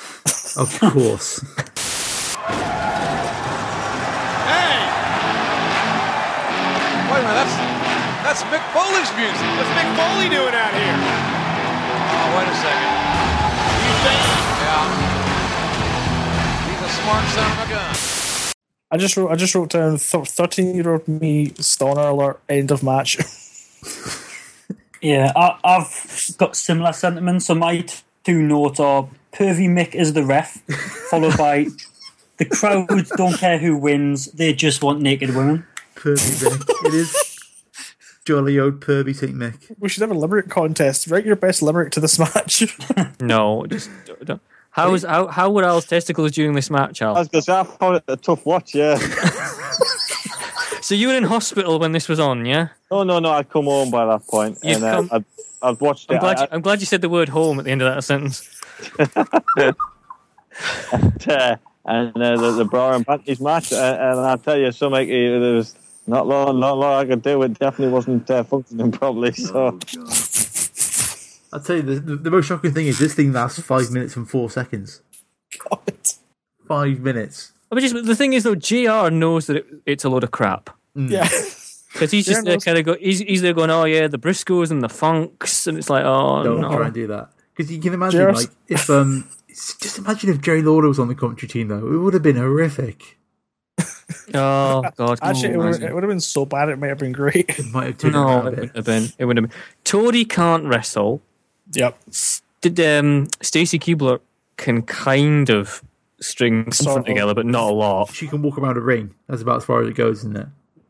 Speaker 1: of course.
Speaker 7: Wait a minute, that's that's Mick Foley's music. What's Mick Foley doing out here? Oh, wait a second. You think? Yeah. He's a smart son of a gun.
Speaker 3: I just wrote, I just wrote down thirteen year old me stoner alert end of match.
Speaker 5: Yeah, I, I've got similar sentiments. So my t- two notes are pervy Mick is the ref, followed by the crowd don't care who wins; they just want naked women.
Speaker 1: Pervy Mick, it is jolly old pervy Saint Mick.
Speaker 3: we should have a limerick contest. Write your best limerick to this match. Oh
Speaker 2: No, just don't. How is how how were Al's testicles during this match, Al?
Speaker 6: I was going to say, I found it a tough watch, yeah.
Speaker 2: So you were in hospital when this was on, yeah?
Speaker 6: no, no, no, I'd come home by that point,
Speaker 2: You'd
Speaker 6: and uh,
Speaker 2: come-
Speaker 6: I'd, I'd watched
Speaker 2: I'm
Speaker 6: it.
Speaker 2: glad,
Speaker 6: I-
Speaker 2: you, I'm glad you said the word home at the end of that sentence.
Speaker 6: and uh, and uh, the, the bra and panties match. Uh, and I tell you, something uh, there was not long, not long I could do. It definitely wasn't uh, functioning properly. So
Speaker 1: I'll tell you, the, the, the most shocking thing is this thing lasts five minutes and four seconds. Five minutes.
Speaker 2: I mean, just, the thing is, though, JR knows that it, it's a load of crap.
Speaker 1: Yeah.
Speaker 2: Because he's just
Speaker 1: JR
Speaker 2: there
Speaker 1: knows-
Speaker 2: kind of go, he's, he's there going, oh, yeah, the Briscoes and the Funks. And it's like, oh,
Speaker 1: Don't
Speaker 2: no.
Speaker 1: try and do that. Because you can imagine,
Speaker 2: Jarrus-
Speaker 1: like, if um, s- just imagine if Jerry Lawler was on the commentary team, though, it would have been horrific.
Speaker 2: Oh, God.
Speaker 3: Actually, it,
Speaker 2: no,
Speaker 3: would, it would have been so bad. It might have been great. It
Speaker 1: might have
Speaker 2: no, it wouldn't have been. It wouldn't have been. Tori can't wrestle.
Speaker 3: Yep.
Speaker 2: Did um, Stacy Keebler can kind of string something
Speaker 1: Sort of.
Speaker 2: together, but not a lot.
Speaker 1: She can walk around a ring. That's about as far as it goes, isn't it?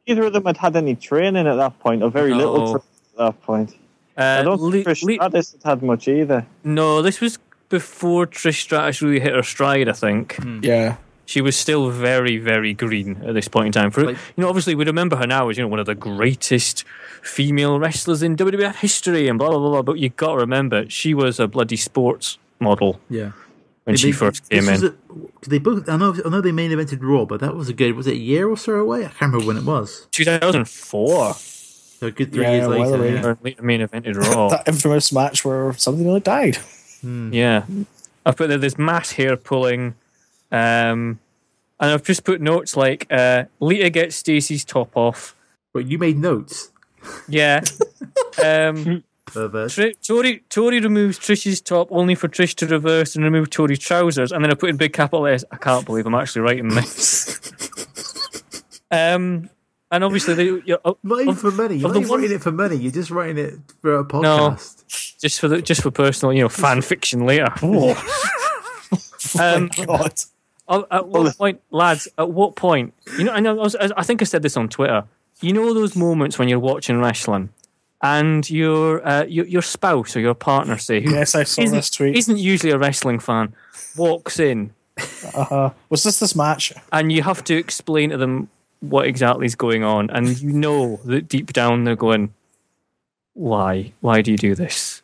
Speaker 6: neither of them had had any training at that point, or very
Speaker 2: No.
Speaker 6: little training at that point. I don't think Trish Stratus had had much either.
Speaker 2: Uh, No, this was before Trish Stratus really hit her stride, I think.
Speaker 3: Yeah.
Speaker 2: She was still very, very green at this point in time. For you know, obviously we remember her now as you know one of the greatest female wrestlers in WWF history and blah blah blah. blah but you got to remember she was a bloody sports model
Speaker 1: Yeah.
Speaker 2: when
Speaker 1: They
Speaker 2: she
Speaker 1: made-
Speaker 2: first
Speaker 1: this
Speaker 2: came
Speaker 1: was
Speaker 2: in.
Speaker 1: a- Cause they both, I know, I know they main evented Raw, but that was a good. Was it a year or so away? I can't remember when it was.
Speaker 2: 2004.
Speaker 1: So a good three
Speaker 3: Yeah,
Speaker 1: years
Speaker 3: a while
Speaker 1: later.
Speaker 3: away.
Speaker 1: yeah.
Speaker 2: Her main evented Raw.
Speaker 3: that infamous match where somebody nearly died.
Speaker 2: Yeah. I've put there there's mass hair pulling. Um, and I've just put notes like uh, Lita gets Stacy's top off.
Speaker 1: But you made notes. uh,
Speaker 2: Yeah. um,
Speaker 1: Pervert.
Speaker 2: Tri- Tori, Tori removes Trish's top only for Trish to reverse and remove Tori's trousers. And then I put in big capital S. I can't believe I'm actually writing this. um, and obviously, oh, they, you're,
Speaker 1: Not even for money. You're not
Speaker 2: of the
Speaker 1: even
Speaker 2: one-
Speaker 1: writing it for money. You're just writing it for a
Speaker 2: no,
Speaker 1: podcast.
Speaker 2: just for the, just for personal, you know, fan fiction later. Whoa. um,
Speaker 3: God.
Speaker 2: At what point, lads? At what point? You know, I know. I, was, I think I said this on Twitter. You know those moments when you're watching wrestling, and your uh, your, your spouse or your partner, say, who
Speaker 3: Yes, I saw
Speaker 2: isn't-
Speaker 3: this tweet.
Speaker 2: isn't usually a wrestling fan, walks in,
Speaker 3: Uh, was this this match?
Speaker 2: and you have to explain to them what exactly is going on, and you know that deep down they're going, "Why? Why do you do this?"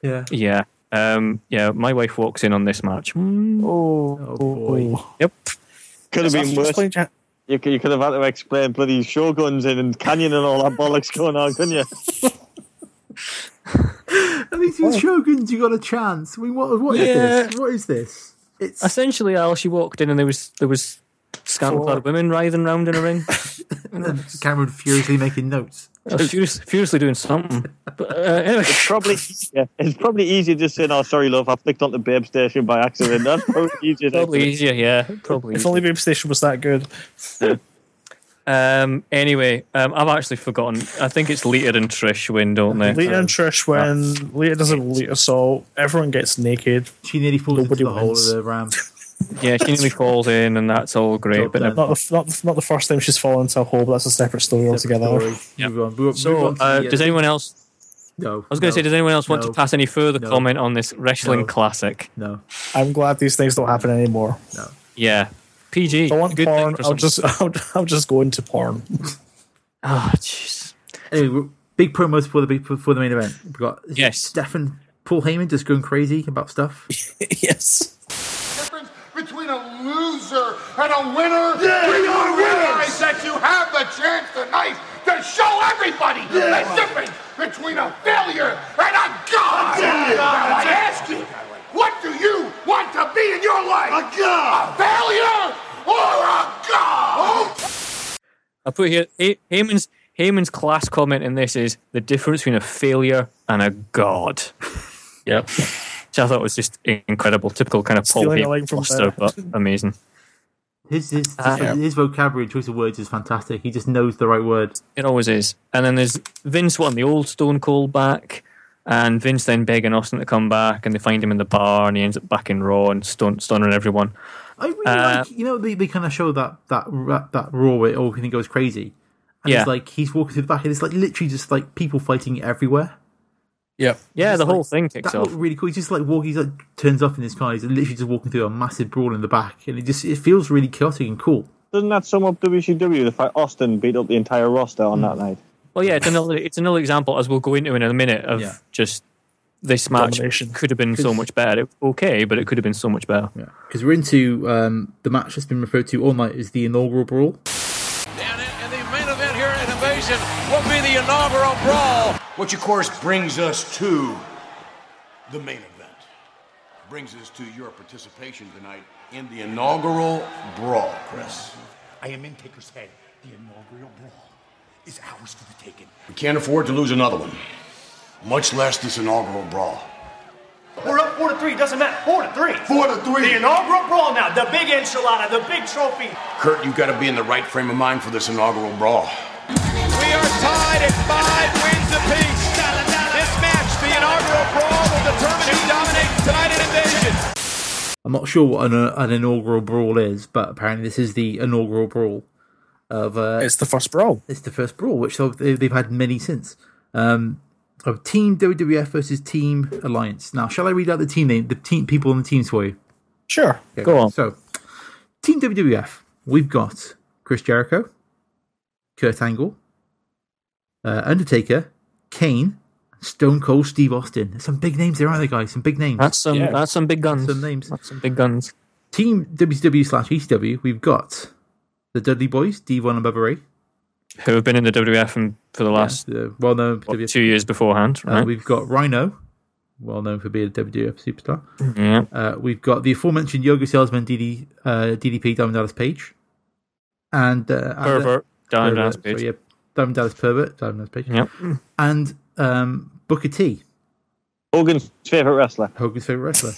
Speaker 1: Yeah.
Speaker 2: Yeah. Um, yeah, my wife walks in on this match.
Speaker 3: Oh,
Speaker 1: boy.
Speaker 2: Yep.
Speaker 6: Could have been worse.
Speaker 3: Explain-
Speaker 6: You could, you could have had to explain bloody shoguns in and canyon and all that bollocks going on, couldn't you?
Speaker 1: At least with Shoguns, you got a chance. I mean, what, what is this? What is this? It's
Speaker 2: essentially Al. She walked in, and there was there was scantily clad women writhing round in a ring,
Speaker 1: Cameron furiously making notes.
Speaker 2: I was furious, furiously doing something. But, uh, anyway.
Speaker 6: It's probably yeah, it's probably easier just saying, "Oh, sorry, love, I flicked onto babe station by accident." That's probably easier. than-
Speaker 2: Probably easier, yeah. Probably.
Speaker 3: If only Babe Station was that good.
Speaker 2: Um. Anyway, um, I've actually forgotten. I think it's Lita and Trish win, don't they?
Speaker 3: Lita and Trish when Lita does a Lita assault, everyone gets naked.
Speaker 1: She nearly falls
Speaker 3: Nobody
Speaker 1: into the hole
Speaker 3: wins.
Speaker 1: of the ramp.
Speaker 2: Um, yeah, she nearly falls in, and that's all great. But uh,
Speaker 3: Not the, not, the, not the first time she's fallen into a hole, but that's a separate story altogether.
Speaker 1: story. Move on. Move
Speaker 2: So,
Speaker 1: on to
Speaker 2: uh,
Speaker 1: the,
Speaker 2: does anyone else?
Speaker 1: No.
Speaker 2: I was going to
Speaker 1: no,
Speaker 2: say, does anyone else want
Speaker 1: no,
Speaker 2: to pass any further
Speaker 1: no,
Speaker 2: comment on this wrestling
Speaker 1: no,
Speaker 2: classic?
Speaker 1: No.
Speaker 3: I'm glad these things don't happen anymore.
Speaker 2: Yeah. PG.
Speaker 3: I want
Speaker 2: Good thing
Speaker 3: porn.
Speaker 2: for
Speaker 3: I'll
Speaker 2: some-
Speaker 3: just, I'll, I'll just go into porn.
Speaker 2: Oh, jeez.
Speaker 1: Anyway, we're- big promos for the big for the main event. We've got yes. Stefan Paul Heyman just going crazy about stuff?
Speaker 3: yes.
Speaker 11: difference between a loser and a winner.
Speaker 13: Yeah,
Speaker 11: when
Speaker 13: we
Speaker 11: you
Speaker 13: are
Speaker 11: realize
Speaker 13: winners.
Speaker 11: that you have the chance tonight to show everybody
Speaker 13: Yeah.
Speaker 11: the difference between a failure and a god.
Speaker 13: Yeah.
Speaker 11: Now I ask you, what do you want to be in your life? A god. A failure or a
Speaker 13: Oh,
Speaker 11: god?
Speaker 2: I put here Hey- Heyman's Heyman's class comment in this is the difference between a failure and a god. yep. Which I thought was just incredible, typical kind of Paul
Speaker 3: Stealing a
Speaker 2: Heyman
Speaker 3: line from
Speaker 2: stuff, but amazing.
Speaker 1: His his,
Speaker 2: Uh, yeah.
Speaker 1: his vocabulary and choice of words is fantastic. He just knows the right word.
Speaker 2: It always is. And then there's Vince wanting the old Stone Cold back, and Vince then begging Austin to come back, and they find him in the bar, and he ends up back in Raw and stun- stunning everyone.
Speaker 1: I really
Speaker 2: Uh,
Speaker 1: like you know they, they kind of show that that that, that raw oh, where everything goes crazy. And
Speaker 2: Yeah.
Speaker 1: it's like he's walking through the back, and it's like literally just like people fighting everywhere.
Speaker 2: Yep. Yeah, the whole thing kicks
Speaker 1: That
Speaker 2: off.
Speaker 1: looked really cool. He's just like walking, he's like turns off in his car, he's literally just walking through a massive brawl in the back, and it just it feels really chaotic and cool.
Speaker 6: Doesn't that sum up WCW? The fact Austin beat up the entire roster on that night.
Speaker 2: Well, Oh, yeah, it's another it's another example as we'll go into in a minute of
Speaker 6: Yeah.
Speaker 2: just this match could have been so much better. It, okay, but it could have been so much better.
Speaker 1: Yeah. Because we're into um, the match that's been referred to all night as the inaugural brawl.
Speaker 7: And the main event here at Invasion will be the inaugural brawl.
Speaker 22: Which, of course, brings us to the main event. Brings us to your participation tonight in the inaugural brawl, Chris.
Speaker 17: I am in Taker's head. The inaugural brawl is ours for the taking.
Speaker 22: We can't afford to lose another one, much less this inaugural brawl.
Speaker 19: We're up four to three. Doesn't matter. Four to three. Four to three. The inaugural brawl now. The big enchilada. The big trophy.
Speaker 22: Kurt, you've got to be in the right frame of mind for this inaugural brawl.
Speaker 9: We are tied at five wins apiece. This match, the inaugural brawl, will determine who dominates tonight in Invasion.
Speaker 1: I'm not sure what an, uh, an inaugural brawl is, but apparently this is the inaugural brawl of. Uh,
Speaker 3: it's the first brawl.
Speaker 1: It's the first brawl, which they've, they've had many since. Um, of Team WWF versus Team Alliance. Now, shall I read out the team name, the team people on the teams for you?
Speaker 3: Sure,
Speaker 1: go on. So, Team WWF, we've got Chris Jericho, Kurt Angle, uh, Undertaker, Kane, Stone Cold Steve Austin. There's some big names there, aren't there, guys? Some big names.
Speaker 2: That's some that's some big guns.
Speaker 1: Some names.
Speaker 2: That's some big guns.
Speaker 1: Team WCW slash ECW, we've got the Dudley Boys, D1 and Bubba Ray.
Speaker 2: Who have been in the WWF and for the last
Speaker 1: well known
Speaker 2: two years beforehand,
Speaker 1: Uh,
Speaker 2: right?
Speaker 1: we've got Rhino, well known for being a WWF superstar.
Speaker 2: yeah.
Speaker 1: Uh, we've got the aforementioned yoga salesman DD, uh, DDP Diamond Dallas Page, and uh, and-
Speaker 2: Pervert, Diamond Dallas
Speaker 1: Pervert, sorry,
Speaker 2: Page.
Speaker 1: yeah, Diamond Dallas Pervert, Diamond Dallas Page.
Speaker 2: Yep.
Speaker 1: And um, Booker T,
Speaker 6: Hogan's favorite wrestler.
Speaker 1: Hogan's favorite wrestler.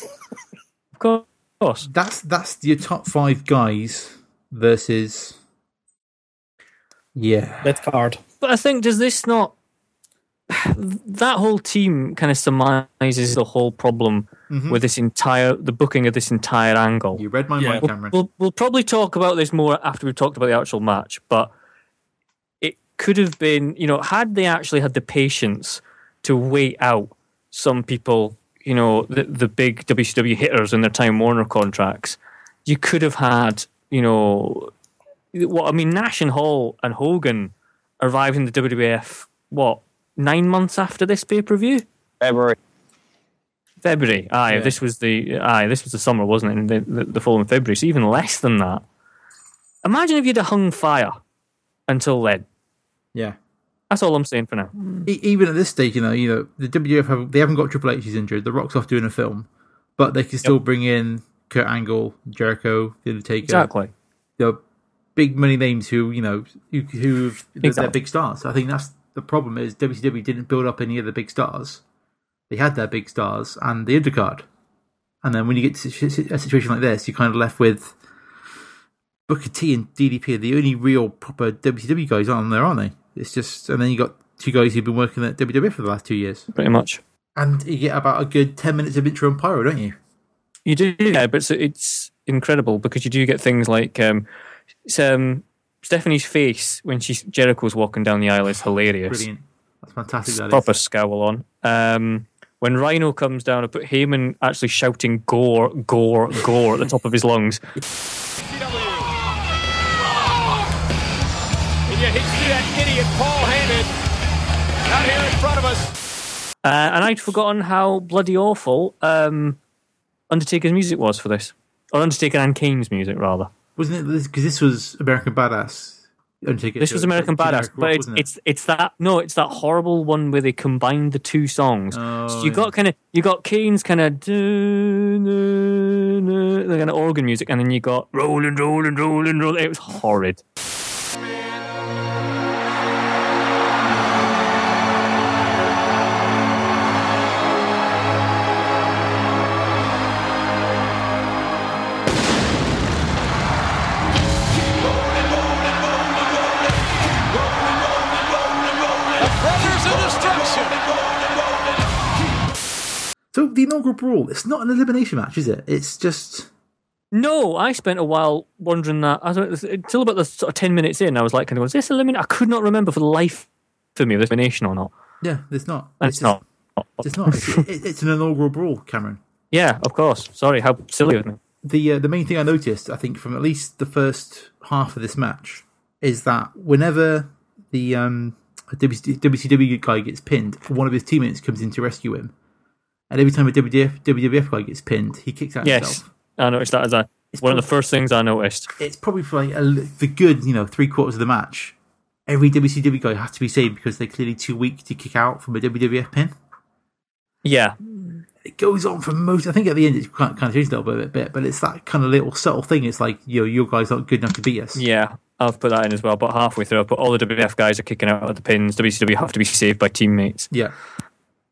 Speaker 2: of course.
Speaker 1: That's that's your top five guys versus. Yeah.
Speaker 3: Mid card.
Speaker 2: But I think does this not that whole team kind of surmises the whole problem
Speaker 1: Mhm.
Speaker 2: with this entire the booking of this entire angle.
Speaker 1: You read my mind,
Speaker 2: we'll,
Speaker 1: Cameron.
Speaker 2: We'll, we'll probably talk about this more after we've talked about the actual match, but it could have been you know had they actually had the patience to wait out some people you know the the big WCW hitters in their Time Warner contracts, you could have had you know what I mean, Nash and Hall and Hogan arrived in the WWF what nine months after this pay per view?
Speaker 6: February.
Speaker 2: February. Aye,
Speaker 6: Yeah.
Speaker 2: this was the aye, this was the summer, wasn't it? And the, the, the following February, so even less than that. Imagine if you'd have hung fire until then.
Speaker 1: Yeah.
Speaker 2: That's all I'm saying for now.
Speaker 1: E- even at this stage, you know, you know, the WWF have, they haven't got Triple H who's injured. The Rock's off doing a film, but they can still bring in Kurt Angle, Jericho, The Undertaker,
Speaker 2: Exactly.
Speaker 1: the big money names who you know who who they're, they're
Speaker 2: Exactly.
Speaker 1: big stars. I think that's the problem is WCW didn't build up any of the big stars. They had their big stars and the undercard, and then when you get to situ- a situation like this, you're kind of left with Booker T and DDP are the only real proper WCW guys on there, aren't they? It's just, and then you got two guys who've been working at WWE for the last two years,
Speaker 2: pretty much.
Speaker 1: And you get about a good ten minutes of intro and pyro, don't you?
Speaker 2: You do, yeah, but it's, it's incredible because you do get things like um, it's, um, Stephanie's face when she's Jericho's walking down the aisle is hilarious.
Speaker 1: Brilliant. That's fantastic. That is.
Speaker 2: proper scowl on. Um, when Rhino comes down, I put Heyman actually shouting "gore, gore, gore" at the top of his lungs.
Speaker 9: And yet he see that idiot Paul Heyman out here in front of us.
Speaker 2: Uh, and I'd forgotten how bloody awful um, Undertaker's music was for this, or Undertaker and Kane's music rather.
Speaker 1: Wasn't it because this, was American Badass? Undertaker.
Speaker 2: This was American
Speaker 1: Generic
Speaker 2: Badass,
Speaker 1: rock,
Speaker 2: but it's,
Speaker 1: wasn't it?
Speaker 2: it's it's that no, it's that horrible one where they combined the two songs. so you
Speaker 1: Oh, yeah.
Speaker 2: got kind of you got Kane's kind of the kind of organ music, and then you got rolling, rolling, rolling, rolling. It was horrid.
Speaker 7: Brothers of Destruction.
Speaker 1: So the inaugural brawl. It's not an elimination match, is it? It's just
Speaker 2: No, I spent a while wondering that. I don't, until about the sort of ten minutes in, I was like, kind of, was this elimination? I could not remember for the life of me if it was elimination or not.
Speaker 1: yeah. It's not.
Speaker 2: And it's, not.
Speaker 1: It's not. It's, it- it's an inaugural brawl, Cameron.
Speaker 2: Yeah, of course. Sorry, how silly of me.
Speaker 1: The uh, the main thing I noticed, I think, from at least the first half of this match, is that whenever the um, WC- WCW guy gets pinned, one of his teammates comes in to rescue him, and every time a WDF, WWF guy gets pinned, he kicks out
Speaker 2: Yes,
Speaker 1: himself.
Speaker 2: I noticed that as a, one of the first things I noticed.
Speaker 1: It's probably for like a, li- the good, you know, three quarters of the match. Every WCW guy has to be saved because they're clearly too weak to kick out from a WWF pin.
Speaker 2: Yeah,
Speaker 1: it goes on for most. I think at the end it's kind kind of changed a little bit, bit, but it's that kind of little subtle thing. It's like you know, your guys aren't good enough to beat us.
Speaker 2: yeah. I've put that in as well. But halfway through, I put all the WF guys are kicking out of the pins. WCW have to be saved by teammates.
Speaker 1: Yeah.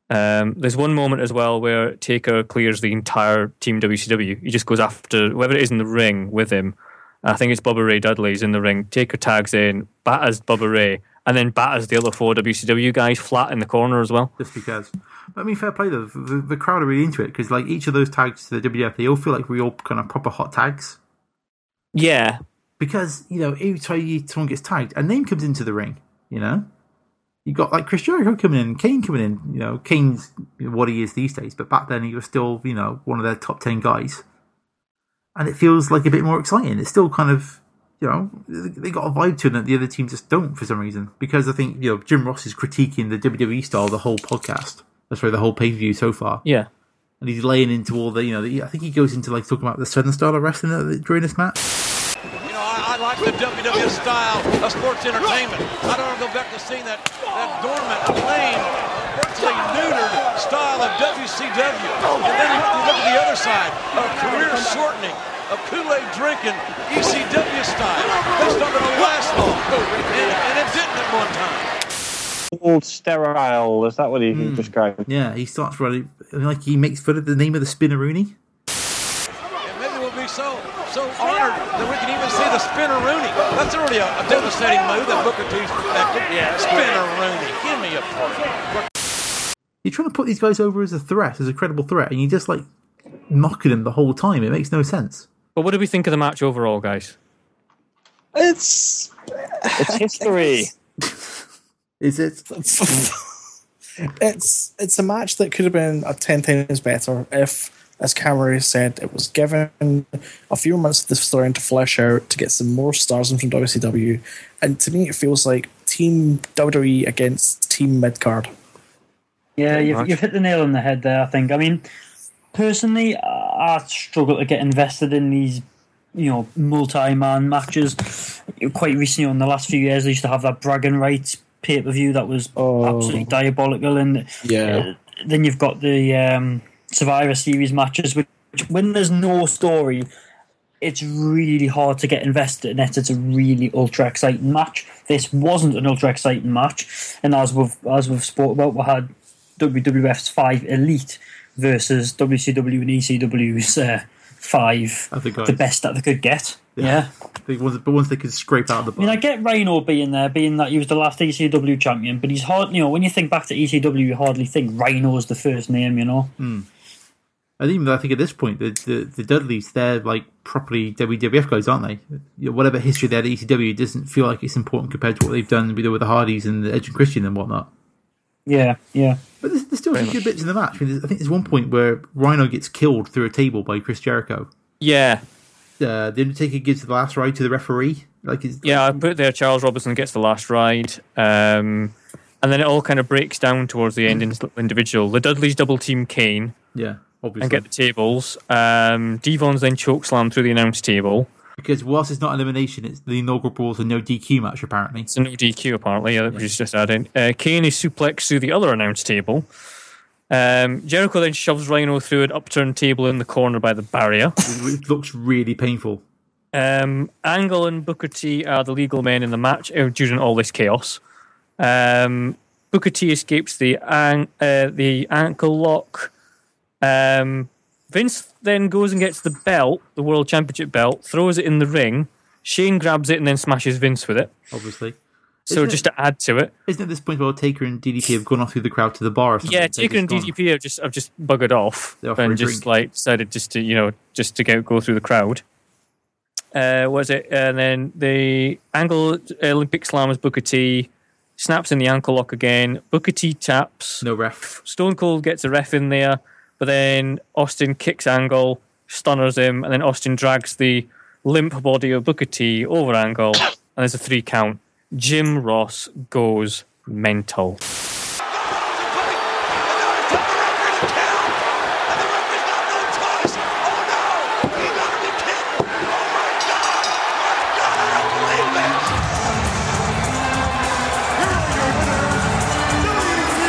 Speaker 2: Um, there's one moment as well where Taker clears the entire team WCW. He just goes after whoever it is in the ring with him. I think it's Bubba Ray Dudley's in the ring. Taker tags in, batters Bubba Ray, and then batters the other four WCW guys flat in the corner as well.
Speaker 1: Just because. But I mean, fair play though. The, the crowd are really into it because like each of those tags to the WWF, they all feel like real kind of proper hot tags.
Speaker 2: Yeah.
Speaker 1: Because you know, every time you- someone gets tagged, a name comes into the ring. You know, you got like Chris Jericho coming in, Kane coming in. You know, Kane's what he is these days, but back then he was still you know one of their top ten guys. And it feels like a bit more exciting. It's still kind of you know they got a vibe to them that the other team just don't for some reason. Because I think you know Jim Ross is critiquing the WWE style the whole podcast. That's right, the whole pay per view so far.
Speaker 2: Yeah.
Speaker 1: And he's laying into all the, you know, the, I think he goes into like talking about the southern style of wrestling uh, during this match.
Speaker 7: You know, I, I like the WWF style of sports entertainment. I don't want to go back to seeing that, that dormant, lame, virtually neutered style of WCW. And then you look at the other side of career shortening, of Kool-Aid drinking, ECW style. That's not going to last long. And, and it didn't at one time.
Speaker 6: Old sterile. Is that what he described?
Speaker 1: Yeah, he starts running like he makes fun of the name of the spinneroonie.
Speaker 7: And maybe we'll be so so honored that we can even see the spinner Rooney. That's already a, a devastating move that Booker T's perfected. Yeah, spinner Rooney. Give me a break.
Speaker 1: You're trying to put these guys over as a threat, as a credible threat, and you're just like mocking them the whole time. It makes no sense.
Speaker 2: But what do we think of the match overall, guys?
Speaker 3: It's
Speaker 6: it's history.
Speaker 1: Is it?
Speaker 3: it's it's a match that could have been a ten times better if, as Cameron said, it was given a few months of the story to flesh out to get some more stars in from WCW. And to me, it feels like Team WWE against Team Midcard.
Speaker 5: Yeah,
Speaker 3: Pretty
Speaker 5: you've,
Speaker 3: much.
Speaker 5: you've hit the nail on the head there. I think. I mean, personally, I I struggle to get invested in these, you know, multi-man matches. Quite recently, on the last few years, they used to have that bragging rights pay per view that was absolutely diabolical, and
Speaker 3: Oh.
Speaker 5: uh,
Speaker 3: Yeah.
Speaker 5: then you've got the um, Survivor Series matches, which when there's no story, it's really hard to get invested in it. It's a really ultra exciting match. This wasn't an ultra exciting match, and as we've as we've spoke about, we had WWF's five elite versus WCW and ECW's uh, five,
Speaker 1: guys.
Speaker 5: the best that they could get. yeah.
Speaker 1: The ones, but once they could scrape out of the
Speaker 5: I mean, I get Rhino being there, being that he was the last ECW champion, but he's hard. You know, when you think back to ECW, you hardly think Rhino's the first name. You know,
Speaker 1: Mm. And even though I think at this point the, the the Dudleys they're like properly WWF guys, aren't they? You know, whatever history they had at ECW it doesn't feel like it's important compared to what they've done with the Hardys and the Edge and Christian and whatnot.
Speaker 5: yeah, yeah.
Speaker 1: But there's, there's still some good bits in the match. I, mean, there's- I think there's one point where Rhino gets killed through a table by Chris Jericho.
Speaker 2: Yeah.
Speaker 1: Uh, the Undertaker gives the last ride to the referee. Like, it's,
Speaker 2: Yeah, I put there Charles Robinson gets the last ride. Um, And then it all kind of breaks down towards the end in sl- individual. The Dudleys double team Kane
Speaker 1: Yeah, obviously.
Speaker 2: and get the tables. Um, Devon's then choke slam through the announce table.
Speaker 1: because whilst it's not elimination, it's the inaugural Brawl's a no DQ match, apparently.
Speaker 2: It's a no DQ, apparently, uh, which is just adding. Uh, Kane is suplexed through the other announce table. Um, Jericho then shoves Rhino through an upturned table in the corner by the barrier.
Speaker 1: it looks really painful.
Speaker 2: Um, Angle and Booker T are the legal men in the match uh, during all this chaos. Um, Booker T escapes the an- uh, the ankle lock. Um, Vince then goes and gets the belt, the World Championship belt, throws it in the ring. Shane grabs it and then smashes Vince with it.
Speaker 1: Obviously.
Speaker 2: So
Speaker 1: Isn't it-
Speaker 2: just to add to it,
Speaker 1: Isn't it this point where Taker and DDP have gone off through the crowd to the bar or something?
Speaker 2: yeah, Taker and
Speaker 1: Taker's gone.
Speaker 2: DDP have just have just buggered off
Speaker 1: They're off for a
Speaker 2: and just
Speaker 1: drink.
Speaker 2: like decided just to you know just to go go through the crowd. Uh, was it? And then the angle uh, Olympic slams Booker T, snaps in the ankle lock again. Booker T taps.
Speaker 1: No ref.
Speaker 2: Stone Cold gets a ref in there, but then Austin kicks Angle, stunners him, and then Austin drags the limp body of Booker T over Angle, and there's a three count. Jim Ross goes mental.
Speaker 13: E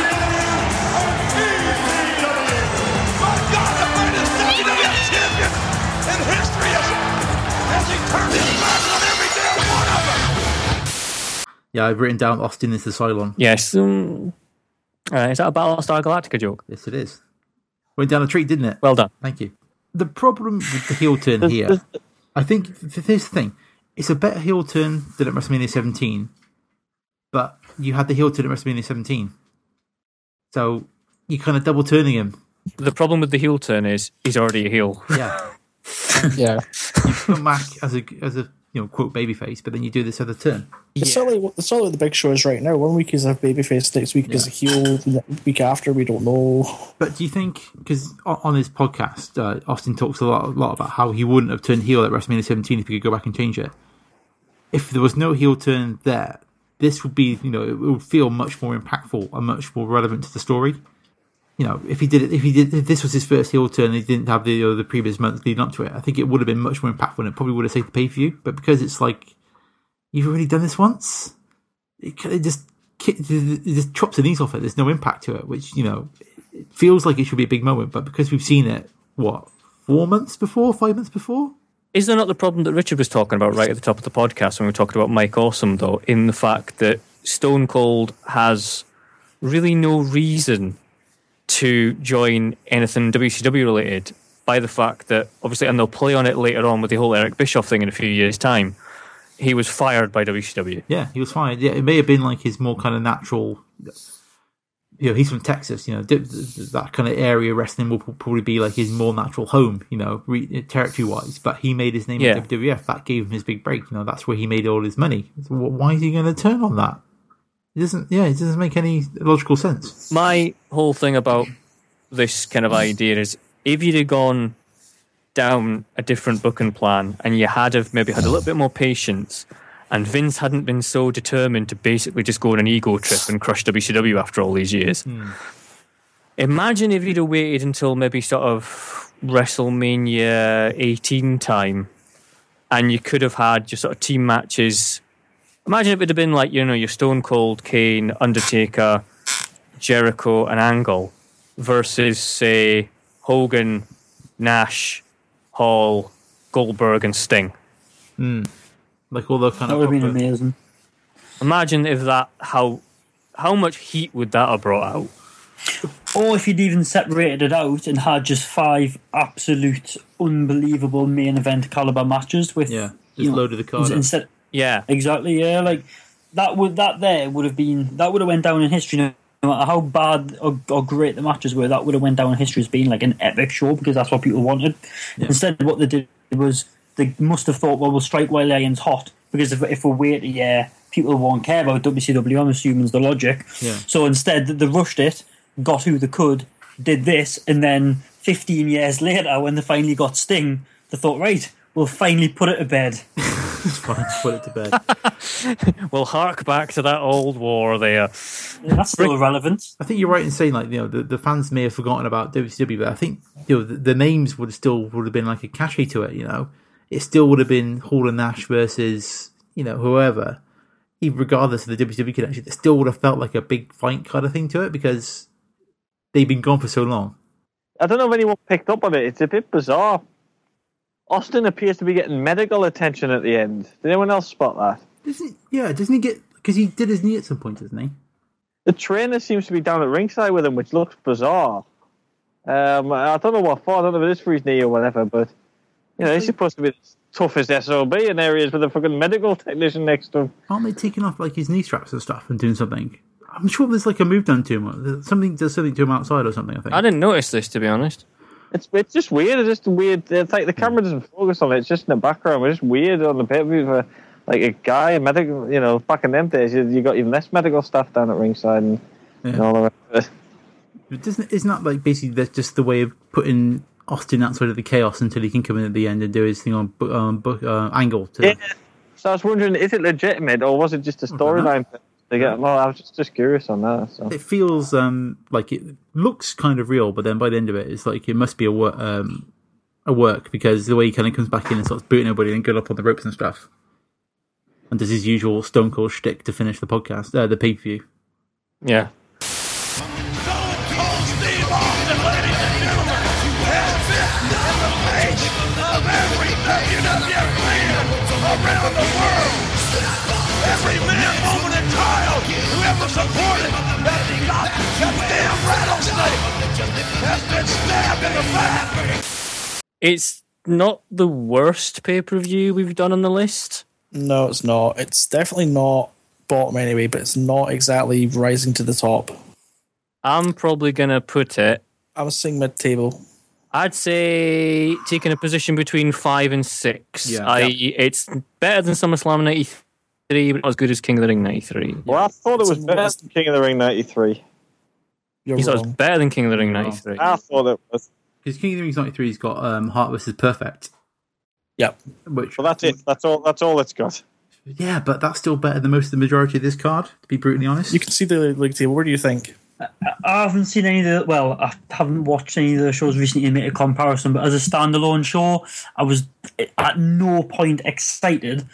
Speaker 1: Yeah, I've written down Austin is the Cylon.
Speaker 2: Yes. Um, uh, is that a Battlestar Galactica joke?
Speaker 1: Yes, it is. Went down a treat, didn't it?
Speaker 2: Well done.
Speaker 1: Thank you. The problem with the heel turn here, I think, th- here's the thing. It's a better heel turn than at WrestleMania 17, but you had the heel turn at WrestleMania 17. So you're kind of double turning him.
Speaker 2: The problem with the heel turn is he's already a heel.
Speaker 1: Yeah.
Speaker 3: yeah.
Speaker 1: You put Mac as a, as a you know, quote, babyface, but then you do this other turn.
Speaker 3: It's not like what- it's not like the big show is right now. One week is a babyface, next week is a heel, the week after we don't know.
Speaker 1: But do you think because on his podcast, uh, Austin talks a lot, a lot about how he wouldn't have turned heel at WrestleMania 17 if he could go back and change it. If there was no heel turn there, this would be you know it would feel much more impactful and much more relevant to the story. You know, if he did it, if he did, if this was his first heel turn, and he didn't have the you know, the previous months leading up to it. I think it would have been much more impactful, and it probably would have saved the pay per view. But because it's like you've already done this once, it, kinda just ki- it just chops the knees off it. There's no impact to it, which you know it feels like it should be a big moment, but because we've seen it, what, four months before, five months before?
Speaker 2: Is there not the problem that Richard was talking about right at the top of the podcast when we were talking about Mike Awesome, though, in the fact that Stone Cold has really no reason to join anything WCW related by the fact that, obviously, and they'll play on it later on with the whole Eric Bischoff thing in a few years' time, he was fired by WCW.
Speaker 1: Yeah, he was fired. Yeah, it may have been like his more kind of natural. You know, he's from Texas. You know, th- th- that kind of area wrestling will p- probably be like his more natural home. You know, re- territory wise. But he made his name
Speaker 2: Yeah.
Speaker 1: in WWF. That gave him his big break. You know, that's where he made all his money. So wh- why is he going to turn on that? It doesn't. Yeah, it doesn't make any logical sense.
Speaker 2: my whole thing about this kind of idea is if you'd have gone down a different booking plan and you had have maybe had a little bit more patience and Vince hadn't been so determined to basically just go on an ego trip and crush WCW after all these years. Imagine if you'd have waited until maybe sort of WrestleMania 18 time and you could have had your sort of team matches. Imagine if it had been like, you know, your Stone Cold, Kane, Undertaker, Jericho, and Angle versus, say, Hogan, Nash, Hall, Goldberg, and Sting.
Speaker 1: Mm. Like all the kind
Speaker 5: That
Speaker 1: of
Speaker 5: would have been
Speaker 1: proper-
Speaker 5: amazing.
Speaker 2: Imagine if that, how how much heat would that have brought out?
Speaker 5: Or if you'd even separated it out and had just five absolute unbelievable main event caliber matches with
Speaker 1: Yeah,
Speaker 5: you
Speaker 1: just
Speaker 5: know,
Speaker 1: loaded the card. up.
Speaker 5: instead
Speaker 2: Yeah.
Speaker 5: Exactly. Yeah, like that would that there would have been that would have went down in history. No matter how bad or, or great the matches were, that would have went down in history as being like an epic show because that's what people wanted. Instead, what they did was they must have thought, well, we'll strike while the iron's hot because if if we wait a year, people won't care about WCW. I'm assuming is the logic.
Speaker 1: Yeah.
Speaker 5: So instead, they rushed it, got who they could, did this, and then 15 years later, when they finally got Sting, they thought, right, we'll finally put it to bed.
Speaker 1: It's fine. Put it to bed.
Speaker 2: we'll hark back to that old war there.
Speaker 5: that's still relevant.
Speaker 1: I think you're right in saying like you know the, the fans may have forgotten about WCW, but I think you know the, the names would still would have been like a cachet to it. You know, it still would have been Hall and Nash versus you know whoever, even regardless of the WCW connection. It still would have felt like a big fight kind of thing to it because they've been gone for so long.
Speaker 6: I don't know if anyone picked up on it. It's a bit bizarre. Austin appears to be getting medical attention at the end. Did anyone else spot that?
Speaker 1: Doesn't yeah? Doesn't he get because he did his knee at some point, doesn't he?
Speaker 6: The trainer seems to be down at ringside with him, which looks bizarre. Um, I don't know what for. I don't know if it is for his knee or whatever, but you know he's supposed to be the toughest SOB in areas with a fucking medical technician next to him.
Speaker 1: Aren't they taking off like his knee straps and stuff and doing something? I'm sure there's like a move done to him. Something does something to him outside or something. I think.
Speaker 2: I didn't notice this, to be honest.
Speaker 6: It's it's just weird. It's just weird. It's like the camera doesn't focus on it. It's just in the background. It's just weird on the pay per view for like a guy a medical. You know, back in them days, you, you got even less medical stuff down at ringside and, and all the rest of it.
Speaker 1: But doesn't isn't that like basically that's just the way of putting Austin outside of the chaos until he can come in at the end and do his thing on bu- um, bu- uh, angle? To
Speaker 6: Yeah. So I was wondering, is it legitimate or was it just a storyline? They get. Well, I was just, just curious on that. So.
Speaker 1: It feels um like it looks kind of real, but then by the end of it, it's like it must be a work um a work because the way he kind of comes back in and starts booting everybody and good up on the ropes and stuff, and does his usual Stone Cold shtick to finish the podcast, uh, the pay per view.
Speaker 2: Yeah.
Speaker 13: E around the world. Every man, woman, and child who ever supported that goddamn rattlesnake has been stabbed in the back.
Speaker 2: It's not the worst pay per view we've done on the list.
Speaker 3: No, it's not. It's definitely not bottom anyway, but it's not exactly rising to the top.
Speaker 2: I'm probably going to put it.
Speaker 3: I was saying mid table.
Speaker 2: I'd say taking a position between five and six. I.e., it's better than SummerSlam 93, but not as good as King of the Ring 93.
Speaker 6: Well, I thought it was better than King of the Ring '93.
Speaker 2: You thought it was better than King of the Ring 93.
Speaker 6: I thought it was.
Speaker 1: Because King of the Rings '93 has got um, Heart versus Perfect.
Speaker 3: Yep.
Speaker 1: Which
Speaker 6: well, that's it. That's all. That's all it's got.
Speaker 1: Yeah, but that's still better than most of the majority of this card. To be brutally honest,
Speaker 3: you can see the league table. What do you think?
Speaker 5: I haven't seen any of the well, I haven't watched any of the shows recently to make a comparison. But as a standalone show, I was at no point excited,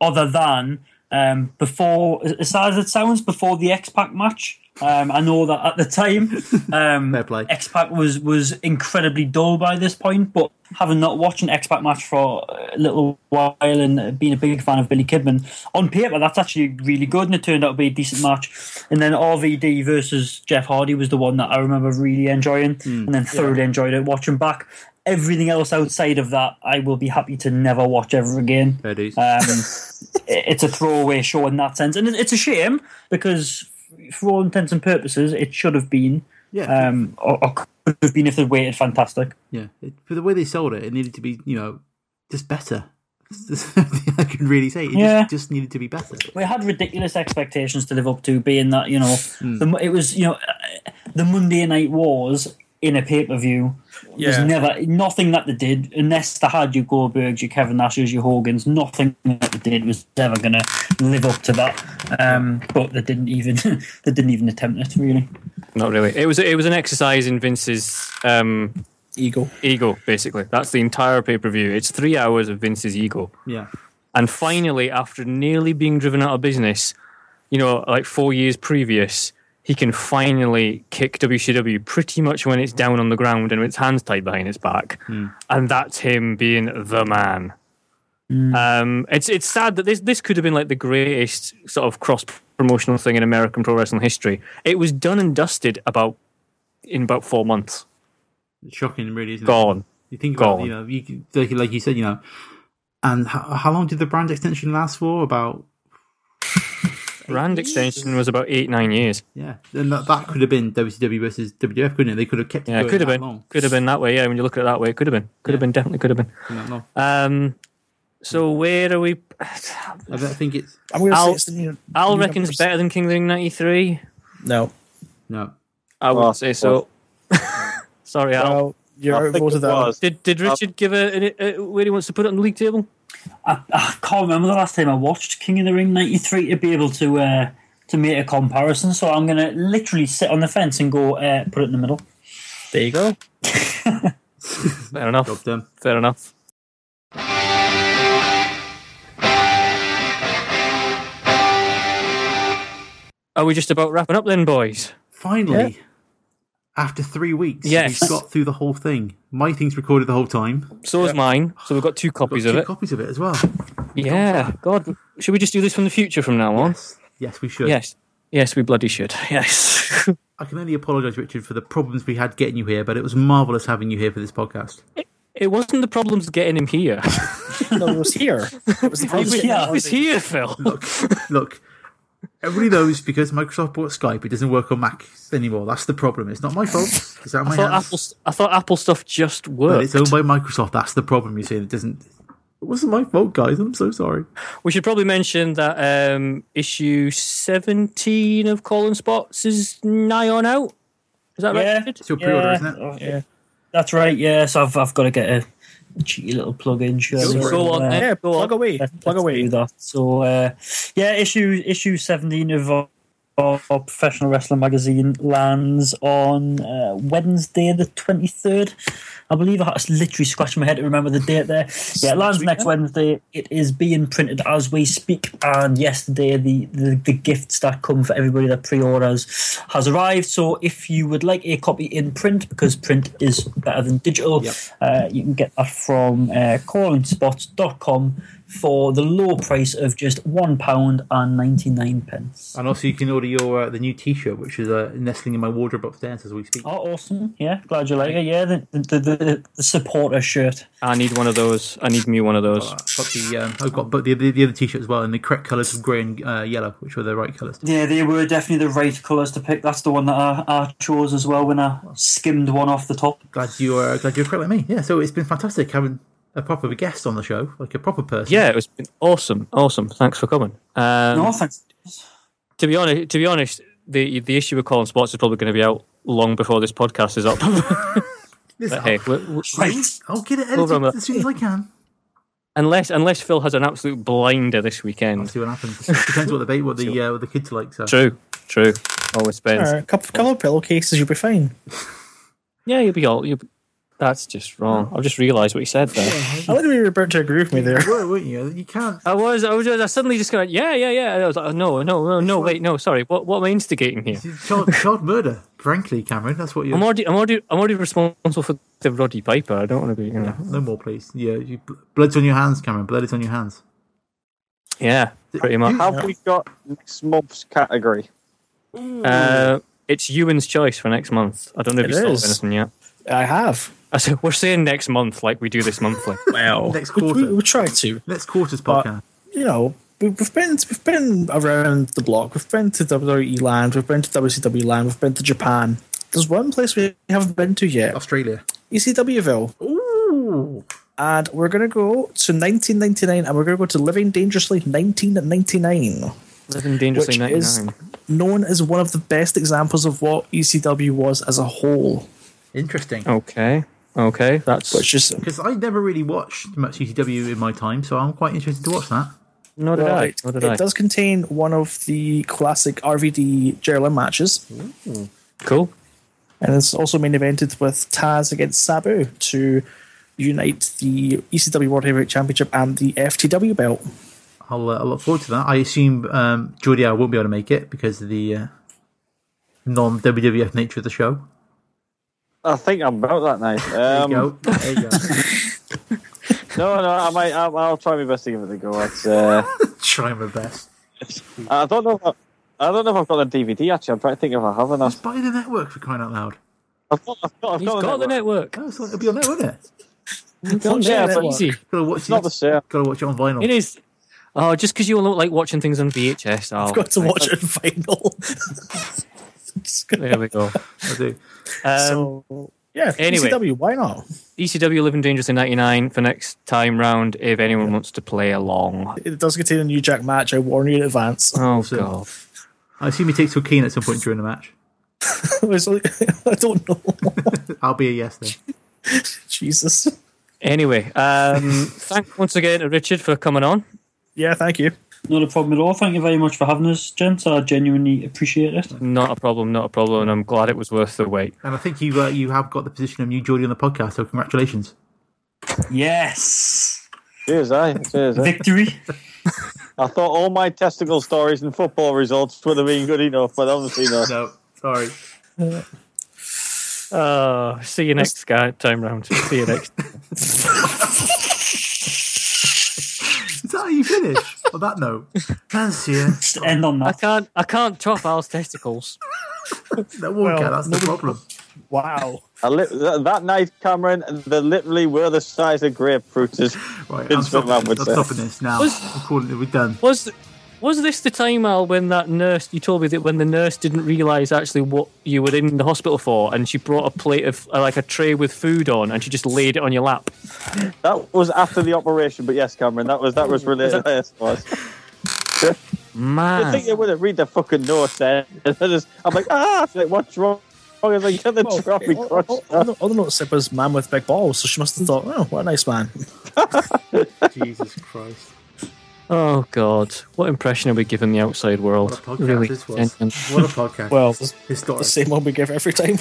Speaker 5: other than um, before. As sad as it sounds, before the X Pac match, um, I know that at the time, um, X Pac was was incredibly dull by this point. But having not watched an X Pac match for a little while and being a big fan of Billy Kidman, on paper that's actually really good, and it turned out to be a decent match. And then RVD versus Jeff Hardy was the one that I remember really enjoying, and then thoroughly enjoyed it watching back. Everything else outside of that, I will be happy to never watch ever again.
Speaker 1: Fair dues.
Speaker 2: Uh,
Speaker 5: Um, it's a throwaway show in that sense, and it- it's a shame because, for all intents and purposes, it should have been.
Speaker 1: Yeah.
Speaker 5: Um, or, or could have been if they'd waited. Fantastic.
Speaker 1: Yeah, it, for the way they sold it, it needed to be, you know, just better. That's the only thing I can really say. It
Speaker 5: Yeah.
Speaker 1: just, just needed to be better.
Speaker 5: We had ridiculous expectations to live up to, being that you know, the, mo- it was you know, uh, the Monday Night Wars in a pay per view was
Speaker 1: Yeah.
Speaker 5: never nothing that they did unless they had your Goldbergs, your Kevin Nash's, your Hogan's. Nothing that they did was ever going to live up to that. Um, but they didn't even they didn't even attempt it really.
Speaker 2: Not really. It was it was an exercise in Vince's um,
Speaker 3: ego.
Speaker 2: Ego, basically. That's the entire pay per view. It's three hours of Vince's ego.
Speaker 1: Yeah.
Speaker 2: And finally, after nearly being driven out of business, you know, like four years previous, he can finally kick WCW pretty much when it's down on the ground and with its hands tied behind its back. And that's him being the man. Um, it's it's sad that this this could have been like the greatest sort of cross promotional thing in American pro wrestling history. It was done and dusted about in about four months.
Speaker 1: It's shocking, really, isn't it?
Speaker 2: Gone.
Speaker 1: You think about,
Speaker 2: Gone.
Speaker 1: you know, you, can- like, like you said, you know, and how, how long did the brand extension last for? About,
Speaker 2: Brand extension was about eight nine years.
Speaker 1: yeah, and that, that could have been WCW versus WWF, couldn't it? They could have kept it
Speaker 2: Yeah,
Speaker 1: going
Speaker 2: it could have
Speaker 1: that
Speaker 2: been.
Speaker 1: long.
Speaker 2: Could have been that way. Yeah, when you look at it that way, it could have been. Could have been. Definitely could have been.
Speaker 1: Not long.
Speaker 2: Um, so where are we?
Speaker 1: I don't think it's.
Speaker 3: I'm gonna say
Speaker 2: Al,
Speaker 3: it's the new-
Speaker 2: Al
Speaker 3: new
Speaker 2: reckons
Speaker 3: numbers.
Speaker 2: better than King of the Ring '93.
Speaker 3: No.
Speaker 1: No.
Speaker 2: I would
Speaker 3: Well,
Speaker 2: say so. Sorry, Al.
Speaker 3: you're I think outvoted it there. was.
Speaker 2: Did Did
Speaker 3: Uh,
Speaker 2: Richard give a, a, a where he wants to put it on the league table?
Speaker 5: I, I can't remember the last time I watched King of the Ring '93 to be able to uh, to make a comparison. So I'm going to literally sit on the fence and go uh, put it in the middle.
Speaker 2: There you go. Fair enough. Fair enough. Are we just about wrapping up then, boys?
Speaker 1: Finally, after three weeks,
Speaker 2: Yes.
Speaker 1: we've got through the whole thing. My thing's recorded the whole time.
Speaker 2: So is mine. So we've got two copies
Speaker 1: two
Speaker 2: of it.
Speaker 1: copies of it as well.
Speaker 2: Yeah. God, should we just do this from the future from now on? Yes.
Speaker 1: Yes, we should.
Speaker 2: Yes. Yes, we bloody should. Yes.
Speaker 1: I can only apologise, Richard, for the problems we had getting you here, but it was marvellous having you here for this podcast.
Speaker 2: It wasn't the problems getting him here.
Speaker 3: no, it was here. It was the
Speaker 2: He was-
Speaker 3: first-
Speaker 2: he was here, Phil.
Speaker 1: Look, look. Everybody knows because Microsoft bought Skype, it doesn't work on Mac anymore. That's the problem. It's not my fault. It's out of
Speaker 2: I
Speaker 1: my
Speaker 2: thought,
Speaker 1: hands.
Speaker 2: Apple, I thought Apple stuff just
Speaker 1: But
Speaker 2: worked.
Speaker 1: it's owned by Microsoft. That's the problem. You see, it doesn't. It wasn't my fault, guys. I'm so sorry.
Speaker 2: We should probably mention that um, issue 17 of Colin Spots is nigh on out. Is that right?
Speaker 5: Yeah.
Speaker 2: Richard?
Speaker 5: It's your pre-order, Yeah. isn't it? Yeah. That's right. Yes, I've I've got to get a cheeky little plug in. Sure. uh,
Speaker 2: Go for it. Go on, then. Yeah,
Speaker 5: plug away. plug away. that. So uh, yeah, issue issue seventeen of our, of our professional wrestling magazine lands on uh, Wednesday the twenty third. I believe I was literally scratching my head to remember the date there. Yeah, it lands next Wednesday. It is being printed as we speak. And yesterday, the, the, the gifts that come for everybody that pre orders has arrived. So if you would like a copy in print, because print is better than digital, uh, you can get that from uh, callingspots.com for the low price of just £1.99. pence.
Speaker 1: And also, you can order your uh, the new T-shirt, which is uh, nestling in my wardrobe upstairs as we speak.
Speaker 5: Oh, awesome. Yeah, glad you like it. Yeah, the, the, the, the supporter shirt.
Speaker 2: I need one of those. I need me one of those.
Speaker 1: But the um, I've got but the, the the other T-shirt as well in the correct colours of grey and uh, yellow, which were the right colours.
Speaker 5: Yeah, they were definitely the right colours to pick. That's the one that I, I chose as well when I skimmed one off the top.
Speaker 1: Glad you are glad you're correct like me. Yeah, so it's been fantastic having a proper guest on the show, like a proper person.
Speaker 2: Yeah, it was been awesome. Awesome. Thanks for coming. Um,
Speaker 5: No, thanks.
Speaker 2: To be honest, to be honest, the the issue with Colin Spots is probably going to be out long before this podcast is up.
Speaker 1: This-
Speaker 2: But hey, we- we-
Speaker 1: I'll get it
Speaker 2: Well
Speaker 1: edited
Speaker 2: done, mate.
Speaker 1: as soon as I can.
Speaker 2: unless unless Phil has an absolute blinder this weekend.
Speaker 1: See what happens. Depends what the ba- what the uh, what the kids like. So
Speaker 2: True, true. Always spends.
Speaker 3: Alright, a couple, couple of pillowcases, you'll be fine.
Speaker 2: Yeah, you'll be all. You'll be, that's just wrong. I've just realised what you said there.
Speaker 3: I like the way you were about to agree with me there.
Speaker 1: were, weren't you? You can't.
Speaker 2: I was, I was, I was suddenly just going, yeah, yeah, yeah. And I was like, oh, no, no, no, no, wait, no, sorry. What, what am I instigating here?
Speaker 1: Child, child murder, frankly, Cameron. That's what you're.
Speaker 2: I'm already, I'm already, I'm already responsible for the Roddy Piper. I don't want to be, you know.
Speaker 1: No more, please. Yeah, you, blood's on your hands, Cameron. Blood is on your hands.
Speaker 2: Yeah, pretty much.
Speaker 6: Have we got next month's category?
Speaker 2: Uh, it's Ewan's choice for next month. I don't know if
Speaker 6: It
Speaker 2: you
Speaker 6: is.
Speaker 2: thought of anything yet.
Speaker 3: I have.
Speaker 2: I said, we're saying next month, like we do this monthly. wow.
Speaker 1: Next
Speaker 3: We- We, we try to.
Speaker 1: Next
Speaker 2: Uh,
Speaker 1: quarter's
Speaker 3: podcast. you know, we, we've been we've been around the block. We've been to WWE land. We've been to WCW land. We've been to Japan. There's one place we haven't been to yet.
Speaker 1: Australia.
Speaker 3: ECWville.
Speaker 1: Ooh.
Speaker 3: And we're gonna go to 1999, and we're gonna go to Living Dangerously 1999.
Speaker 2: Living Dangerously
Speaker 3: which is
Speaker 2: 99.
Speaker 3: known as one of the best examples of what ECW was as a whole.
Speaker 1: Interesting.
Speaker 2: Oh. Okay. Okay. That's.
Speaker 3: Which is
Speaker 1: Because I never really watched much ECW in my time, so I'm quite interested to watch that.
Speaker 2: Nor
Speaker 3: Well, It, it does contain one of the classic RVD Jerry Lynn matches.
Speaker 2: Cool.
Speaker 3: And it's also main evented with Taz against Sabu to unite the ECW World Heavyweight Championship and the FTW belt.
Speaker 1: I'll, uh, I'll look forward to that. I assume um, Jordy I won't be able to make it because of the uh, non WWF nature of the show.
Speaker 6: I think I'm about that now. Um,
Speaker 1: go. There you go.
Speaker 6: no, no, I might. I'll, I'll try my best to give it a go. It's, uh,
Speaker 1: try my best.
Speaker 6: I don't know. If I, I don't know if I've got the DVD actually. I'm trying to think if I have enough.
Speaker 1: By the network, for crying out loud.
Speaker 6: I've got, I've got, I've
Speaker 1: He's
Speaker 6: got,
Speaker 1: got
Speaker 6: the
Speaker 2: network.
Speaker 1: Oh, so it'll be on there, won't it?
Speaker 2: Don't E share that easy.
Speaker 1: Gotta watch
Speaker 6: It's not the same.
Speaker 1: Gotta watch it on vinyl.
Speaker 2: It is. Oh, just because you don't like watching things on VHS. Oh,
Speaker 3: I've got to watch it in final.
Speaker 2: There we go.
Speaker 1: I do.
Speaker 2: Um,
Speaker 3: yeah,
Speaker 2: Anyway.
Speaker 3: ECW, why not?
Speaker 2: ECW Living Dangerously 99 for next time round if anyone wants to play along.
Speaker 3: It does contain a New Jack match, I warn you in advance.
Speaker 2: Oh,
Speaker 1: So- I assume he takes to at some point during the match.
Speaker 3: I don't know.
Speaker 1: I'll be a yes then.
Speaker 3: Jesus.
Speaker 2: Anyway, um, thank once again to Richard for coming on.
Speaker 3: Yeah, thank you.
Speaker 5: Not a problem at all. Thank you very much for having us, gents. I genuinely appreciate it.
Speaker 2: Not a problem, not a problem, and I'm glad it was worth the wait.
Speaker 1: And I think you uh, you have got the position of new Geordie on the podcast, so congratulations.
Speaker 5: Yes.
Speaker 6: Cheers, I. Cheers. eh?
Speaker 5: Victory.
Speaker 6: I thought all my testicle stories and football results would have been good enough, but obviously not.
Speaker 1: No, sorry.
Speaker 2: Uh, see you next guy, time round. See you next.
Speaker 1: Is that how you finish? on that note, fancy Just
Speaker 5: end on that.
Speaker 2: I can't. I can't top Al's testicles.
Speaker 1: no
Speaker 2: one
Speaker 1: can, that's the problem.
Speaker 3: Wow.
Speaker 6: I li- th- that night, Cameron, they literally were the size of grapefruit. Is
Speaker 1: right,
Speaker 6: Vince
Speaker 1: stopping-
Speaker 6: McMahon would
Speaker 1: I'm
Speaker 6: say.
Speaker 1: stopping this now.
Speaker 2: Was-
Speaker 1: I'm calling it. We're done.
Speaker 2: Was was this the time Al when that nurse you told me that when the nurse didn't realise actually what you were in the hospital for, and she brought a plate of uh, like a tray with food on, and she just laid it on your lap?
Speaker 6: That was after the operation, but yes, Cameron, that was that was related. Yes, it was.
Speaker 2: Man.
Speaker 6: I think they would have read the fucking note then. And I just, I'm like, ah, it's like, what's wrong? I was like, get the
Speaker 3: Well,
Speaker 6: trophy
Speaker 3: all-
Speaker 6: crushed
Speaker 3: all- all the- All the notes said was man with big balls, so she must have thought, oh, what a nice man.
Speaker 1: Jesus Christ.
Speaker 2: Oh God! What impression are we giving the outside world?
Speaker 1: What a podcast
Speaker 2: really?
Speaker 1: this was. What a podcast.
Speaker 3: Well, it's
Speaker 1: Historic.
Speaker 3: the same one we give every time.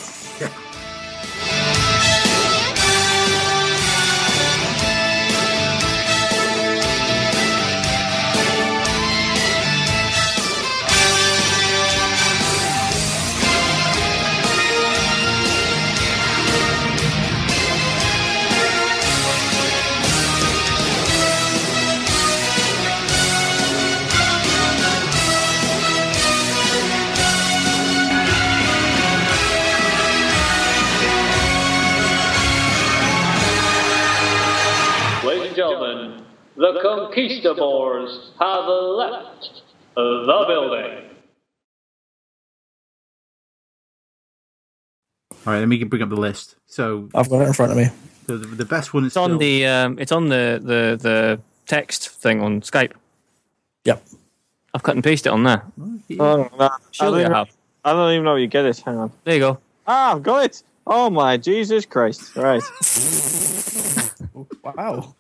Speaker 4: Ladies and gentlemen, the conquistadors have left the building.
Speaker 1: All right, let me bring up the list. So
Speaker 3: I've got it in front of me.
Speaker 1: So the, the best one is
Speaker 2: It's on the um, it's on the, the the text thing on Skype.
Speaker 3: Yep.
Speaker 2: I've cut and pasted it on there.
Speaker 6: Oh, no, I don't
Speaker 2: Surely I
Speaker 6: even-
Speaker 2: have.
Speaker 6: I don't even know where you get it. Hang on.
Speaker 2: There you go.
Speaker 6: Ah, I've got it. Oh my Jesus Christ! Right.
Speaker 3: wow.